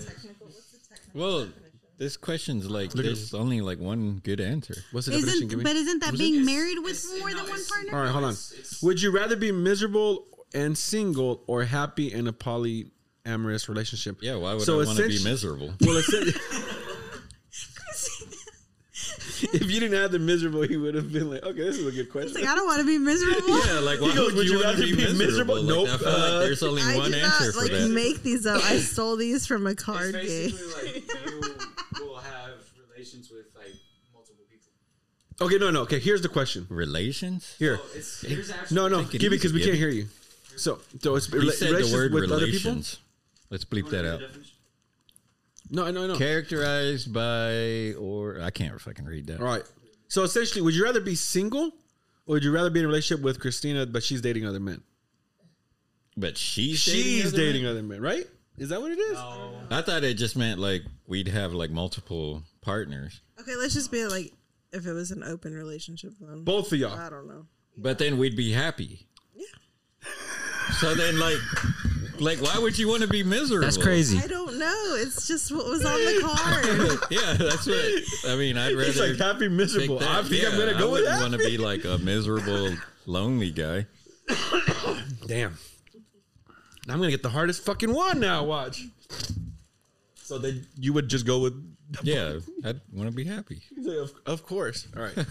[SPEAKER 3] well, this question's like
[SPEAKER 1] Look at-
[SPEAKER 3] there's only like one good answer.
[SPEAKER 1] What's the definition?
[SPEAKER 4] Isn't
[SPEAKER 1] Give me.
[SPEAKER 4] but isn't that
[SPEAKER 1] Was
[SPEAKER 4] being
[SPEAKER 1] it-
[SPEAKER 4] married with more than one partner?
[SPEAKER 1] All
[SPEAKER 4] [LAUGHS]
[SPEAKER 1] right, hold on. Would you rather be miserable and single or happy in a polyamorous relationship?
[SPEAKER 3] Yeah, why would
[SPEAKER 1] So
[SPEAKER 3] I want to be
[SPEAKER 1] essentially-
[SPEAKER 3] miserable?
[SPEAKER 1] Well, it's, [LAUGHS] if you didn't have the miserable, he would have been like, okay, this is a good
[SPEAKER 4] It's
[SPEAKER 1] question.
[SPEAKER 4] like I don't want to be miserable.
[SPEAKER 3] Yeah, like why
[SPEAKER 1] He goes,
[SPEAKER 3] [LAUGHS] would, you, rather be miserable?
[SPEAKER 1] Nope.
[SPEAKER 3] Like, I feel
[SPEAKER 1] Uh,
[SPEAKER 3] like there's only
[SPEAKER 5] I
[SPEAKER 3] one
[SPEAKER 5] did
[SPEAKER 3] answer
[SPEAKER 5] not
[SPEAKER 3] for
[SPEAKER 5] like
[SPEAKER 3] that.
[SPEAKER 5] make these up. I stole these from a card game.
[SPEAKER 2] like you will have relations with like multiple people.
[SPEAKER 1] Okay, no, no. Okay, here's the question.
[SPEAKER 3] Relations?
[SPEAKER 1] Here.
[SPEAKER 2] It's here's actually
[SPEAKER 1] No, no.
[SPEAKER 3] Take it
[SPEAKER 1] Give it because
[SPEAKER 3] easy,
[SPEAKER 1] we
[SPEAKER 3] Gibby.
[SPEAKER 1] can't hear you. So, so it's
[SPEAKER 3] He
[SPEAKER 1] rela-
[SPEAKER 3] said
[SPEAKER 1] relations
[SPEAKER 3] the word
[SPEAKER 1] with other people?
[SPEAKER 3] relations. Let's bleep that out.
[SPEAKER 1] No, I know, I know.
[SPEAKER 3] Characterized by or I can't fucking read that.
[SPEAKER 1] All right. So essentially, would you rather be single or would you rather be in a relationship with Christina, but she's dating other men?
[SPEAKER 3] But she's
[SPEAKER 1] She's
[SPEAKER 3] dating, other
[SPEAKER 1] dating other men, right? Is that what it is?
[SPEAKER 3] men? I thought it just meant like we'd have like multiple partners.
[SPEAKER 5] Okay, let's just be like, if it was an open relationship, then
[SPEAKER 1] Both of
[SPEAKER 5] I
[SPEAKER 1] y'all.
[SPEAKER 5] don't know.
[SPEAKER 3] But then we'd be happy. So then like like why would you want to be miserable?
[SPEAKER 2] That's crazy.
[SPEAKER 5] I don't know. It's just what was on the
[SPEAKER 3] [LAUGHS]
[SPEAKER 5] card.
[SPEAKER 3] yeah, that's what I mean, I'd rather
[SPEAKER 1] It's like happy,
[SPEAKER 3] pick
[SPEAKER 1] miserable.
[SPEAKER 3] that.
[SPEAKER 1] I think I'm
[SPEAKER 3] Yeah,
[SPEAKER 1] gonna
[SPEAKER 3] I
[SPEAKER 1] go with
[SPEAKER 3] wouldn't
[SPEAKER 1] that.
[SPEAKER 3] want to be like a miserable
[SPEAKER 1] [LAUGHS]
[SPEAKER 3] lonely guy.
[SPEAKER 1] Damn. I'm gonna get the hardest fucking one now. Watch. So then you would just go with,
[SPEAKER 3] Yeah, I'd want to be happy.
[SPEAKER 1] of, of course. All [LAUGHS] right.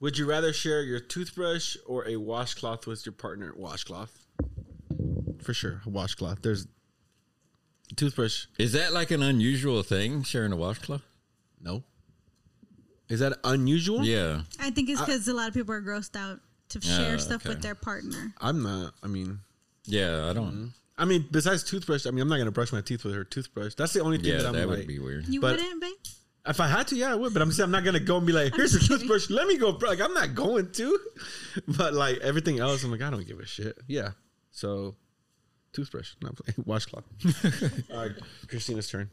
[SPEAKER 1] would you rather share your toothbrush or a washcloth with your partner? Washcloth. For sure, a washcloth. There's toothbrush.
[SPEAKER 3] Is that like an unusual thing sharing a washcloth?
[SPEAKER 1] No. Is that unusual?
[SPEAKER 3] Yeah.
[SPEAKER 4] I think it's because a lot of people are grossed out to share stuff
[SPEAKER 3] okay.
[SPEAKER 4] with their partner.
[SPEAKER 1] I'm not. I mean,
[SPEAKER 3] Yeah, I don't.
[SPEAKER 1] I mean, besides toothbrush, I mean, I'm not gonna brush my teeth with her toothbrush. That's the only thing
[SPEAKER 3] Yeah,
[SPEAKER 1] that
[SPEAKER 3] that
[SPEAKER 1] I'm
[SPEAKER 3] would
[SPEAKER 1] like-
[SPEAKER 3] be weird.
[SPEAKER 4] You
[SPEAKER 1] But-
[SPEAKER 4] wouldn't, babe.
[SPEAKER 1] If I had to, yeah, I would. But I'm saying I'm not gonna go and be like, here's a toothbrush. Let me go, bro. Like I'm not going to. [LAUGHS] But like everything else, I'm like, I don't give a shit. Yeah. So, toothbrush, not play. [LAUGHS] washcloth. All right, Christina's turn.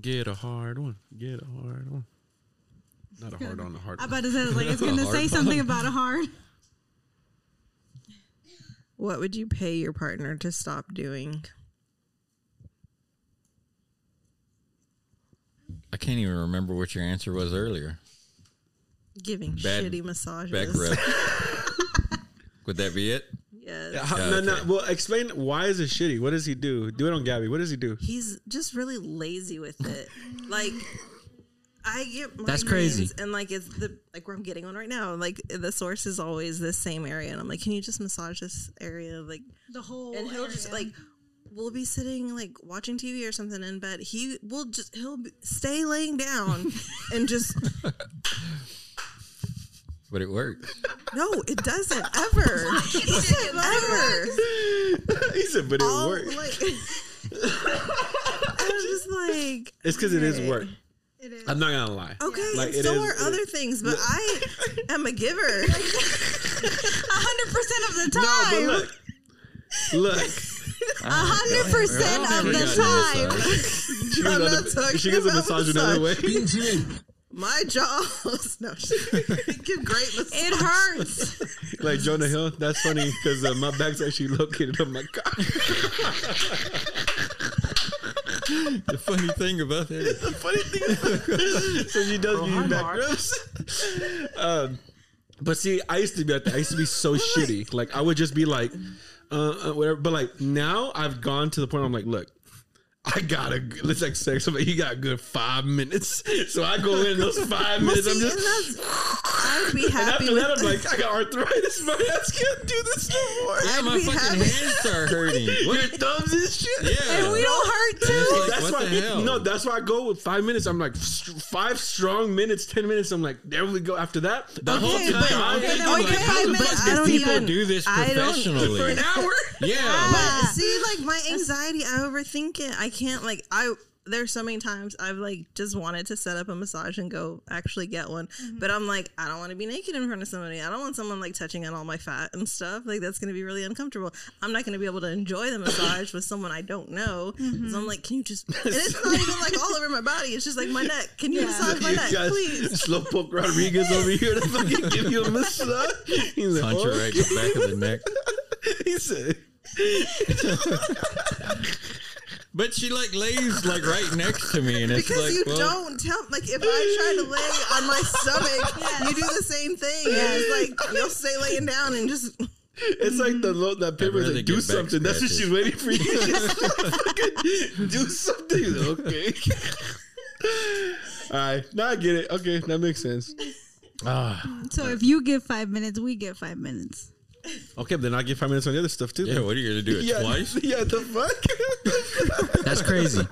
[SPEAKER 1] Get a hard one. Get a hard one. Not a hard on, [LAUGHS] a hard
[SPEAKER 4] I
[SPEAKER 1] one.
[SPEAKER 4] about to say I was like it's gonna say something about a hard.
[SPEAKER 5] what would you pay your partner to stop doing?
[SPEAKER 3] I can't even remember what your answer was earlier.
[SPEAKER 5] Giving
[SPEAKER 3] Bad-
[SPEAKER 5] shitty massages.
[SPEAKER 3] Back rub.
[SPEAKER 5] [LAUGHS]
[SPEAKER 3] would that be it?
[SPEAKER 5] Yes.
[SPEAKER 1] How-
[SPEAKER 3] Yeah,
[SPEAKER 1] no,
[SPEAKER 3] okay.
[SPEAKER 1] no. Well, explain why is it shitty? What does he do? Do it on Gabby. What does he do?
[SPEAKER 5] He's just really lazy with it. like I get my
[SPEAKER 2] That's crazy.
[SPEAKER 5] nails and like it's the like where I'm getting on right now. Like the source is always the same area, and I'm like, can you just massage this area? Like,
[SPEAKER 4] The whole
[SPEAKER 5] and he'll just
[SPEAKER 4] area.
[SPEAKER 5] like we'll be sitting like watching TV or something in bed. He will just he'll be, stay laying down and just
[SPEAKER 2] [LAUGHS]
[SPEAKER 3] But it worked.
[SPEAKER 5] no, it
[SPEAKER 4] [LAUGHS]
[SPEAKER 5] doesn't ever. It doesn't ever.
[SPEAKER 1] he said, but it
[SPEAKER 5] All,
[SPEAKER 1] worked.
[SPEAKER 5] like, [LAUGHS] I'm just like
[SPEAKER 1] it's because it is work.
[SPEAKER 4] It is.
[SPEAKER 1] I'm not gonna lie.
[SPEAKER 5] okay.
[SPEAKER 1] Like,
[SPEAKER 5] and
[SPEAKER 1] it
[SPEAKER 5] so
[SPEAKER 1] is-
[SPEAKER 5] are
[SPEAKER 1] it-
[SPEAKER 5] other
[SPEAKER 1] [LAUGHS]
[SPEAKER 5] things, but I am
[SPEAKER 4] [LAUGHS]
[SPEAKER 5] a giver.
[SPEAKER 4] hundred percent of the
[SPEAKER 1] No, but
[SPEAKER 4] time.
[SPEAKER 1] look, look.
[SPEAKER 4] hundred percent of
[SPEAKER 3] Never
[SPEAKER 4] the
[SPEAKER 3] gotten a
[SPEAKER 4] time.
[SPEAKER 3] massage.
[SPEAKER 1] She
[SPEAKER 5] I'm
[SPEAKER 1] another-
[SPEAKER 5] not talking
[SPEAKER 1] she gets a
[SPEAKER 5] about
[SPEAKER 1] massage another way.
[SPEAKER 5] [LAUGHS] My jaws. [LAUGHS] No, give great massage.
[SPEAKER 4] It hurts.
[SPEAKER 1] like Jonah Hill. That's funny because uh, my back's actually located on my cock. [LAUGHS]
[SPEAKER 3] the funny thing about that is
[SPEAKER 1] the funny thing. Is, so she does give me back rubs. [LAUGHS] um, but see, I used to be like that. I used to be so shitty. Like I would just be like, uh, uh, whatever. But like now, I've gone to the point. Where I'm like, look. I got a. good- Let's like sex. I'm like, you got a good five minutes. So I go in those five minutes. I'm
[SPEAKER 5] See,
[SPEAKER 1] just
[SPEAKER 5] and that's, I'd be happy
[SPEAKER 1] after
[SPEAKER 5] with
[SPEAKER 1] that, I'm
[SPEAKER 5] [LAUGHS]
[SPEAKER 1] like, I got arthritis. My ass can't do this no more.
[SPEAKER 3] Yeah, my
[SPEAKER 5] we
[SPEAKER 3] fucking
[SPEAKER 5] have-
[SPEAKER 3] hands start hurting.
[SPEAKER 1] Your
[SPEAKER 3] What?
[SPEAKER 1] thumbs and shit.
[SPEAKER 3] Yeah.
[SPEAKER 5] And we don't hurt
[SPEAKER 3] And it's
[SPEAKER 5] too.
[SPEAKER 3] like,
[SPEAKER 1] that's
[SPEAKER 3] what
[SPEAKER 1] why
[SPEAKER 3] the
[SPEAKER 1] it-
[SPEAKER 3] hell?
[SPEAKER 1] no, that's why I go with five minutes. I'm like st- five strong minutes, ten minutes. I'm like, there we go. After that,
[SPEAKER 3] The whole
[SPEAKER 5] Okay,
[SPEAKER 3] time
[SPEAKER 5] but-
[SPEAKER 3] I'm
[SPEAKER 5] okay,
[SPEAKER 3] thinking,
[SPEAKER 5] no,
[SPEAKER 3] like,
[SPEAKER 5] okay,
[SPEAKER 3] how
[SPEAKER 5] five
[SPEAKER 3] the
[SPEAKER 5] minutes,
[SPEAKER 3] fuck
[SPEAKER 5] I
[SPEAKER 3] do
[SPEAKER 5] don't
[SPEAKER 3] people
[SPEAKER 5] even-
[SPEAKER 3] do this
[SPEAKER 5] I don't-
[SPEAKER 3] professionally? [LAUGHS]
[SPEAKER 5] [LAUGHS]
[SPEAKER 1] hour.
[SPEAKER 3] Yeah, like,
[SPEAKER 4] Ah.
[SPEAKER 5] Like, see, like my anxiety, I overthink it. I can't like I. There's so many times I've like just wanted to set up a massage and go actually get one, but I'm like I don't want to be naked in front of somebody. I don't want someone like touching on all my fat and stuff. Like that's gonna be really uncomfortable. I'm not gonna be able to enjoy the massage with someone I don't know. So I'm like, can
[SPEAKER 3] [LAUGHS]
[SPEAKER 5] you just? And it's not even like all over my body. It's just like my neck. Can you massage my
[SPEAKER 1] You
[SPEAKER 5] neck,
[SPEAKER 1] got
[SPEAKER 5] please?
[SPEAKER 1] Slowpoke Rodriguez over here to fucking give [LAUGHS] you a massage. He's like,
[SPEAKER 3] punch her right in the back of the neck.
[SPEAKER 1] "Oh." He said,
[SPEAKER 3] But she like lays like right next to me, and it's
[SPEAKER 5] Because
[SPEAKER 3] like,
[SPEAKER 5] you
[SPEAKER 3] well,
[SPEAKER 5] don't tell like if I try to lay on my stomach, you do the same thing. It's like you'll stay laying down and just
[SPEAKER 1] "It's like the lo- that paper is
[SPEAKER 3] rather
[SPEAKER 1] like, do
[SPEAKER 3] get back
[SPEAKER 1] something." That's what
[SPEAKER 3] scratches.
[SPEAKER 1] she's waiting for you. to [LAUGHS] fucking do something. He's like, okay. [LAUGHS] All right, now I get it. Okay, that makes sense.
[SPEAKER 3] ah,
[SPEAKER 4] So if you give five minutes, we get five minutes.
[SPEAKER 1] Okay, but then I'll get five minutes on the other stuff too.
[SPEAKER 3] yeah. What are you gonna do it
[SPEAKER 1] yeah, [LAUGHS]
[SPEAKER 3] twice?
[SPEAKER 1] yeah, the fuck?
[SPEAKER 2] That's crazy.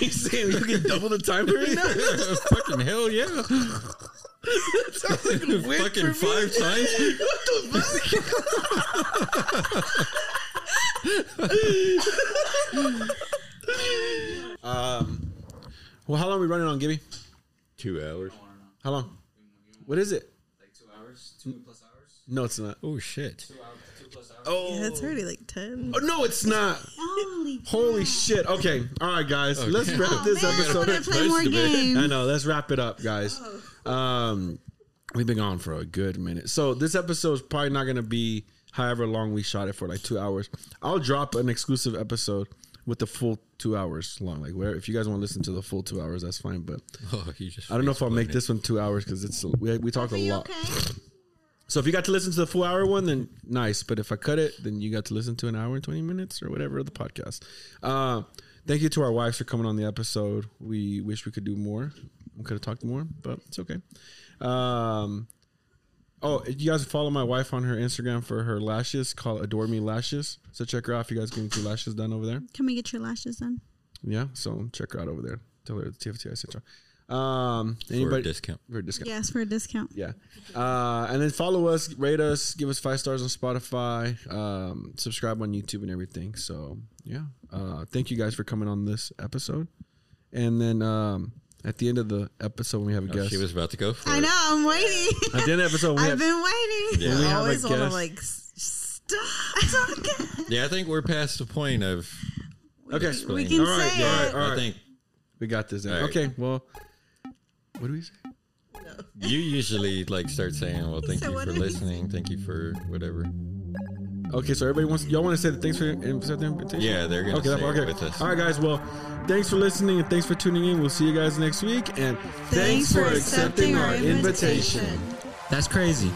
[SPEAKER 1] you saying you can double the time period
[SPEAKER 3] [LAUGHS]
[SPEAKER 1] now?
[SPEAKER 3] fucking
[SPEAKER 1] [LAUGHS]
[SPEAKER 3] hell yeah!
[SPEAKER 1] Sounds like a win
[SPEAKER 3] fucking
[SPEAKER 1] for me.
[SPEAKER 3] five times.
[SPEAKER 1] What the fuck? Um, well, how long are we running on, Gibby?
[SPEAKER 3] Two hours.
[SPEAKER 1] How long? What is it?
[SPEAKER 2] Like two hours, two plus hours.
[SPEAKER 1] No, it's not.
[SPEAKER 3] Oh shit!
[SPEAKER 1] Oh,
[SPEAKER 5] Yeah, it's already like ten.
[SPEAKER 1] Oh, no, it's not.
[SPEAKER 4] [LAUGHS]
[SPEAKER 1] [LAUGHS]
[SPEAKER 4] Holy,
[SPEAKER 1] Holy shit. Okay. All right, guys.
[SPEAKER 3] Oh,
[SPEAKER 1] let's
[SPEAKER 3] damn.
[SPEAKER 1] wrap
[SPEAKER 4] Oh,
[SPEAKER 1] this
[SPEAKER 4] man, I
[SPEAKER 1] episode.
[SPEAKER 4] wanna play
[SPEAKER 3] Most
[SPEAKER 4] more
[SPEAKER 3] of it.
[SPEAKER 4] games. Oh.
[SPEAKER 1] I know. Let's wrap it up, guys. Um, we've been gone for a good minute, so this episode is probably not going to be however long we shot it for, like two hours. I'll drop an exclusive episode with the full two hours long. Like, where if you guys want to listen to the full two hours, that's fine. But
[SPEAKER 3] Oh, he just.
[SPEAKER 1] I don't know if I'll make
[SPEAKER 3] faceplanted.
[SPEAKER 1] this one two hours because it's we, we talked a
[SPEAKER 4] Are you
[SPEAKER 1] lot.
[SPEAKER 4] okay?
[SPEAKER 1] So if you got to listen to the full hour one, then nice. But if I cut it, then you got to listen to an hour and twenty minutes or whatever of the podcast. Uh, thank you to our wives for coming on the episode. We wish we could do more. We could have talked more, but it's okay. Um, oh, you guys follow my wife on her Instagram for her lashes called Adore Me Lashes. So check her out if you guys can get your lashes done over there.
[SPEAKER 4] Can we get your lashes done?
[SPEAKER 1] Yeah, so check her out over there. Tell her the TFTI sent you. Um,
[SPEAKER 3] for a
[SPEAKER 1] anybody
[SPEAKER 3] discount.
[SPEAKER 1] for a discount.
[SPEAKER 4] Yes, for
[SPEAKER 1] [LAUGHS]
[SPEAKER 4] a discount.
[SPEAKER 1] Yeah. Uh, and then follow us, rate us, give us five stars on Spotify, um, subscribe on YouTube and everything. So, yeah. Uh, thank you guys for coming on this episode. And then um, at the end of the episode, when we have a
[SPEAKER 3] Oh,
[SPEAKER 1] guest.
[SPEAKER 3] She was about to go for
[SPEAKER 4] I
[SPEAKER 3] it.
[SPEAKER 4] know. Oh, I'm waiting.
[SPEAKER 1] at the end of the episode, when we have,
[SPEAKER 4] I've been waiting.
[SPEAKER 3] Yeah.
[SPEAKER 1] when we
[SPEAKER 5] I
[SPEAKER 1] have
[SPEAKER 5] always
[SPEAKER 1] a
[SPEAKER 5] want to
[SPEAKER 1] guest.
[SPEAKER 5] like s- stop talking.
[SPEAKER 3] Yeah, I think we're past the point of.
[SPEAKER 1] okay.
[SPEAKER 4] [LAUGHS] We can
[SPEAKER 1] All right,
[SPEAKER 4] say
[SPEAKER 1] all
[SPEAKER 4] it.
[SPEAKER 1] right, all right.
[SPEAKER 3] I think
[SPEAKER 1] We got this. now.
[SPEAKER 3] All right.
[SPEAKER 1] Okay. Well, what do we say?
[SPEAKER 3] you usually like start saying,
[SPEAKER 4] [LAUGHS]
[SPEAKER 3] "Well, thank
[SPEAKER 5] So
[SPEAKER 3] you
[SPEAKER 5] what
[SPEAKER 3] for
[SPEAKER 5] did he say?
[SPEAKER 3] listening. Thank you for whatever."
[SPEAKER 1] Okay. So, everybody wants, y'all want to say the thanks for accepting the invitation?
[SPEAKER 3] Yeah, they're gonna
[SPEAKER 1] Okay,
[SPEAKER 3] say
[SPEAKER 1] that-
[SPEAKER 3] it
[SPEAKER 1] okay.
[SPEAKER 3] with us.
[SPEAKER 1] All right, guys. Well, thanks for listening and thanks for tuning in. We'll see you guys next week. And
[SPEAKER 4] Thanks for accepting our invitation.
[SPEAKER 2] That's crazy.